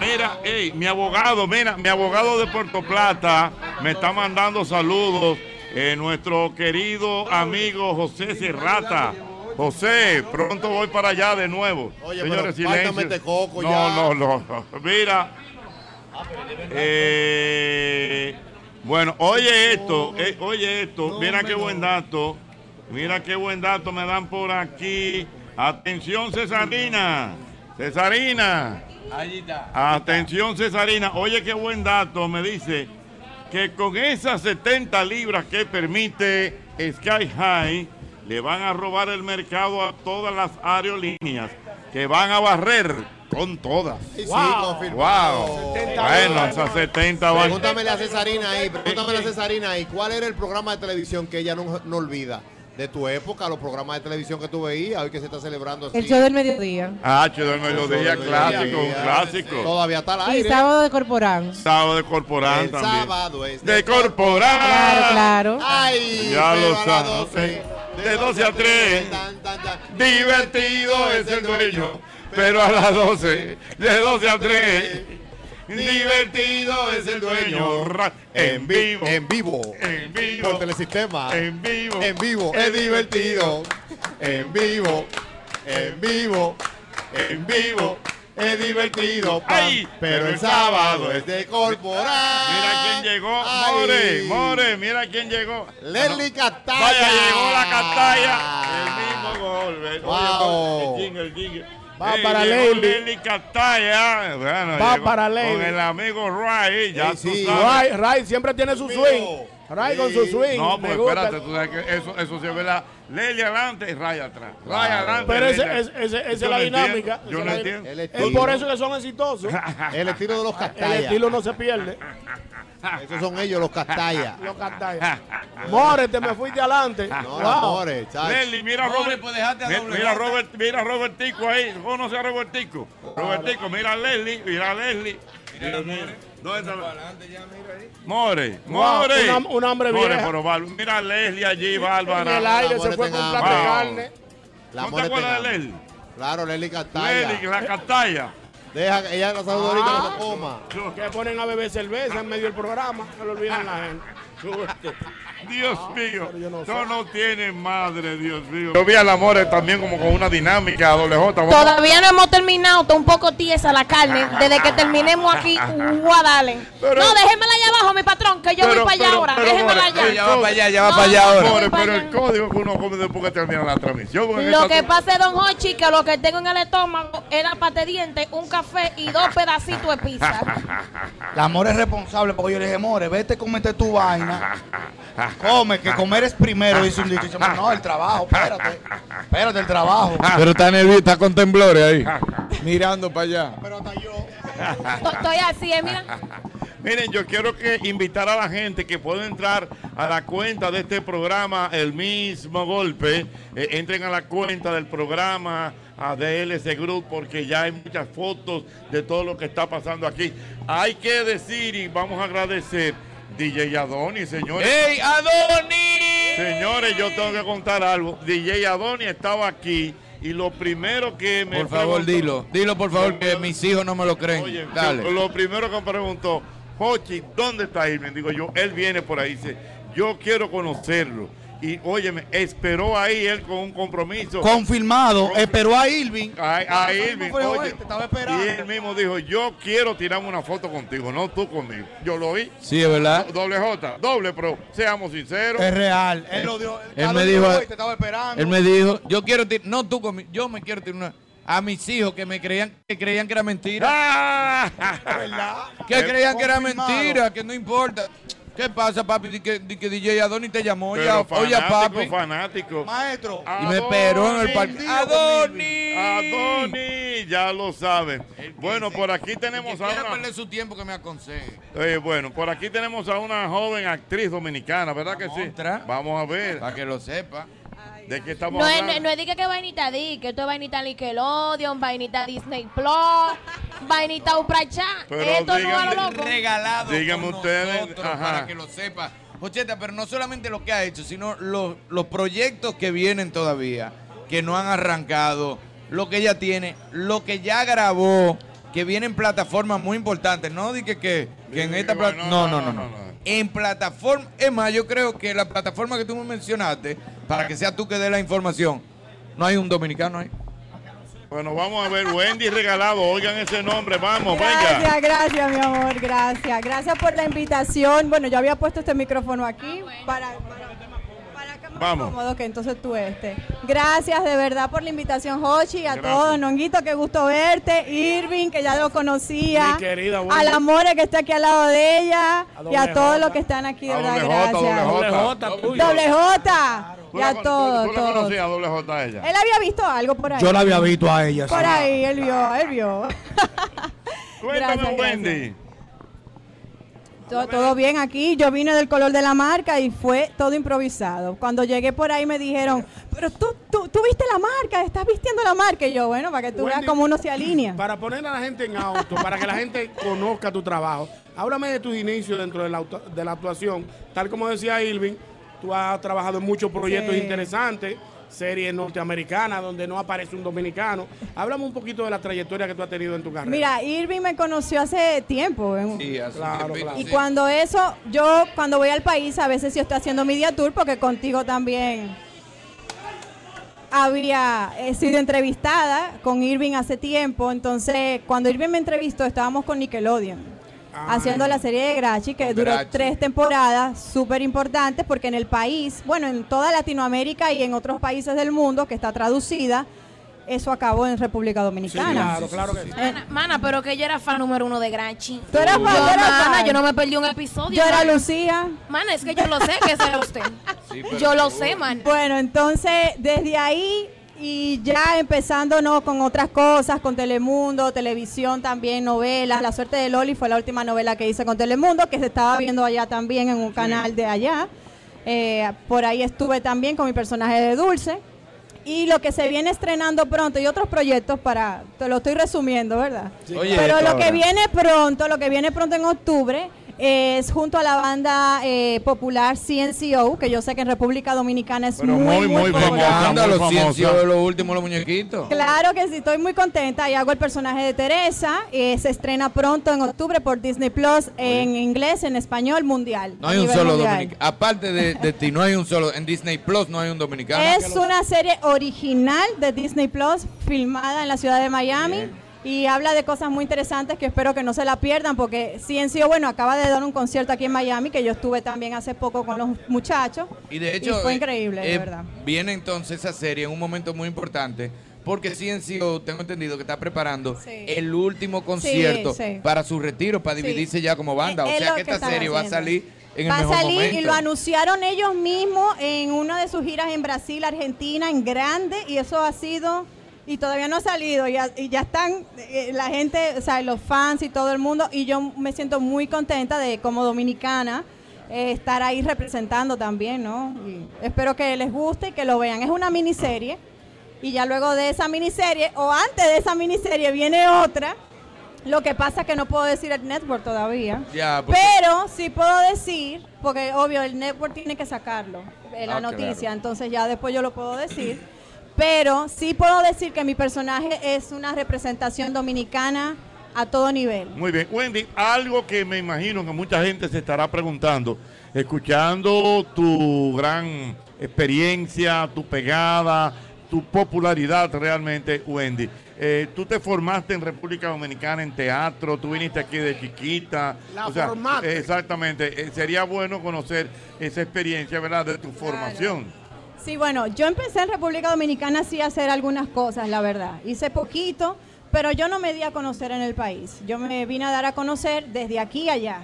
mira, ey, mi abogado, mira, mi abogado de Puerto Plata me está mandando saludos. eh, nuestro querido amigo José Serrata. José, pronto voy para allá de nuevo.
Oye, pero pártame este coco
no,
ya.
no, no, no. Mira. Eh, bueno, oye esto, eh, oye esto. Mira qué buen dato. Mira qué buen dato me dan por aquí. Atención, Cesarina. Cesarina.
Allí está.
Atención, Cesarina. Oye, qué buen dato. Me dice que con esas 70 libras que permite Sky High, le van a robar el mercado a todas las aerolíneas que van a barrer con todas.
Sí, sí,
Wow.
confirmado.
Wow. Bueno, esas 70 van.
Pregúntamele a Cesarina ahí, pregúntamele a Cesarina ahí, ¿cuál era el programa de televisión que ella no, no olvida? De tu época, los programas de televisión que tú veías, hoy que se está celebrando así.
El show del mediodía.
Ah, Chido del Mediodía,
Chido del
clásico, un
Mediodía.
clásico.
Todavía está al
Y
aire.
sábado de corporán.
Sábado de corporal
El
también.
sábado es
de corporal.
Claro, claro.
Ay,
Ya
pero
lo
a las
sabes.
12,
De 12 a 3. Divertido es el dueño. Pero a las 12. De 12 a 3. Divertido es el dueño. Ra- En vivo.
En vivo.
En vivo.
Por Telesistema.
En vivo.
En vivo. Es divertido. En vivo. En vivo. En vivo. Es divertido. pan,
Ay,
pero el sábado es de corporal.
Mira quién llegó.
Ay.
More, More, mira quién llegó.
Lely Catalla.
Vaya, llegó la Catalla. El mismo golpe.
Wow.
El jingle, el jingle.
Va
Eh,
para
llegó
Lely.
Lely Catalla. Bueno,
Va
llegó
para
Con
Lely.
el amigo Ray. Ya tú sabes.
Ray, Ray siempre tiene su swing. Ray con su swing.
No,
me
pues
gusta.
espérate, tú sabes que eso, eso sí es verdad. Lely adelante y Ray atrás. Ray adelante.
Pero ese-
Lely
ese- ese- esa
Yo
es la
no entiendo,
dinámica.
Yo
Esa
no
es la-
entiendo.
Es por eso que son exitosos.
El estilo de los
El
Catalla.
estilo no se pierde.
Esos son ellos, los castalla.
Los castalla. More, te me fuiste adelante.
No,
Wow.
amores, chacho.
Leli, mira a
More,
Robert.
pues, dejate a
mi-
doble
mira a
gata.
Robert, mira a Robertico ahí. Conoce a Robertico. Robertico, mira a Leslie, mira a Leslie. Dios mío. ¿Dónde está? More,
Wow,
More.
una- un hambre
More,
vieja.
pero Val- mira a Leslie allí, Bárbara.
En el aire se fue con un plato de
Wow.
carne.
La
¿No te
more
acuerdas de
tenga.
Leslie?
Claro, Leli Castalla.
Leslie, la castalla.
Deja, ella la saluda ahorita
Ah.
cuando coma.
Que ponen a beber cerveza en medio del programa. No lo olvidan la gente. Ah.
Dios mío,
yo no
no,
sé.
no tiene madre, Dios mío. Yo vi al Amore también como con una dinámica, doble J. vamos-
Todavía no hemos terminado, está un poco tiesa la carne.
Ah.
Desde que terminemos aquí, guadale. no, déjemela allá abajo, mi patrón, que yo
Pero-
voy para allá
pero-
ahora.
pero,
déjemela
More,
allá.
el código-
va para allá ahora.
More, pero el código que uno come después que termina la transmisión. porque
Lo
esta-
que pasa es, don Hochi, que lo que tengo en el estómago era pate diente, un café y dos pedacitos de pizza.
La More es responsable porque yo le dije, More, vete, cómete tu vaina. Come, que comer es primero, dice un dicho. Y dice, no, el trabajo, espérate. Espérate, el trabajo.
Pero está nervioso, está con temblores ahí. Mirando para allá.
Estoy así, eh, mira.
Miren, yo quiero que invitar a la gente que pueda entrar a la cuenta de este programa, el mismo golpe. Eh, entren a la cuenta del programa a DLC Group porque ya hay muchas fotos de todo lo que está pasando aquí. Hay que decir y vamos a agradecer DJ Adoni, señores.
¡Ey, Adoni!
Señores, yo tengo que contar algo. DJ Adoni estaba aquí y lo primero que me
Por favor, dilo.
preguntó-
Dilo, por favor, que mis hijos no me lo creen.
Oye, yo-
Dale.
lo primero que me preguntó, Jochi, ¿dónde está Irving? Digo yo, él viene por ahí. Dice, yo quiero conocerlo. Y óyeme, esperó ahí él con un compromiso.
Confirmado, esperó a Irving.
A, a Irving,
Fue,
oye,
oye, te estaba esperando.
y él mismo dijo, yo quiero tirarme una foto contigo, no tú conmigo. Yo lo vi.
Sí, es verdad. Eh,
Do- Doble J, doble, pero seamos sinceros.
Es real. Él lo dio.
Él me dijo, él me dijo, yo quiero tirar, no tú conmigo, yo me quiero tirar una, a mis hijos que me creían que creían que era mentira. Que creían que era
Confirmado.
mentira, que no importa. ¿Qué pasa, papi? Di que, di que DJ Adoni te llamó,
Pero
ya,
fanático,
oye, papi.
fanático.
Maestro.
Y me esperó en el parque.
Adoni. Adoni, ya lo saben. Bueno, por aquí tenemos
Que
a
quiera
una-
perder su tiempo que me aconseje.
Eh, bueno, por aquí tenemos a una joven actriz dominicana, ¿verdad que sí? Vamos a ver. Para
que lo sepa.
¿De qué estamos
No es,
hablando?
no es diga que vainita di, que esto es vainita Nickelodeon, vainita Disney Plus, vainita Upracha.
Pero
Esto no
dígame-
es a lo loco.
regalado
Díganme
con
ustedes,
nosotros
ajá.
para que lo sepa. Jocheta, pero no solamente lo que ha hecho, sino los, los proyectos que vienen todavía, que no han arrancado, lo que ella tiene, lo que ya grabó, que vienen plataformas muy importantes. No dije que, que en esta plata- no, no, no, no, En plataforma, es más, yo creo que la plataforma que tú me mencionaste, para que sea tú que dé la información, no hay un dominicano ahí.
Bueno, vamos a ver, Wendy Regalado, oigan ese nombre, vamos, venga.
Gracias, gracias, mi amor, gracias. Gracias por la invitación. Bueno, yo había puesto este micrófono aquí para,
Vamos.
cómodo que entonces tú este. Gracias de verdad por la invitación, Hochi, a
Gracias.
todos. Nonguito, qué gusto verte. Irving, que ya lo conocía.
Mi querida, bueno.
Al Amore, que está aquí al lado de ella.
doble
y a todos
J.
los que están aquí, de
A
verdad,
doble J,
gracias.
doble J.
Doble J. Y a todos,
¿Tú la
todos.
conocías, doble J, a ella?
Él había visto algo por ahí.
Yo la había visto a ella. sí.
Por ahí, él vio, él vio.
Cuéntame,
Gracias,
Wendy.
To- Todo bien aquí. Yo vine del color de la marca y fue todo improvisado. Cuando llegué por ahí me dijeron, pero tú, tú, tú viste la marca, estás vistiendo la marca. Y yo, bueno, para que tú veas
Wendy,
cómo uno se alinea.
Para poner a la gente en auto, para que la gente conozca tu trabajo. Háblame de tus inicios dentro de la, auto- de la actuación. Tal como decía Irving, tú has trabajado en muchos proyectos
Sí.
interesantes, series norteamericanas donde no aparece un dominicano. Háblame un poquito de la trayectoria que tú has tenido en tu carrera.
Mira, Irving me conoció hace tiempo. en-
claro, claro.
Y cuando eso, yo cuando voy al país, a veces yo estoy haciendo media tour porque contigo también había eh, sido entrevistada con Irving hace tiempo. Entonces, cuando Irving me entrevistó, estábamos con Nickelodeon. Haciendo la serie de Grachi, que duró
Grachi.
tres temporadas, súper importantes, porque en el país, bueno, en toda Latinoamérica y en otros países del mundo, que está traducida, eso acabó en República Dominicana.
Mana, mana, pero que yo era fan número uno de Grachi.
Tú eras fan,
Yo,
tú eras
mana,
fan.
yo no me perdí un episodio.
Yo era
mana.
Lucía.
Mana, es que yo lo sé que ese era usted. yo lo sé, man.
Bueno, entonces desde ahí Y ya empezando ¿no? con otras cosas, con Telemundo, televisión también, novelas. La suerte de Loli fue la última novela que hice con Telemundo, que se estaba viendo allá también en un canal de allá. Eh, por ahí estuve también con mi personaje de Dulce. Y lo que se viene estrenando pronto y otros proyectos para, te lo estoy resumiendo, ¿verdad?
Oye,
Pero lo
ahora.
que viene pronto, lo que viene pronto en octubre eh, es junto a la banda eh, popular CNCO, que yo sé que en República Dominicana es muy, muy,
famosa.
muy
Los
famosa.
ciencios de los últimos, los muñequitos.
Claro que sí, estoy muy contenta y hago el personaje de Teresa. eh, se estrena pronto en octubre por Disney Plus en inglés, en español, mundial.
No
a
hay un
nivel
solo
mundial.
dominicano. Aparte de, de ti, no hay un solo. En Disney Plus no hay un dominicano.
Es una serie original de Disney Plus, filmada en la ciudad de Miami. Y habla de cosas muy interesantes que espero que no se la pierdan, porque CNCO, bueno, acaba de dar un concierto aquí en Miami, que yo estuve también hace poco con los muchachos.
Y de hecho.
fue
eh,
increíble, de
eh,
verdad.
Viene entonces esa serie en un momento muy importante. Porque CNCO, tengo entendido que está preparando el último concierto
sí.
para su retiro, para
Sí.
dividirse ya como banda.
Es-
o
es
sea
lo
que
que
esta
están
serie va a
haciendo.
salir en
Va
el
a
mejor
salir
momento.
y lo anunciaron ellos mismos en una de sus giras en Brasil, Argentina, en grande, y eso ha sido, y todavía no ha salido, y ya, y ya están eh, la gente, o sea, los fans y todo el mundo, y yo me siento muy contenta de como dominicana eh, estar ahí representando también, ¿no? Y espero que les guste y que lo vean. Es una miniserie, y ya luego de esa miniserie, o antes de esa miniserie, viene otra. Lo que pasa es que no puedo decir el network todavía.
Ya, Ah, porque-
Pero sí puedo decir, porque obvio el network tiene que sacarlo, eh, la
Ah,
noticia,
claro.
entonces ya después yo lo puedo decir. Pero sí puedo decir que mi personaje es una representación dominicana a todo nivel.
Muy bien, Wendy, algo que me imagino que mucha gente se estará preguntando, escuchando tu gran experiencia, tu pegada, tu popularidad realmente, Wendy. eh, tú te formaste en República Dominicana en teatro, tú viniste aquí de chiquita.
La formaste.
Exactamente, eh, sería bueno conocer esa experiencia, ¿verdad? De tu formación.
Sí, bueno, yo empecé en República Dominicana sí a hacer algunas cosas, la verdad. Hice poquito, pero yo no me di a conocer en el país. Yo me vine a dar a conocer desde aquí a allá.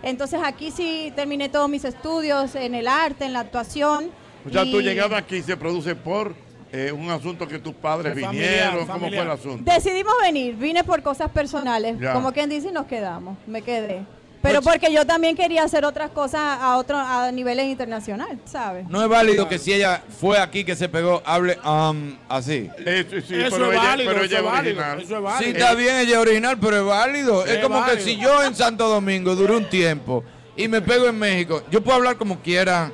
Entonces aquí sí terminé todos mis estudios en el arte, en la actuación.
O sea, tu
y-
llegada aquí se produce por eh, un asunto que tus padres
Familiar,
vinieron, ¿cómo fue
familiar.
el asunto?
Decidimos venir, vine por cosas personales,
Ya.
como quien dice, y nos quedamos, me quedé. Pero
Pues-
porque yo también quería hacer otras cosas a otro, a niveles internacional, ¿sabes?
No es válido que si ella fue aquí que se pegó, hable um, así.
Eso pero es ella- válido, pero eso ella es es válido, original. eso es válido.
Sí, está bien, ella es original, pero es válido.
Sí,
es
es
como que
válido.
si yo en Santo Domingo duré un tiempo y me pego en México, yo puedo hablar como quiera.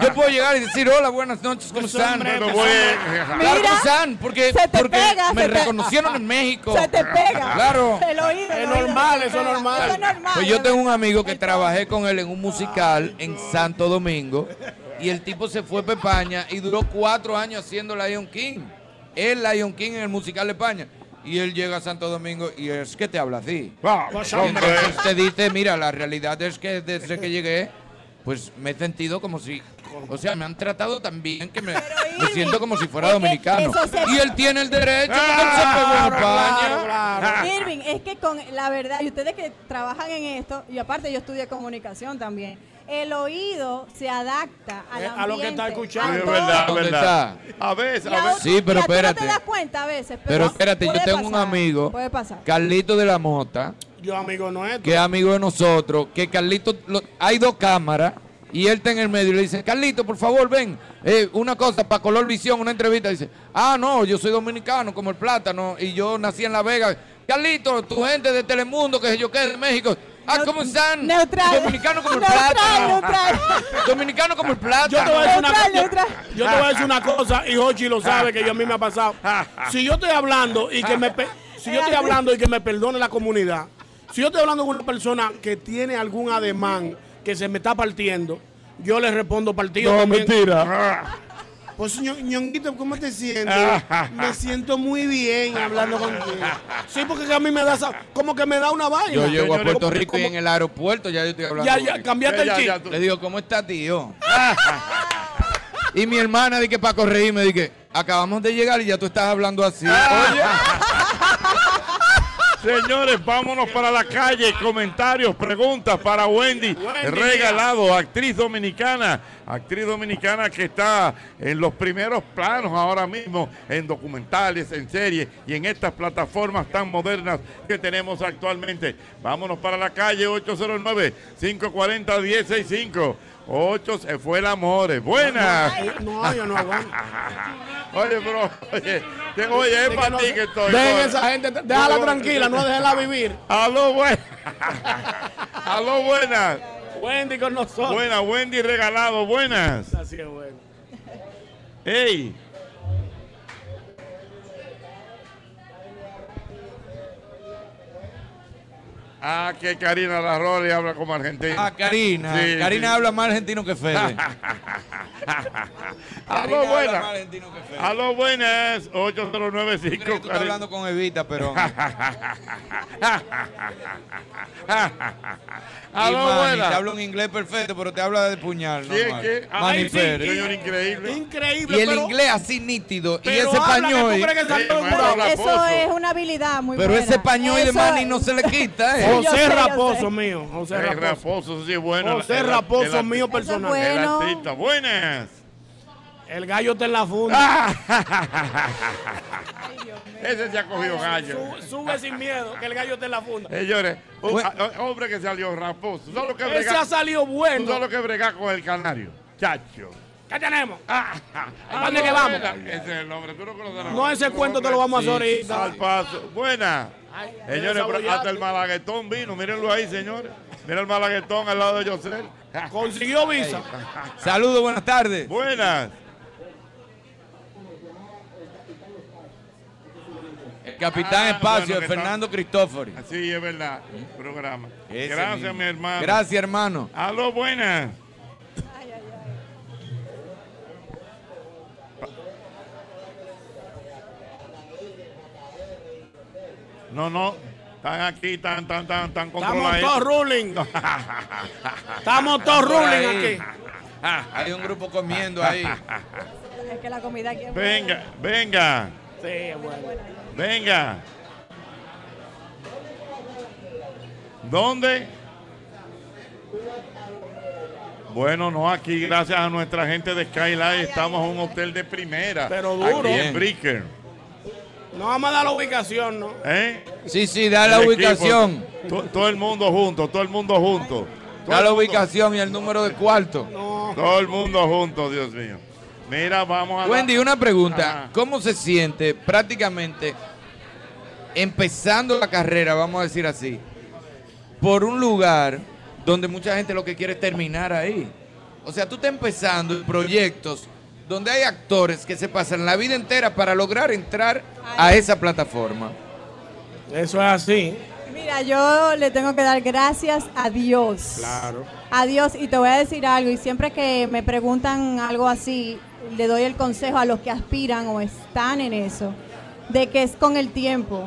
Yo puedo llegar y decir, hola, buenas noches, ¿cómo están?
hombre,
Claro,
pues, hombre.
Claro,
Mira,
¿cómo están? Porque, porque
pega,
me
se te-
reconocieron en México.
se te pega.
Claro.
El oído, el Es oído, normal, se te eso es pega. normal. Eso es normal,
Pues yo tengo un amigo que trabajé con él en un musical en Santo Domingo y el tipo se fue para España y duró cuatro años haciendo Lion King. El Lion King en el musical de España. Y él llega a Santo Domingo y es que te habla así. Y entonces te dice, mira, la realidad es que desde que llegué, pues me he sentido como si... O sea, me han tratado tan bien que me, me siento como si fuera dominicano.
eso se-
Y él tiene el derecho,
Ah,
porque él
Claro,
se pegó en España.
Ah. Irving, es que con la verdad, y ustedes que trabajan en esto, y aparte yo estudié comunicación también, el oído se adapta al
Eh, a lo que está
ambiente,
escuchando.
a
Es
todo.
verdad, es
¿Dónde
verdad. A veces,
Y
a
a
veces.
otro-
Sí, pero
y a ti no
espérate.
te das cuenta a veces.
Pero espérate, yo
puede
tengo un
pasar,
amigo
Puede pasar.
Carlito de la Mota,
Yo, amigo nuestro.
que es amigo de nosotros, que Carlito, lo- hay dos cámaras y él está en el medio y le dice, Carlito, por favor, ven, eh, una cosa para Color Visión, una entrevista. Dice, ah, no, yo soy dominicano, como el plátano, y yo nací en La Vega. Carlito, tu gente de Telemundo, que sé yo qué, de México. Ah, ¿cómo están? Dominicano como el plátano. Dominicano como el plátano.
Yo te voy a decir una
Neutral,
cosa.
neutral.
Yo, yo te voy a decir una cosa y Hochi lo sabe que yo a mí me ha pasado. Si yo estoy hablando y que me pe- si yo estoy hablando y que me perdone la comunidad, si yo estoy hablando con una persona que tiene algún ademán que se me está partiendo, yo le respondo partido.
No,
también.
mentira.
Pues Ño- ñonguito, ¿cómo te sientes? me siento muy bien hablando contigo. Sí, porque que a mí me da esa- como que me da una vaina.
Yo llego a
Señores,
Puerto
como-
Rico y en el aeropuerto ya yo estoy hablando.
Ya, ya,
contigo.
cambiaste el chip.
tú. Le digo, ¿cómo está, tío? y mi hermana dije para corregirme, dije, acabamos de llegar y ya tú estás hablando así.
Señores, vámonos para la calle. Comentarios, preguntas para Wendy.
Wendy,
Regalado, actriz dominicana, actriz dominicana que está en los primeros planos ahora mismo en documentales, en series y en estas plataformas tan modernas que tenemos actualmente. Vámonos para la calle 809-540-165. 8 se fue el amor, buenas.
No, yo no aguanto.
Oye, bro, oye, que- oye, es
De que
para
no-
ti que estoy.
Dejen
coño.
esa gente, déjala tranquila, no déjela vivir.
Aló, buena. Aló, buenas.
Wendy con nosotros.
Buenas, Wendy regalado, buenas.
Así es bueno.
¡Ey! Ah, que Karina Larrori habla como argentina.
Ah, Karina.
Sí,
Karina
sí.
habla más argentino que Fede. Karina
Aló,
habla
buenas.
más argentino que Fede.
Aló, buenas. 809
Yo creo que tú estás hablando con Evita, pero.
Ah,
ah,
Aló,
Y Manny,
buenas.
Te hablo en inglés perfecto, pero te habla de puñal.
¿Quién,
normal.
quién? Ay,
Manny
sí,
Pérez.
señor, increíble.
Increíble.
Y el
pero-
inglés así nítido. Y
pero
ese
habla, que tú
pañol.
crees que salió de un
hermano,
programa.
habla
Eso
pozo.
es una habilidad muy
Pero
buena.
ese pañol de
Eso-
Manny no se le quita, ¿eh?
José Raposo mío. José
Eh,
Raposo.
Raposo, eso sí es bueno.
José
El- el-
Oh, Raposo
el-
mío personal.
El artista. Buenas.
El gallo está en la funda.
Ese se ha cogido gallo.
Sube, sube sin miedo, que el gallo está en la funda.
Señores, un- a- a- hombre que salió raposo. ¿Tú sabes lo que
Ese ha salido bueno.
Tú sabes lo que bregar con el canario. Chacho.
¿Qué tenemos? ¿A dónde
no,
que vamos?
buena. Ese es el nombre, tú no conoces
No, ese cuento te lo vamos a hacer
Sí,
ahorita.
Al paso. Buena. Señores, pero hasta el malaguetón vino. Mírenlo ahí, señores. Mira el malaguetón al lado de José.
Consiguió visa.
Saludos, buenas tardes.
Buenas.
El capitán
Ah,
espacio de
bueno, que
Fernando Cristófori.
Sí, es verdad. Programa.
Ese
Gracias,
mismo.
mi hermano.
Gracias, hermano.
Aló, buenas. No, no. Están aquí, están, tan, tan, tan controlados.
todos ruling. Estamos todos ruling
Ahí.
aquí.
Hay un grupo comiendo ahí.
Es que la comida aquí es
Venga, venga,
Sí, bueno.
venga. ¿Dónde? Bueno, no, aquí gracias a nuestra gente de Skyline estamos en un hotel de primera.
Pero duro.
Aquí en Bricker.
No vamos a dar la ubicación, ¿no?
¿eh?
Sí, sí, da la
El equipo,
ubicación.
to- todo el mundo junto, todo el mundo junto.
Da la ubicación y el número de cuarto.
Todo el mundo junto, Dios mío. Mira, vamos a... la-
Wendy, una pregunta. ¿Cómo se siente prácticamente empezando la carrera, vamos a decir así, por un lugar donde mucha gente lo que quiere es terminar ahí? O sea, tú estás empezando en proyectos donde hay actores que se pasan la vida entera para lograr entrar a esa plataforma.
Eso es así.
Mira, yo le tengo que dar gracias a Dios.
Claro.
A Dios, y te voy a decir algo, y siempre que me preguntan algo así, le doy el consejo a los que aspiran o están en eso, de que es con el tiempo,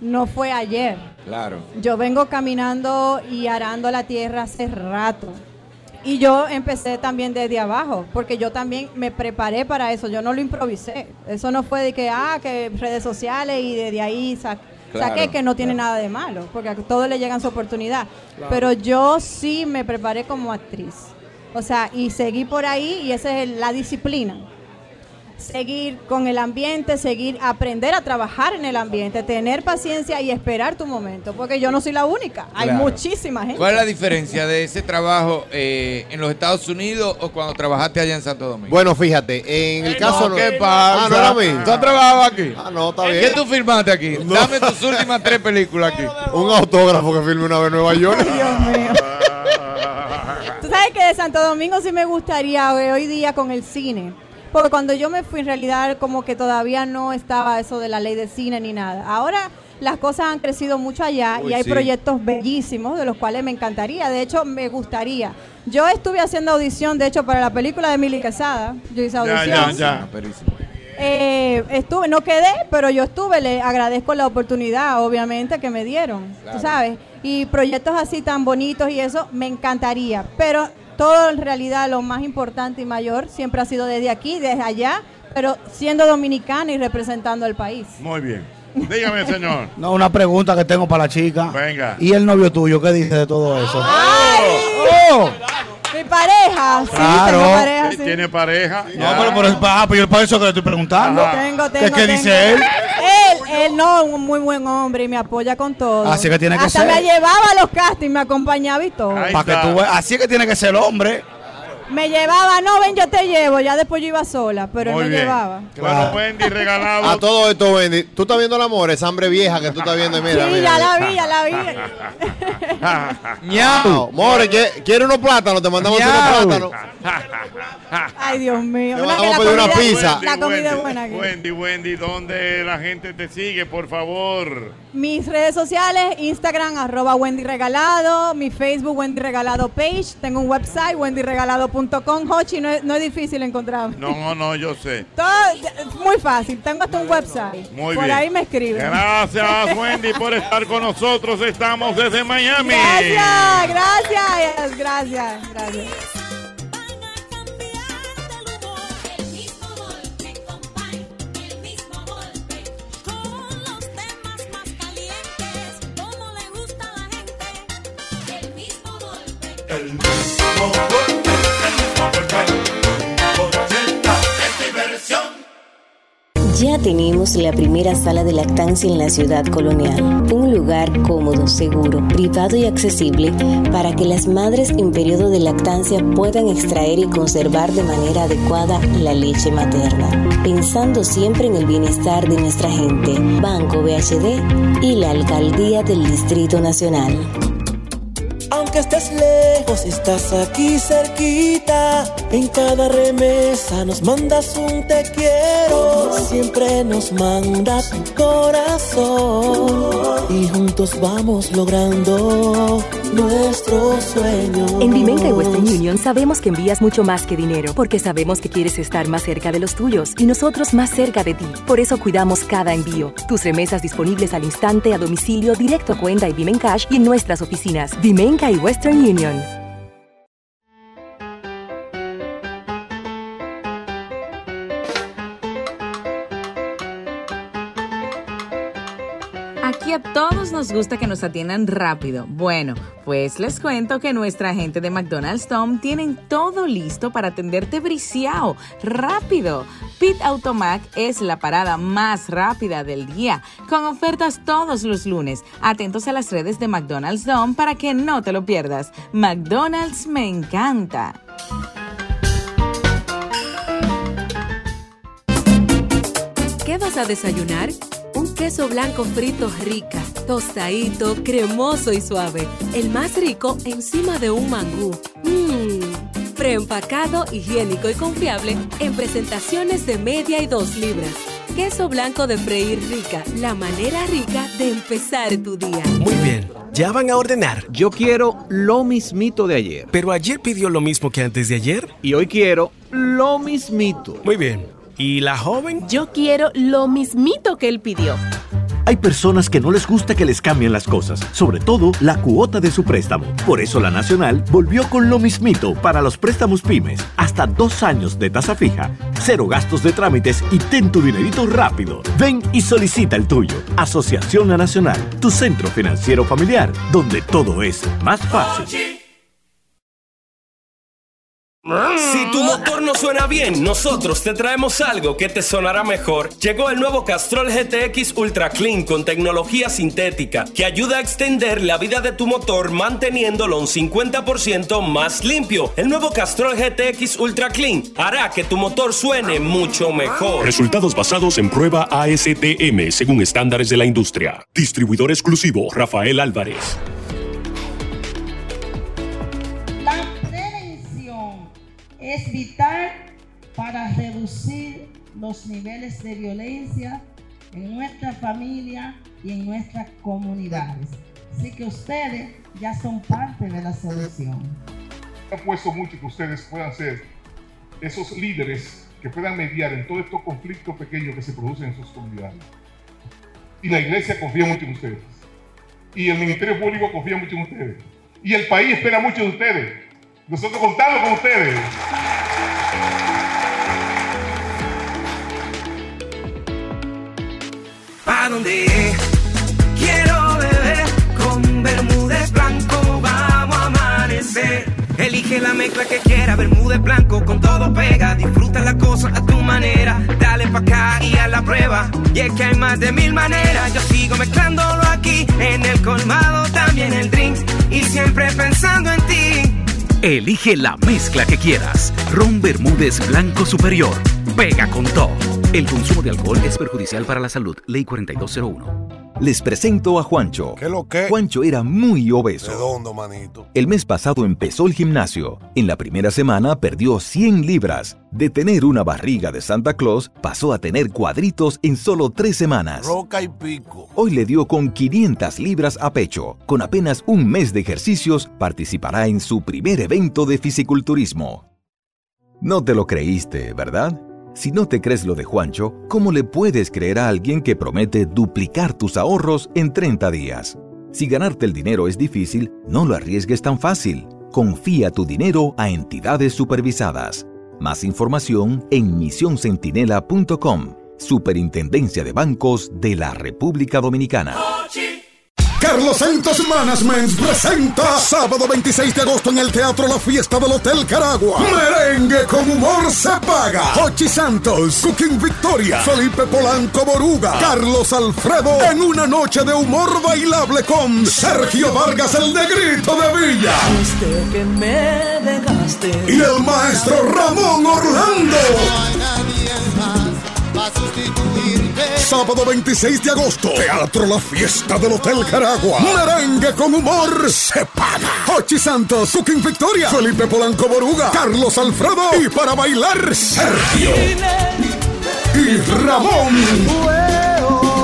no fue ayer.
Claro.
Yo vengo caminando y arando la tierra hace rato. Y yo empecé también desde abajo, porque yo también me preparé para eso, yo no lo improvisé. Eso no fue de que, ah, que redes sociales y desde ahí sa-
Claro,
saqué que no tiene nada de malo, porque a todos le llegan su oportunidad.
Claro.
Pero yo sí me preparé como actriz. O sea, y seguí por ahí y esa es el- la disciplina seguir con el ambiente, seguir aprender a trabajar en el ambiente, tener paciencia y esperar tu momento, porque yo no soy la única, hay
Claro.
muchísima gente.
¿Cuál es la diferencia de ese trabajo eh, en los Estados Unidos o cuando trabajaste allá en Santo Domingo?
Bueno, fíjate, en el caso.
Eh, ¿Qué
Ah, no
pasa?
era a mí.
¿Tú has trabajado aquí?
Ah, no, está
¿Qué
bien.
tú firmaste aquí? Dame tus últimas tres películas aquí.
Un autógrafo que firme una vez en Nueva York.
Tú sabes que de Santo Domingo sí me gustaría eh, hoy día con el cine. Porque cuando yo me fui, en realidad, como que todavía no estaba eso de la ley de cine ni nada. Ahora las cosas han crecido mucho allá
Uy,
y hay
sí.
proyectos bellísimos de los cuales me encantaría. De hecho, me gustaría. Yo estuve haciendo audición, de hecho, para la película de Emily Quesada. Yo hice audición.
Ah,
Eh, estuve, no quedé, pero yo estuve, le agradezco la oportunidad, obviamente, que me dieron,
Claro.
tú sabes. Y proyectos así tan bonitos y eso, me encantaría. Pero todo en realidad lo más importante y mayor siempre ha sido desde aquí, desde allá, pero siendo dominicana y representando al país.
Muy bien. Dígame, señor.
No, una pregunta que tengo para la chica.
Venga.
Ah,
¿Y el novio tuyo qué dice de todo eso?
¡Ay!
¡Oh!
Mi pareja, sí,
Claro.
tengo pareja, sí.
Tiene pareja.
No, pero, pero, ah, pero yo para eso que le estoy preguntando.
Tengo,
¿Qué-
tengo,
¿Qué
tengo.
dice él?
Él, él no, un muy buen hombre y me apoya con todo.
Así Ah, que tiene que
Hasta
ser.
me llevaba a los castings, me acompañaba y todo.
Para que tú veas. Así es que tiene que ser el hombre.
Me llevaba, no, ven, yo te llevo. Ya después yo iba sola, pero
Muy
él me
bien.
llevaba.
Bueno, pues, Wendy, regalado.
A todo esto, Wendy. Tú estás viendo el amor, esa hambre vieja que tú estás viendo. Mira,
Sí,
mira,
ya
mira.
la vi, ya la vi.
Ñau. More, ¿quie- ¿quiere unos plátanos? Te mandamos
Ñau.
unos plátanos.
Ay, Dios mío.
Te
Una que
mandamos a
la
pedir una
comida-
pizza.
La comida es buena aquí.
Wendy, Wendy, ¿dónde la gente te sigue, por favor?
Mis redes sociales, Instagram, arroba Wendy Regalado, mi Facebook, Wendy Regalado Page, tengo un website, wendyregalado.com, Hochi, no es, no es difícil encontrarme.
No, no, no, yo sé.
Todo es muy fácil, tengo hasta un website.
Muy
Por
bien.
ahí me escriben.
Gracias, Wendy, por estar con nosotros. Estamos desde Miami.
Gracias, Ah, gracias, gracias, gracias.
Ya tenemos la primera sala de lactancia en la ciudad colonial, un lugar cómodo, seguro, privado y accesible para que las madres en periodo de lactancia puedan extraer y conservar de manera adecuada la leche materna, pensando siempre en el bienestar de nuestra gente, Banco BHD y la Alcaldía del Distrito Nacional.
Aunque estés lejos, estás aquí cerquita. En cada remesa nos mandas un te quiero. Siempre nos manda tu corazón. Y juntos vamos logrando nuestros sueños.
En Vimenta y Western Union sabemos que envías mucho más que dinero, porque sabemos que quieres estar más cerca de los tuyos y nosotros más cerca de ti. Por eso cuidamos cada envío. Tus remesas disponibles al instante, a domicilio, directo a cuenta y Vimen Cash y en nuestras oficinas. Vimenca y Western Union.
Aquí a todos nos gusta que nos atiendan rápido. Bueno, pues les cuento que nuestra gente de McDonald's Tom tienen todo listo para atenderte briciao, rápido. Pit Automac es la parada más rápida del día, con ofertas todos los lunes. Atentos a las redes de McDonald's Dom para que no te lo pierdas. McDonald's me encanta.
¿Qué vas a desayunar? Un queso blanco frito rica, tostadito, cremoso y suave. El más rico encima de un mangú. Mmm. Preempacado, higiénico y confiable en presentaciones de media y dos libras. Queso blanco de freír rica, la manera rica de empezar tu día.
Bien, ya van a ordenar. Yo quiero lo mismito de ayer. Pero ayer pidió lo mismo que antes de ayer. Y hoy quiero lo mismito. Muy bien. ¿Y la joven?
Yo quiero lo mismito que él pidió.
Hay personas que no les gusta que les cambien las cosas, sobre todo la cuota de su préstamo. Por eso la Nacional volvió con lo mismito para los préstamos pymes, hasta dos años de tasa fija, cero gastos de trámites y ten tu dinerito rápido. Ven y solicita el tuyo. Asociación La Nacional, tu centro financiero familiar, donde todo es más fácil.
Si tu motor no suena bien, nosotros te traemos algo que te sonará mejor. Llegó el nuevo Castrol GTX Ultra Clean con tecnología sintética que ayuda a extender la vida de tu motor manteniéndolo un 50% más limpio. El nuevo Castrol GTX Ultra Clean hará que tu motor suene mucho mejor.
Resultados basados en prueba ASTM según estándares de la industria. Distribuidor exclusivo Rafael Álvarez.
La prevención es vital para reducir los niveles de violencia en nuestra familia y en nuestras comunidades. Así que ustedes ya son parte de la solución.
apuesto mucho que ustedes puedan ser esos líderes que puedan mediar en todos estos conflictos pequeños que se producen en sus comunidades. Y la iglesia confía mucho en ustedes. Y el Ministerio Público confía mucho en ustedes. Y el país espera mucho de ustedes. Nosotros contamos con ustedes.
¿Para dónde es? Quiero beber con bermúdez blanco, vamos a amanecer. Elige la mezcla que quiera, bermuda es blanco, con todo pega. Disfruta la cosa a tu manera, dale pa' acá y a la prueba. Y es que hay más de mil maneras, yo sigo mezclándolo aquí, en el colmado también el drink, y siempre pensando en ti.
Elige la mezcla que quieras. Ron Bermúdez Blanco Superior. Pega con todo.
El consumo de alcohol es perjudicial para la salud. Ley 4201.
Les presento a Juancho.
¿Qué lo que?
Juancho era muy obeso.
Redondo, manito.
El mes pasado empezó el gimnasio. En la primera semana perdió 100 libras. De tener una barriga de Santa Claus, pasó a tener cuadritos en solo tres semanas.
Roca y pico.
Hoy le dio con 500 libras a pecho. Con apenas un mes de ejercicios, participará en su primer evento de fisiculturismo. No te lo creíste, ¿verdad? Si no te crees lo de Juancho, ¿cómo le puedes creer a alguien que promete duplicar tus ahorros en 30 días? Si ganarte el dinero es difícil, no lo arriesgues tan fácil. Confía tu dinero a entidades supervisadas. Más información en misioncentinela.com, Superintendencia de Bancos de la República Dominicana.
Carlos Santos Management presenta sábado 26 de agosto en el Teatro La Fiesta del Hotel Caragua. Merengue con humor se paga. Hochi Santos, Cooking Victoria, Felipe Polanco Boruga, Carlos Alfredo en una noche de humor bailable con Sergio Vargas el Negrito de Villa.
Usted que me dejaste.
Y el maestro Ramón Orlando. Sábado 26 de agosto, Teatro La Fiesta del Hotel Caragua. Merengue con humor se paga. Hochi Santos, Cooking Victoria, Felipe Polanco Boruga, Carlos Alfredo y para bailar Sergio y Ramón.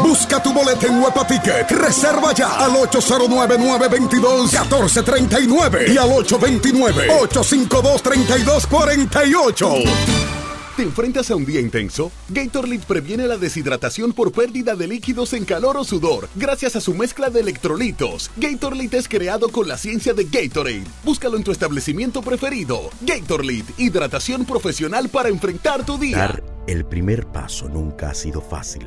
Busca tu boleto en Huepa Ticket. Reserva ya al 809-922-1439 y al 829-852-3248.
¿Te enfrentas a un día intenso? Gatorade previene la deshidratación por pérdida de líquidos en calor o sudor gracias a su mezcla de electrolitos. Gatorade es creado con la ciencia de Gatorade. Búscalo en tu establecimiento preferido. Gatorade, hidratación profesional para enfrentar tu día.
Dar el primer paso nunca ha sido fácil,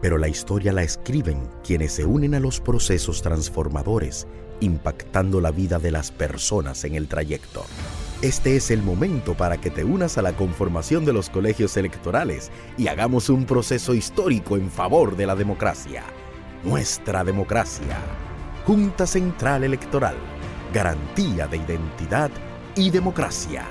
pero la historia la escriben quienes se unen a los procesos transformadores, impactando la vida de las personas en el trayecto. Este es el momento para que te unas a la conformación de los colegios electorales y hagamos un proceso histórico en favor de la democracia. Nuestra democracia. Junta Central Electoral. Garantía de identidad y democracia.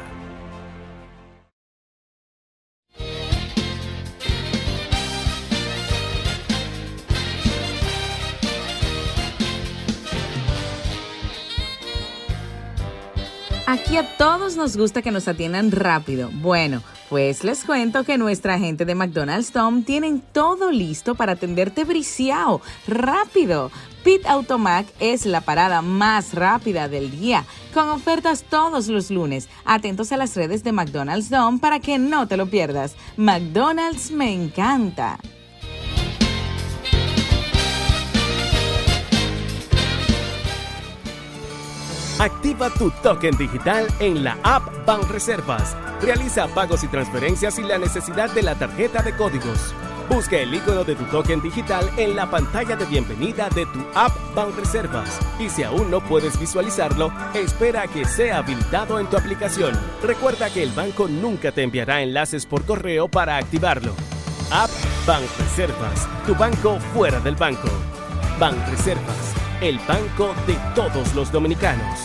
Aquí a todos nos gusta que nos atiendan rápido. Bueno, pues les cuento que nuestra gente de McDonald's Tom tienen todo listo para atenderte briciao, rápido. Pit Automac es la parada más rápida del día, con ofertas todos los lunes. Atentos a las redes de McDonald's Dom para que no te lo pierdas. McDonald's me encanta.
Activa tu token digital en la app Banreservas. Realiza pagos y transferencias sin la necesidad de la tarjeta de códigos. Busca el icono de tu token digital en la pantalla de bienvenida de tu app Banreservas. Y si aún no puedes visualizarlo, espera a que sea habilitado en tu aplicación. Recuerda que el banco nunca te enviará enlaces por correo para activarlo. App Banreservas, tu banco fuera del banco. Banreservas, el banco de todos los dominicanos.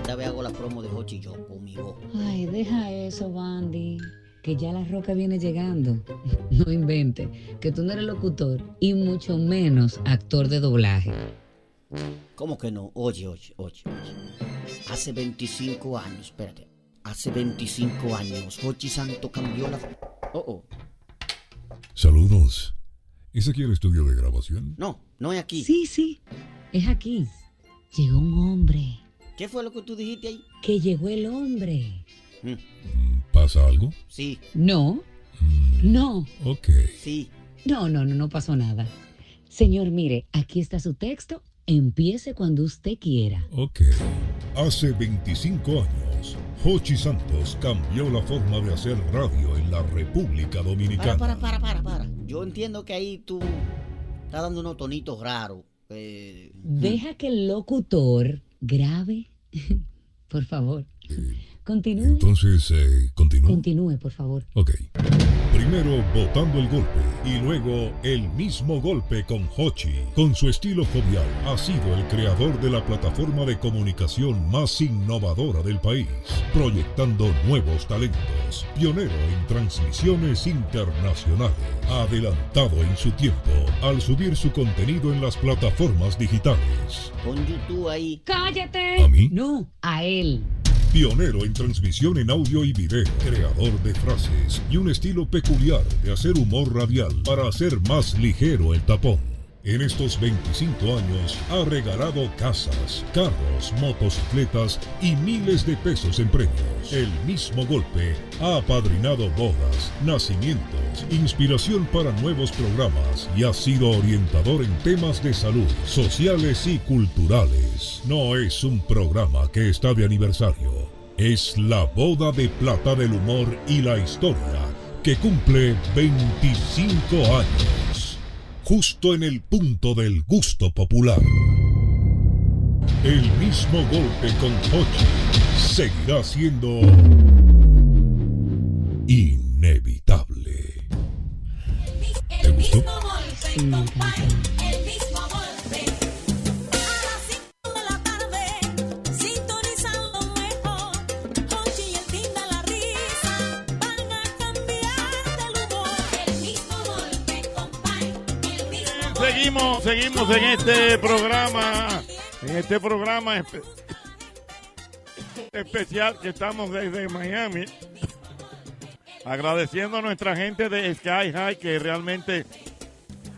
Esta vez hago la promo de Hochi yo con mi voz.
Ay, deja eso, Bandy. Que ya la roca viene llegando. No invente. Que tú no eres locutor y mucho menos actor de doblaje.
¿Cómo que no? Oye, oye, oye, oye. Hace 25 años, espérate. Hace 25 años, Hochi Santo cambió la. Oh, oh.
Saludos. ¿Es aquí el estudio de grabación?
No, no es aquí.
Sí, sí. Es aquí. Llegó un hombre.
¿Qué fue lo que tú dijiste ahí?
Que llegó el hombre.
Mm. ¿Pasa algo?
Sí.
No. No.
Ok.
Sí.
No, no, no, no pasó nada. Señor, mire, aquí está su texto. Empiece cuando usted quiera.
Ok. Hace 25 años, Hochi Santos cambió la forma de hacer radio en la República
Para,
Dominicana.
para, para, para, para. Yo entiendo que ahí tú estás dando unos tonitos raros. eh,
Deja que el locutor grabe. por favor. Continúe.
Entonces, eh, continúa.
Continúe, por favor.
Ok. Primero botando el golpe y luego el mismo golpe con Hochi. Con su estilo jovial, ha sido el creador de la plataforma de comunicación más innovadora del país, proyectando nuevos talentos, pionero en transmisiones internacionales, adelantado en su tiempo al subir su contenido en las plataformas digitales.
Pon YouTube ahí.
¡Cállate! ¿A
mí?
No, a él.
Pionero en transmisión en audio y video, creador de frases y un estilo peculiar de hacer humor radial para hacer más ligero el tapón. En estos 25 años ha regalado casas, carros, motocicletas y miles de pesos en premios. El mismo golpe ha apadrinado bodas, nacimientos, inspiración para nuevos programas y ha sido orientador en temas de salud, sociales y culturales. No es un programa que está de aniversario. Es la boda de plata del humor y la historia que cumple 25 años. Justo en el punto del gusto popular. El mismo golpe con Hochi seguirá siendo inevitable. ¿Te gustó?
El mismo golpe. A las 5 de la tarde, sintonizan lo mejor. Hochi y el fin de la risa van a cambiar del humor. El mismo golpe, compay. El mismo golpe.
Seguimos, seguimos en este programa, en este programa espe- especial que estamos desde Miami. Agradeciendo a nuestra gente de Sky High que realmente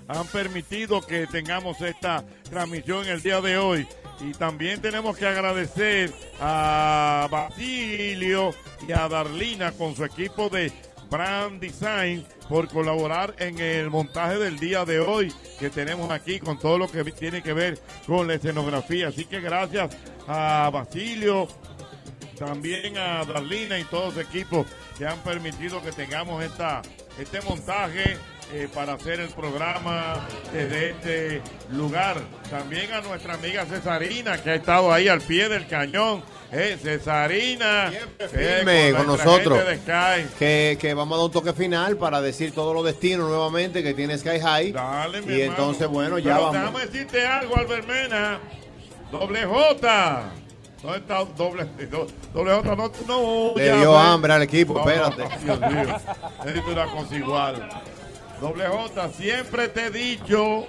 han permitido que tengamos esta transmisión el día de hoy. Y también tenemos que agradecer a Basilio y a Darlina con su equipo de Brand Design por colaborar en el montaje del día de hoy que tenemos aquí con todo lo que tiene que ver con la escenografía. Así que gracias a Basilio, también a Darlina y todos los equipos que han permitido que tengamos esta, este montaje eh, para hacer el programa desde este lugar. También a nuestra amiga Cesarina, que ha estado ahí al pie del cañón. Eh, Cesarina,
firme
eh,
con
nuestra
nosotros.
gente de Sky.
Que, que vamos a dar un toque final para decir todos los destinos nuevamente que tiene Sky High.
mi
y
hermano.
entonces, bueno, ya
Pero
vamos.
Déjame decirte algo, Albert Mena. Doble J. ¿Dónde está doble, do- doble J? No, no.
Le
ya, pues.
dio
ve.
hambre al equipo,
No,
espérate.
no, Dios mío. Es una cosa igual. Doble J, siempre te he dicho,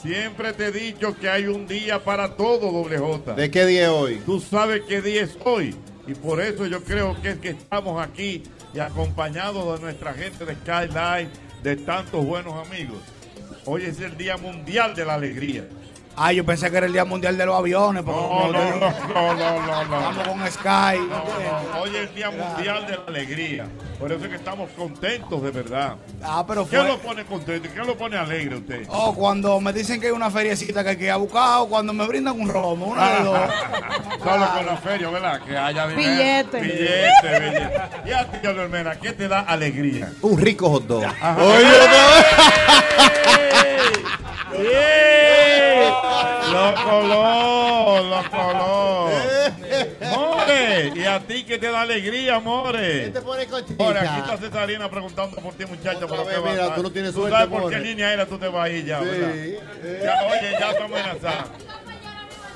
siempre te he dicho que hay un día para todo, Doble J.
¿De qué día es hoy?
Tú sabes qué día es hoy. Y por eso yo creo que es que estamos aquí y acompañados de nuestra gente de Skyline, de tantos buenos amigos. Hoy es el Día Mundial de la Alegría.
Ah, yo pensé que era el Día Mundial de los Aviones. porque
No,
como
no,
tenemos-
no, no, no, no, no.
Estamos con Sky.
No, no, Hoy es el Día Mundial de la Alegría. Por eso es que estamos contentos de verdad.
Ah, pero
¿Qué
fue-
lo pone contento? ¿Qué lo pone alegre usted?
Oh, cuando me dicen que hay una feriecita que hay que ir a buscar, o cuando me brindan un romo, una
Ah.
de dos.
Solo con la feria, ¿verdad? Que haya dinero.
Billete.
Billete, billete. Y a ti, Carlos Hermera, ¿qué te da alegría?
Un rico hot dog.
Ajá.
Oye,
¡Ey! Lo coló, lo coló. More, ¿y a ti qué te da alegría, More?
te pone cochita?
More, aquí está Cesarina preguntando por ti, muchacha. por lo
vez,
que va a
mira,
estar.
tú no tienes
Tú
suerte,
sabes por
More.
qué línea era tú te vas a ir ya,
Sí.
¿verdad? Ya, oye, ya está amenazada.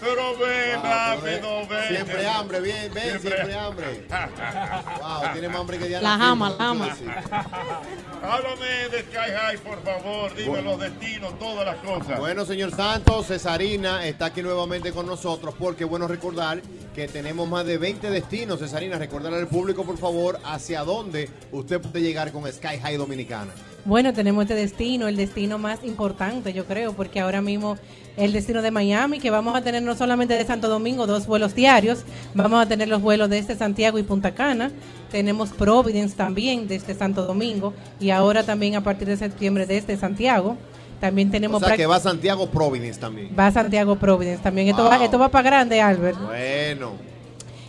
Pero ven
Ah, pero
rápido, ven.
Siempre hambre, bien, ven, siempre, hambre. wow, tiene más hambre que Diana.
La
Filmo,
ama, la
tú
ama.
sí.
Háblame de Sky High, por favor. Dime los destinos, todas las cosas.
Bueno, señor Santos, Cesarina está aquí nuevamente con nosotros porque bueno recordar que tenemos más de 20 destinos. Cesarina, recordarle al público, por favor, hacia dónde usted puede llegar con Sky High Dominicana.
Bueno, tenemos este destino, el destino más importante, yo creo, porque ahora mismo el destino de Miami, que vamos a tener no solamente de Santo Domingo dos vuelos diarios, vamos a tener los vuelos desde Santiago y Punta Cana, tenemos Providence también desde Santo Domingo y ahora también a partir de septiembre desde Santiago.
O
También tenemos
sea que
práct-
va a Santiago Providence también.
va a Santiago Providence también. Esto,
Wow.
va, esto va para grande, Albert.
Bueno.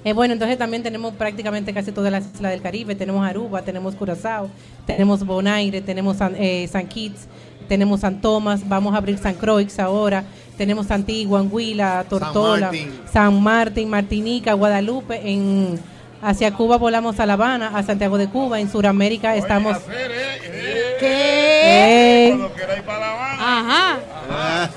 Eh, bueno, entonces también tenemos prácticamente casi todas las islas del Caribe. Tenemos Aruba, tenemos Curazao, tenemos Bonaire, tenemos San, eh, San Kitts, tenemos San Tomás, vamos a abrir San Croix ahora, tenemos Antigua, Anguila, Tortola,
Martín.
San Martín, Martinica, Guadalupe. En, hacia Cuba volamos a La Habana, a Santiago de Cuba. En Sudamérica estamos...
¿Qué?
Eh,
Ajá.
Ah.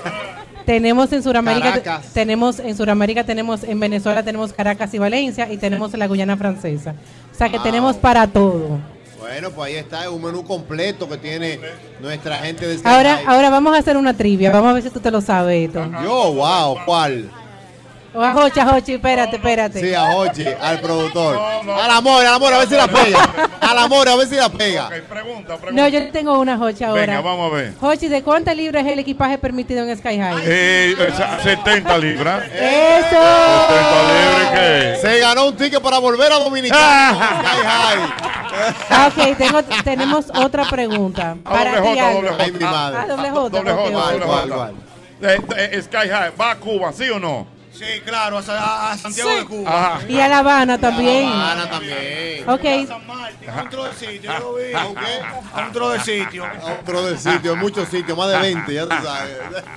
tenemos en Sudamérica,
Caracas.
tenemos en Sudamérica, tenemos en Venezuela, tenemos Caracas y Valencia y tenemos la Guyana Francesa. O sea que
Wow.
tenemos para todo.
Bueno, pues ahí está un menú completo que tiene nuestra gente de este Sky
Ahora,
High.
ahora vamos a hacer una trivia, vamos a ver si tú te lo sabes esto.
Yo, wow, ¿cuál?
O a Jochi, a Jochi, espérate, espérate.
Sí, a Ochi, al productor. Al amor, al amor, a ver si la pega. Al amor, a ver si la pega.
No, yo tengo una Jochi ahora.
Venga, vamos a ver.
Jochi, ¿de cuántas libras es el equipaje permitido en Sky High?
Eh, esa- 70 libras.
¡Eso!
Eh,
Se ganó un ticket para volver a Dominicana. Sky High.
Ah, ok, tengo, tenemos otra pregunta. Para
doble
ti,
J, doble
Albert.
J.
Ah, doble J,
Doble
ok,
J,
ok.
doble J. Eh, eh, Sky High, va a Cuba, ¿sí o no?
Sí, claro, a, a Santiago de Cuba.
Ajá.
Y a La Habana también. Ok.
Otro de sitio, yo lo vi. Otro de sitio.
Otro del sitio, en muchos sitios, más de 20, ya tú sabes.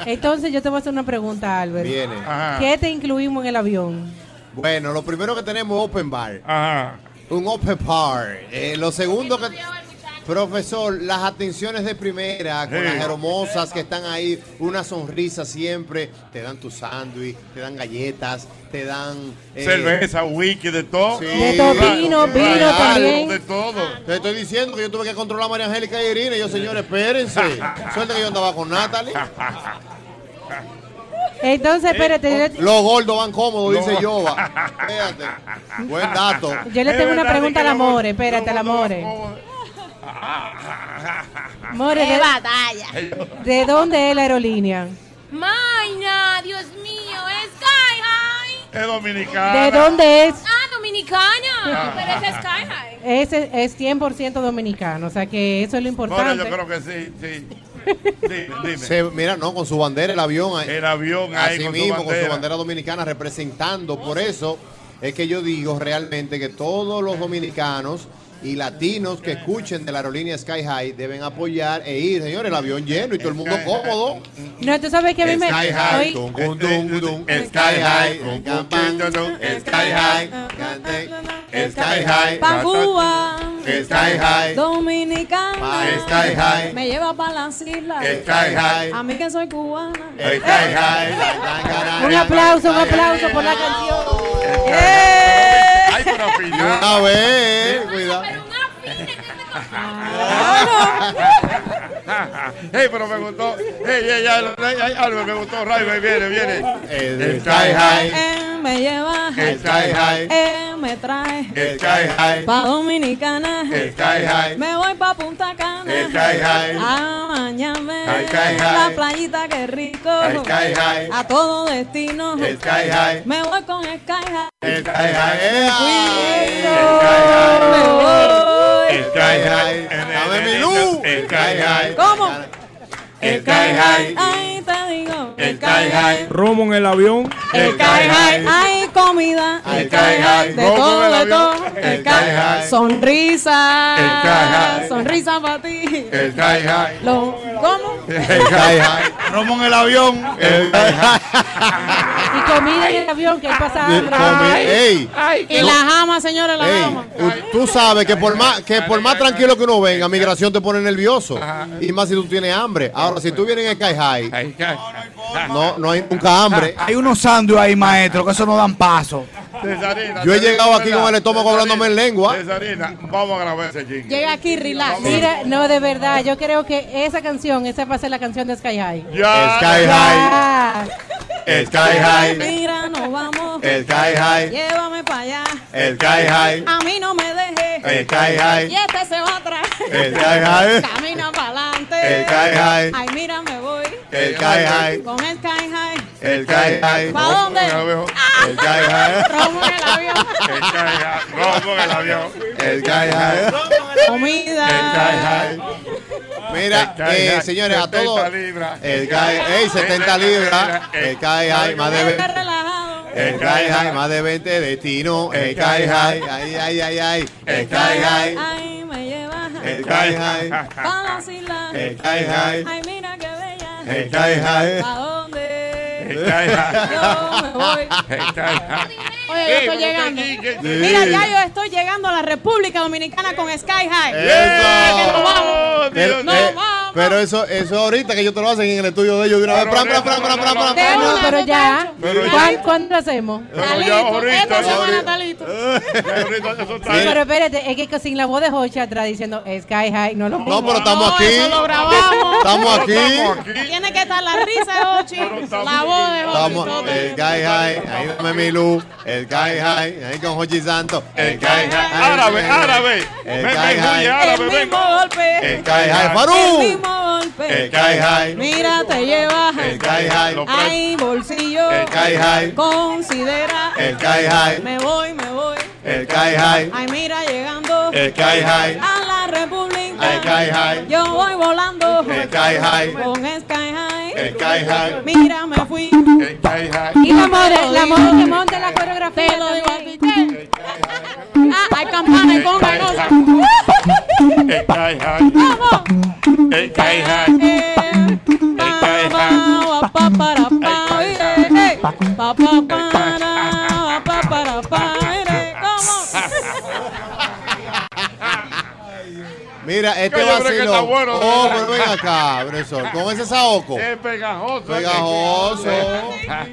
Entonces yo te voy a hacer una pregunta, Albert.
Viene. Ajá.
¿Qué te incluimos en el avión?
Bueno, lo primero que tenemos es open bar. Un open bar. Eh, lo segundo que... Profesor, las atenciones de primera, con
Sí.
las hermosas que están ahí, una sonrisa siempre, te dan tu sándwich, te dan galletas, te dan... eh,
Cerveza, whisky, de todo.
De todo, vino, vino
Claro,
también.
De todo.
Te estoy diciendo que yo tuve que controlar a María Angélica y a Irina. Y yo, señores, espérense. Suerte que yo andaba con Natalie.
Entonces, espérate. yo-
Los gordos van cómodos, dice
No.
yo. Espérate. Buen dato.
Yo le tengo una pregunta al Amore, espérate, al Amore. More,
¡Qué
de-
batalla!
¿De dónde es la aerolínea?
¡Maina! ¡Dios mío! ¡Es Sky High!
Es dominicana.
¿De dónde es?
¡Ah,
Ah.
dominicana! Pero es Sky High.
Es, es 100% dominicano, o sea que eso es lo
Bueno, yo
importante.
creo que sí, sí.
Se- mira, no, con su bandera, el avión. ahí.
El avión ahí
Así
con su
mismo, con su
bandera.
bandera dominicana, representando. Por eso es que yo digo realmente que todos los dominicanos y latinos que escuchen de la aerolínea Sky High deben apoyar e ir. Señores, el avión lleno y todo el mundo cómodo.
No, tú sabes que a mí me...
Sky High,
hoy-
dun, dun, dun, dun, Sky High, dun, dun, dun, dun, dun, Sky High, dun, dun, Sky High,
Pa' Cuba.
Sky High.
Dominicana.
Pa' Sky High.
Me lleva para las islas.
Sky High.
A mí que soy cubana.
Sky High.
Un aplauso, un aplauso por la canción.
Hay una opinión.
A
Pues,
ver, cuidado.
Hey, pero me gustó. Hey, hey, hey, hey, hey, Albert, me gustó. Ray, viene, viene.
Eh,
Sky High.
Eh, me lleva.
Sky High.
Eh, me trae.
Sky High.
Pa' Dominicana.
Sky High.
Me voy pa' Punta Cana.
Sky High.
A bañarme.
Sky
La
High.
playita, que rico.
Sky High.
A todo destino.
Sky High.
Me voy con Sky High.
Sky Eh. High.
Me voy.
Sky High. Dame mi luz. Sky High.
eh, ¿Cómo?
Sky High.
Ahí te digo.
Sky High.
Romo en el avión.
Hay comida. De
Romo
todo,
en el
de
avión.
todo. Sonrisa. Sonrisa para ti.
Sky High.
Lo- ¿Cómo?
Romo en el avión.
Eh,
Eh,
Y comida en el avión, que ahí pasa
De-
hambre.
comi- Ey.
Y la jama, señores, la
Ey,
jama.
u- tú sabes que por más que por más tranquilo que uno venga, migración te pone nervioso. Y más si tú tienes hambre. Ahora, si tú vienes en Sky High, no, no hay nunca hambre.
Hay unos sándwiches ahí, maestro, que eso no dan paso.
Cesarina,
Yo he llegado aquí
¿verdad?
con el estómago hablándome en lengua.
Cesarina, vamos a grabar ese jingle.
Llega aquí, relax. Mira, no, de verdad, yo creo que esa canción, esa va a ser la canción de Sky High.
Ya.
Sky High,
Ah,
Sky High,
Mira, nos vamos.
Sky High,
Llévame para allá.
Sky High.
A mí no me dejes.
El Kai Hai.
Y este esta se va atrás.
El Kai Hai.
Camina para adelante.
El Kai Hai.
Ay, mira, me voy.
El Kai Hai.
Con el Kai Hai.
El Kai Hai.
¿Pa' dónde?
El Kai Hai.
Romo en el avión.
El Kai Hai. Romo en el avión.
El Kai Hai.
Comida.
Mira,
El Kai
eh,
Hai.
señores, a
70
todos.
libras.
El Kai Hai. 70 libras. El Kai Hai. Más de 20. El Kai Hai. Más de 20 destino. El Kai Hai. Ay, ay, ay, ay. El Kai Hai.
Ay, me llevas.
El Kai Hai.
Pa' las islas.
El Kai Hai.
Ay, mira qué bella.
El Kai Hai.
¿Pa' dónde?
El Kai
Yo me voy.
El Kai Hai.
Oye, yo estoy llegando. Mira, ya yo estoy llegando a la República Dominicana con Sky High.
¡Eso!
Que nos vamos.
Pero,
No,
eh, pero eso, eso ahorita que ellos te lo hacen en el estudio de ellos de una vez. Pran, pran, pran, pran, pran, pran,
De
pran.
una, pero ya.
Pero ya.
¿Cuál- ¿Cuándo lo hacemos?
Pero ya ahorita,
esta
ya
semana
ahorita. Eh,
está listo.
Sí, pero espérate, es que sin la voz de Hocha atrás diciendo Sky High, no lo
No, pero estamos aquí.
Eso lo grabamos.
Estamos aquí.
Tiene que estar la risa de Ochi, la voz de Ochi.
Estamos, el Kai High, ahí dame mi luz, el Kai High, ahí con Jochi Santos, el Kai High.
Árabe, árabe.
El
Ven,
Kai
ven,
High.
Julia, árabe,
El
ven.
mismo golpe.
El Kai High, Farú.
El mismo golpe.
El Kai High.
Mira, te llevas.
El Kai High.
Ay, bolsillo.
El Kai High.
Considera.
El Kai High.
Me voy, me voy.
El Kai High.
Ay, mira, llegando.
El Kai High.
A la República.
El Kai High.
Yo voy volando.
El Kai High.
Con Sky High.
El Kai High.
Mira, me fui.
El Kai High.
Y la moda, la moda que monta la coreografía.
Te lo digo al piqué. Ah, hay campana y conga y cosas.
El Kai Hai. El Kai Hai. El Kai Hai.
Pa, pa, para, pa, ire, eh. Pa, pa, para, pa, para, pa, ire.
Mira, este
Que yo creo que está
vacilo.
bueno,
oh,
¿verdad?
pero ven acá, Bresol, con ese saoco.
Es pegajoso.
Pegajoso.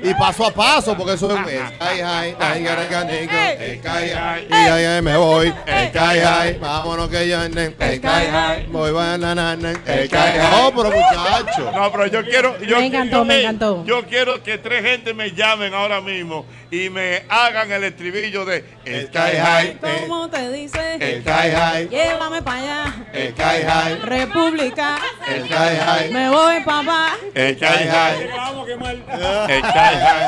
Y paso a paso, porque eso es. El Kai High. ay, gara, gara, gara, El Kai High. Y ahí ahí me voy. El Kai High. Vámonos que yo. El Kai High. Voy bananana. El Kai High. Oh, pero muchacho.
No, pero yo quiero. Yo,
Me encantó,
yo-
me
ey,
encantó.
Yo quiero que tres gente me llamen ahora mismo y me hagan el estribillo de El Kai Hai.
¿Cómo te dice?
El Kai Hai.
Llévame para allá.
El Kai High.
República.
El Kai High.
Me voy, papá.
El Kai Hai. El Kai Hai.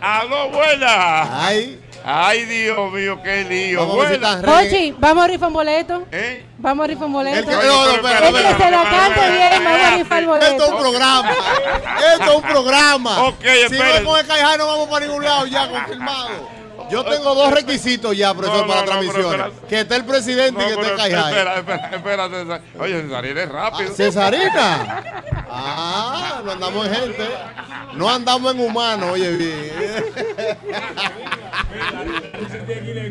¡Aló, buena!
¡Ay!
¡Ay, Dios mío, qué lío!
Vamos a
Buena.
visitar
Hochi, vamos a rifar un boleto.
¿Eh?
Vamos a rifar un boleto.
El- no, no,
Este
espera,
Es que
espera.
se lo cante bien, vamos a rifar el
Esto es un
boleto.
programa. Esto es un programa.
Ok,
si
espérate.
no con el Kai High no vamos para ningún lado ya, confirmado. Yo tengo dos requisitos ya, profesor,
No, no,
para
no, pero
transmisiones.
espera.
Que esté el presidente y que
No,
esté el
pero
Kai High. Ah,
espera, espera, espera, Cesar. Oye, Cesarín es rápido.
Cesarina. Ah, no andamos en gente. No andamos en humanos, oye bien.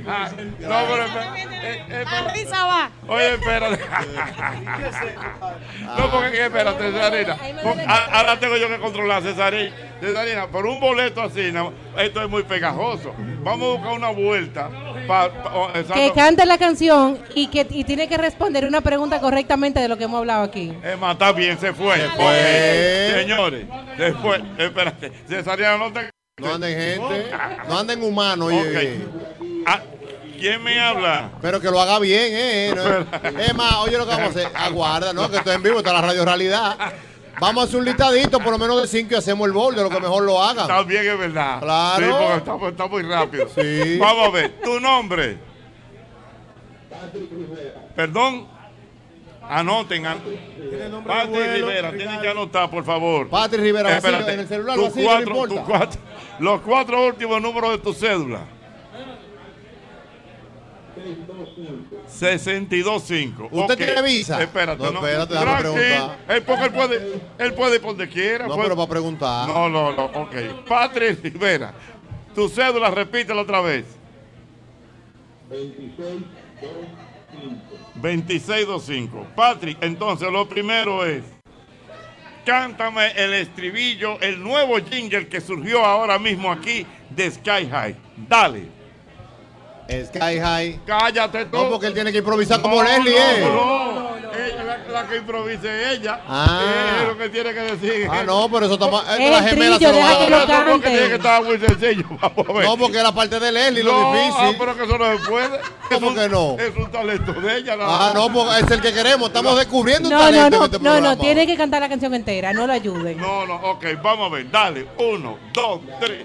Ah, no, pero espera. eh, eh,
La risa va.
Oye, espérate. no, porque espérate, Cesarina. Por- a- Ahora tengo yo que controlar, Cesarina. Cesarina, por un boleto así, no, esto es muy pegajoso. Vamos a buscar una vuelta. pa- pa- oh, exacto.
Que cante la canción y que y tiene que responder una pregunta correctamente de lo que hemos hablado aquí.
Eh, ma, está bien, se fue.
fue.
Ok, Señores, después, espérate. Cesarina, no te.
No anden gente. No anden humanos, oye
Ok.
bien.
Ah, ¿Quién me habla?
Pero que lo haga bien, ¿eh? eh, no- Es más, oye lo que vamos a hacer. Aguarda, ¿no? Que estoy en vivo, está la radio realidad. Vamos a hacer un listadito, por lo menos de cinco y hacemos el bol, de lo que mejor lo
Está
hagan.
bien, es verdad.
Claro.
Sí, porque está, está muy rápido.
Sí.
Vamos a ver, tu nombre. Perdón. Anoten. an- Patrick Rivera, tienen que anotar, por favor.
Patrick Rivera, vacilo
Espérate.
en el celular,
Tus
vacilo, no
cuatro,
importa.
tus cuatro- los cuatro últimos números de tu cédula.
então,
625.
¿Usted
Ok.
tiene visa?
Espérate,
No,
no.
espérate, déjame
Tranqui.
preguntar.
Él, porque él puede, él puede ir por donde quiera.
No,
puede-
pero para preguntar.
no, no, no, ok. Patrick Rivera, tu cédula, repítela otra vez. 2625. Patrick, entonces lo primero es, cántame el estribillo, el nuevo jingle que surgió ahora mismo aquí de Sky High. Dale.
Sky High.
Cállate tú.
No, porque él tiene que improvisar como
No,
Leslie,
no,
¿eh?
no, no. Ella- la que improvise es ella.
Ah.
Es lo que tiene que decir.
Ah, no, pero eso está más-
Es
eh, la gemela se lo va a dar.
No, porque tiene que estar muy sencillo. Vamos a ver.
No, porque la parte de Leslie, lo
No,
difícil.
ah, pero que eso no se puede.
¿Cómo
Es
que
un-
no?
Es un talento de ella. nada
Ah,
más.
no, porque es el que queremos. Estamos descubriendo un
No, no,
talento en
no,
este
no,
programa.
no, tiene que cantar la canción entera, no lo ayuden.
No, no, ok, vamos a ver. Dale, uno, dos, tres.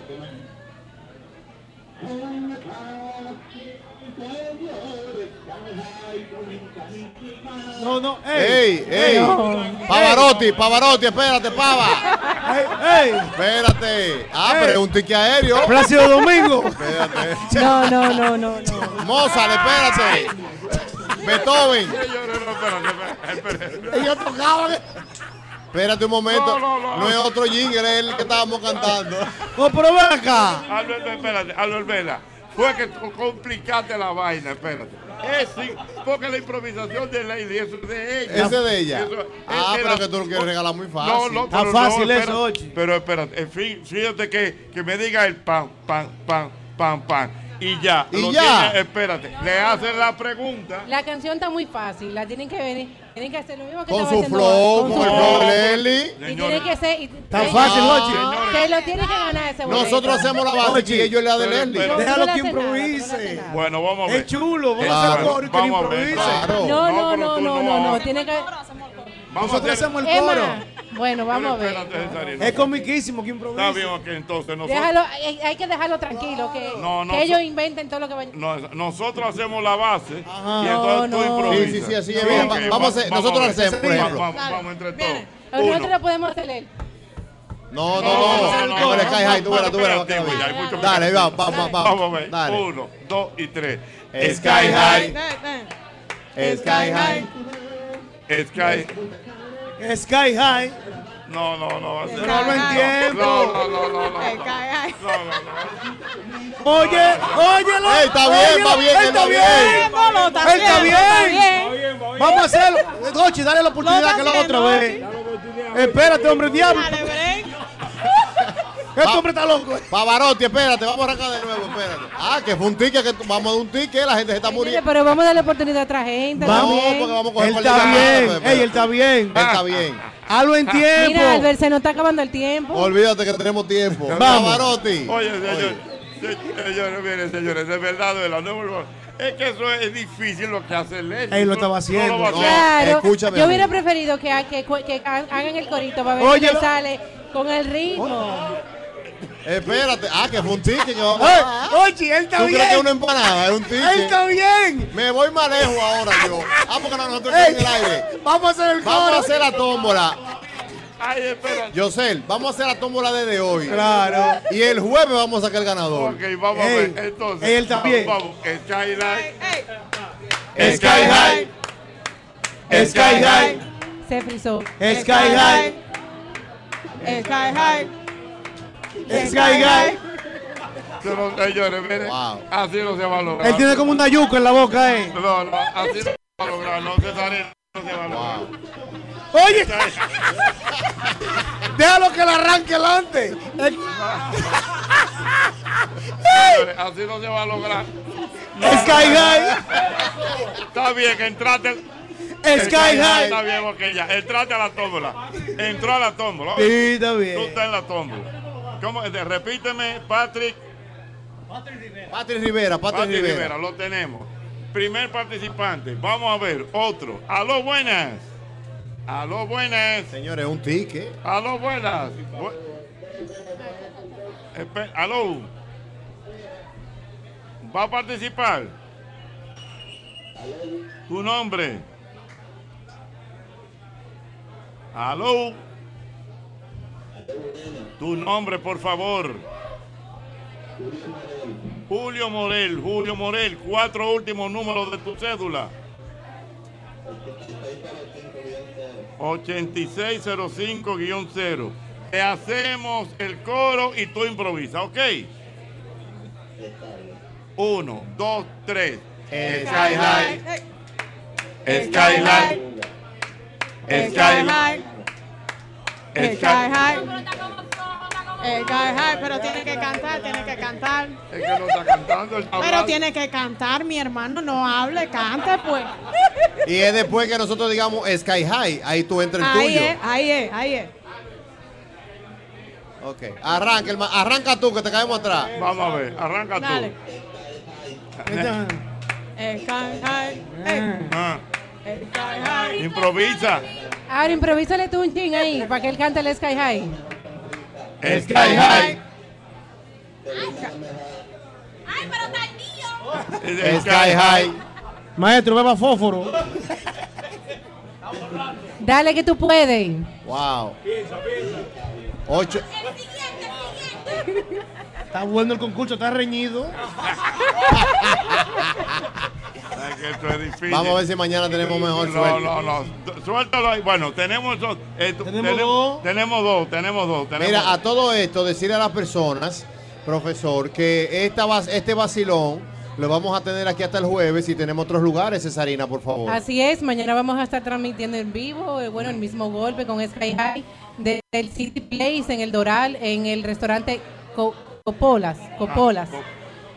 No, no,
¡Ey, ey! Pavarotti, Pavarotti, espérate, pava. ¡Ey, Espérate. Ah, pero es un tique aéreo.
Plácido Domingo.
Espérate.
No, no, no, no,
Mozart, espérate. Beethoven.
Ellos tocaban.
Espérate un momento.
No, no, no.
No es otro jingle, es el que estábamos cantando.
¡No, pero ven acá!
Alberto, espérate, Albert Vela. Fue que tú complicaste la vaina, espérate. Es sí, porque la improvisación de Lady eso es de ella.
Ese es de ella.
Eso-
Ah,
ese
pero
era-
que tú lo quieres regalar muy fácil.
No, no,
Está
pero
fácil
no,
eso,
espérate, Pero espérate, en fin, fíjate que, que me diga el pan, pan, pan, pan, pan. Y ya.
Y
lo
ya.
tiene- espérate, le hacen la pregunta.
La canción está muy fácil, la tienen que venir, tienen que hacer lo mismo que
Con
estaba
su
haciendo
flow,
Bob,
con el
su
flow
flow.
de Lely.
Y tiene que ser. y-
Tan fácil, Jochi.
Se lo tiene que ganar ese boleto.
Nosotros hacemos la base y ellos la de Leslie.
Pero- Déjalo que
improvise.
Bueno, vamos a ver.
Es chulo, vamos
Claro.
a hacer coro y que
Vamos a ver,
improvise.
claro.
No, no,
pero
no,
tú
no, no, no, tiene que.
Vamos
Nosotros
a hacer-
hacemos el
Emma,
coro.
Bueno, vamos a ver.
Es comiquísimo que improvise.
Está bien, ok, entonces nosotros.
Déjalo, hay, hay que dejarlo tranquilo, que,
No, no,
que ellos
so-
inventen todo lo que vayan.
No, nosotros hacemos la base y entonces tú
no.
improvisas.
Sí, sí, sí, así es.
Ok,
Mira, va-
va-
vamos a hacer- nosotros
ver.
hacemos, por
Va-
ejemplo.
Vamos, vamos entre todos.
Nosotros lo podemos hacer él.
No, no, no. Tú verás, Kai, Kai, tú verás, tú verás.
Espérate, güey, hay mucho-
Dale, vamos, vamos,
Vamos a
vamos.
ver.
Dale.
Uno, dos y tres.
Sky High. Sky High.
Sky.
Sky High.
No, no, no. va a ser-
No lo entiendo.
No, no, no, no, no.
Oye, óyelo.
Él está bien,
óyelo,
va bien,
él está bien.
Manolo, está
Él está
bien, está
bien. Vamos a hacerlo. Jochi, dale la oportunidad que lo haga otra vez. Espérate, hombre, eh. diablo. Este hombre está loco.
Pavarotti, espérate, vamos a arrancar de nuevo, espérate. Ah, que fue un ticket, que vamos a dar un ticket, la gente se está
Oye,
muriendo.
Pero vamos a darle oportunidad a otra gente.
Vamos,
también.
porque vamos a coger
Él
par de
está
llamadas,
bien.
pues, pero-
Ey, él está bien.
Él está bien.
Hazlo
Ah.
en tiempo.
Ah, Mira, Albert, se nos está acabando el tiempo.
Olvídate que tenemos tiempo.
Vamos.
Pavarotti.
Oye, señor, se- señores, miren, señores, de verdad, de verdad, no me lo- Es que eso es difícil lo que hace Lenny.
Él lo
No-
estaba
No,
haciendo.
lo va a
No,
hacer.
Claro, yo hubiera preferido que, que- que hagan el corito para ver
Oye,
Oye,
lo-
sale con el
Oh.
ritmo.
Espérate, ah, que fue un ticket que vamos a dar.
Oye, él está
¿Tú crees que es una
bien.
empanada? Es un ticket.
Él está bien.
Me voy más lejos ahora yo. Ah, porque no, nosotros
Ey,
en el aire.
Vamos a hacer el
Vamos a
coro.
hacer la tómbola.
Ay, espera.
Yosel, vamos a hacer la tómbola desde hoy.
Claro.
Y el jueves vamos a sacar el ganador.
Ok, vamos a
Ey,
ver. Entonces,
él también.
Vamos, vamos. Skyline.
Sky High. Sky High.
Se frizó.
Sky High.
Sky High.
Sky High.
Pero, señores, miren, así no se va a lograr.
Él tiene como un dayuco en la boca, eh.
No, no, así no se va a lograr. No, Cesarino, no se va a lograr.
Oye, déjalo que le arranque adelante.
Señores, así no se va a lograr.
Sky High.
Está bien, entrate.
Sky High.
Está bien, ok, ya. Entrate a la tómbola. Entró a la tómbola.
Sí, está
Tú
bien.
estás en la tómbola. ¿Cómo? Eh, Repíteme, Patrick.
Patrick Rivera, Patrick,
Patrick
Rivera.
Rivera, lo tenemos. Primer participante. Vamos a ver, otro. Aló, buenas. Aló, buenas.
Señores, un ticket.
Aló, buenas. Bu- Espe- Aló. ¿Va a participar? ¿Tu nombre? Aló. Tu nombre, por favor. Julio Morel, Julio Morel, cuatro últimos números de tu cédula. 8605-0. Te hacemos el coro y tú improvisas, ¿ok? Uno, dos, tres. Sky High. Sky High. Sky High. Sky High.
Eh, Sky High, pero tiene que cantar, tiene que cantar.
Es que no está cantando. Está
Pero tiene que cantar, mi hermano, no hable, cante pues.
Y es después que nosotros digamos Sky High, ahí tú entras el
Ahí
tuyo.
es, ahí es, ahí
Eh,
es.
Ok. Arranca, hermano. Arranca tú, que te caemos atrás.
Vamos a ver, arranca tú.
Dale. Eh, Sky High, eh,
Ah,
eh, Sky High.
improvisa.
Ahora improvísale tú un ching ahí para que él cante el Sky High.
Sky High.
Eh, Sky High.
Maestro, beba fósforo.
Dale que tú puedes.
Wow. Ocho.
Está bueno el concurso, está reñido.
Es que esto es difícil.
Vamos a ver si mañana tenemos mejor
No,
suerte.
no, no. Suéltalo ahí. Bueno, tenemos dos. eh, tú-
Tenemos
tenem-
dos.
Tenemos dos, tenemos dos. tenemos
Mira,
dos.
a todo esto, decir a las personas, profesor, que esta, vas- este vacilón lo vamos a tener aquí hasta el jueves y tenemos otros lugares, Cesarina, por favor.
Ah,
Así es, mañana vamos a estar transmitiendo en vivo, eh, bueno, el mismo golpe con Sky High desde el City Place en el Doral, en el restaurante Co- Copolas,
Ah,
Copolas.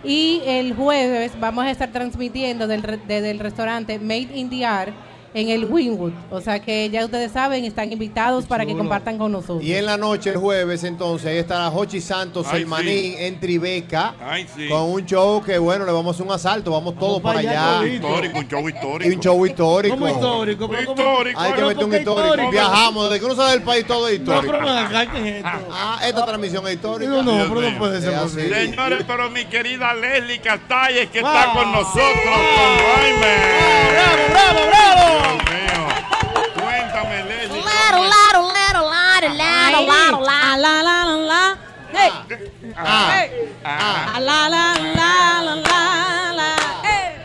Y el jueves vamos a estar transmitiendo del re- desde el restaurante Made in the Art en el Winwood. O sea que ya ustedes saben, están invitados para que compartan con nosotros.
Y en la noche, el jueves, entonces, ahí estará Jochi Santos,
Ay,
el manín,
sí.
en Tribeca,
Ay, sí.
con un show que, bueno, le vamos a hacer un asalto, vamos, todos para allá.
Histórico, un show
Y
histórico.
un show histórico.
¿Cómo histórico? ¿Pero cómo? Histórico.
Hay que
Pero
meter un
¿por qué
histórico.
histórico?
Viajamos, desde que uno sale del país todo es histórico.
pero ven
Ah, esta transmisión es histórica.
No, no, pero
no puede ser
Señores, pero mi querida Leslie Castalles que está con nosotros, con Jaime.
¡Bravo, bravo!
Cuéntame, Leslie.
Laro, laro, laro, laro, laro, laro,
Ah,
laro.
la, la, la, la. Hey. Hey. Ah, la, la, la, la, la, la. Hey.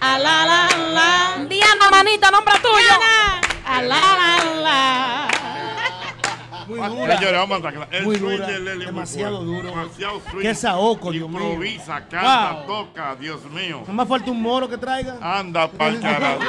Ah, la, la, la.
Diana, manita, nombre tuyo.
Ah, la, la, la.
Muy
dura. Señores, vamos a atacar. El
Muy
swing
dura.
de Leslie es muy
Demasiado
fuerte,
duro.
Demasiado swing.
Qué saoco, Dios mío.
Improvisa, canta,
Wow.
toca, Dios mío.
Nada más falta un moro que traiga.
Anda pa'l carajo.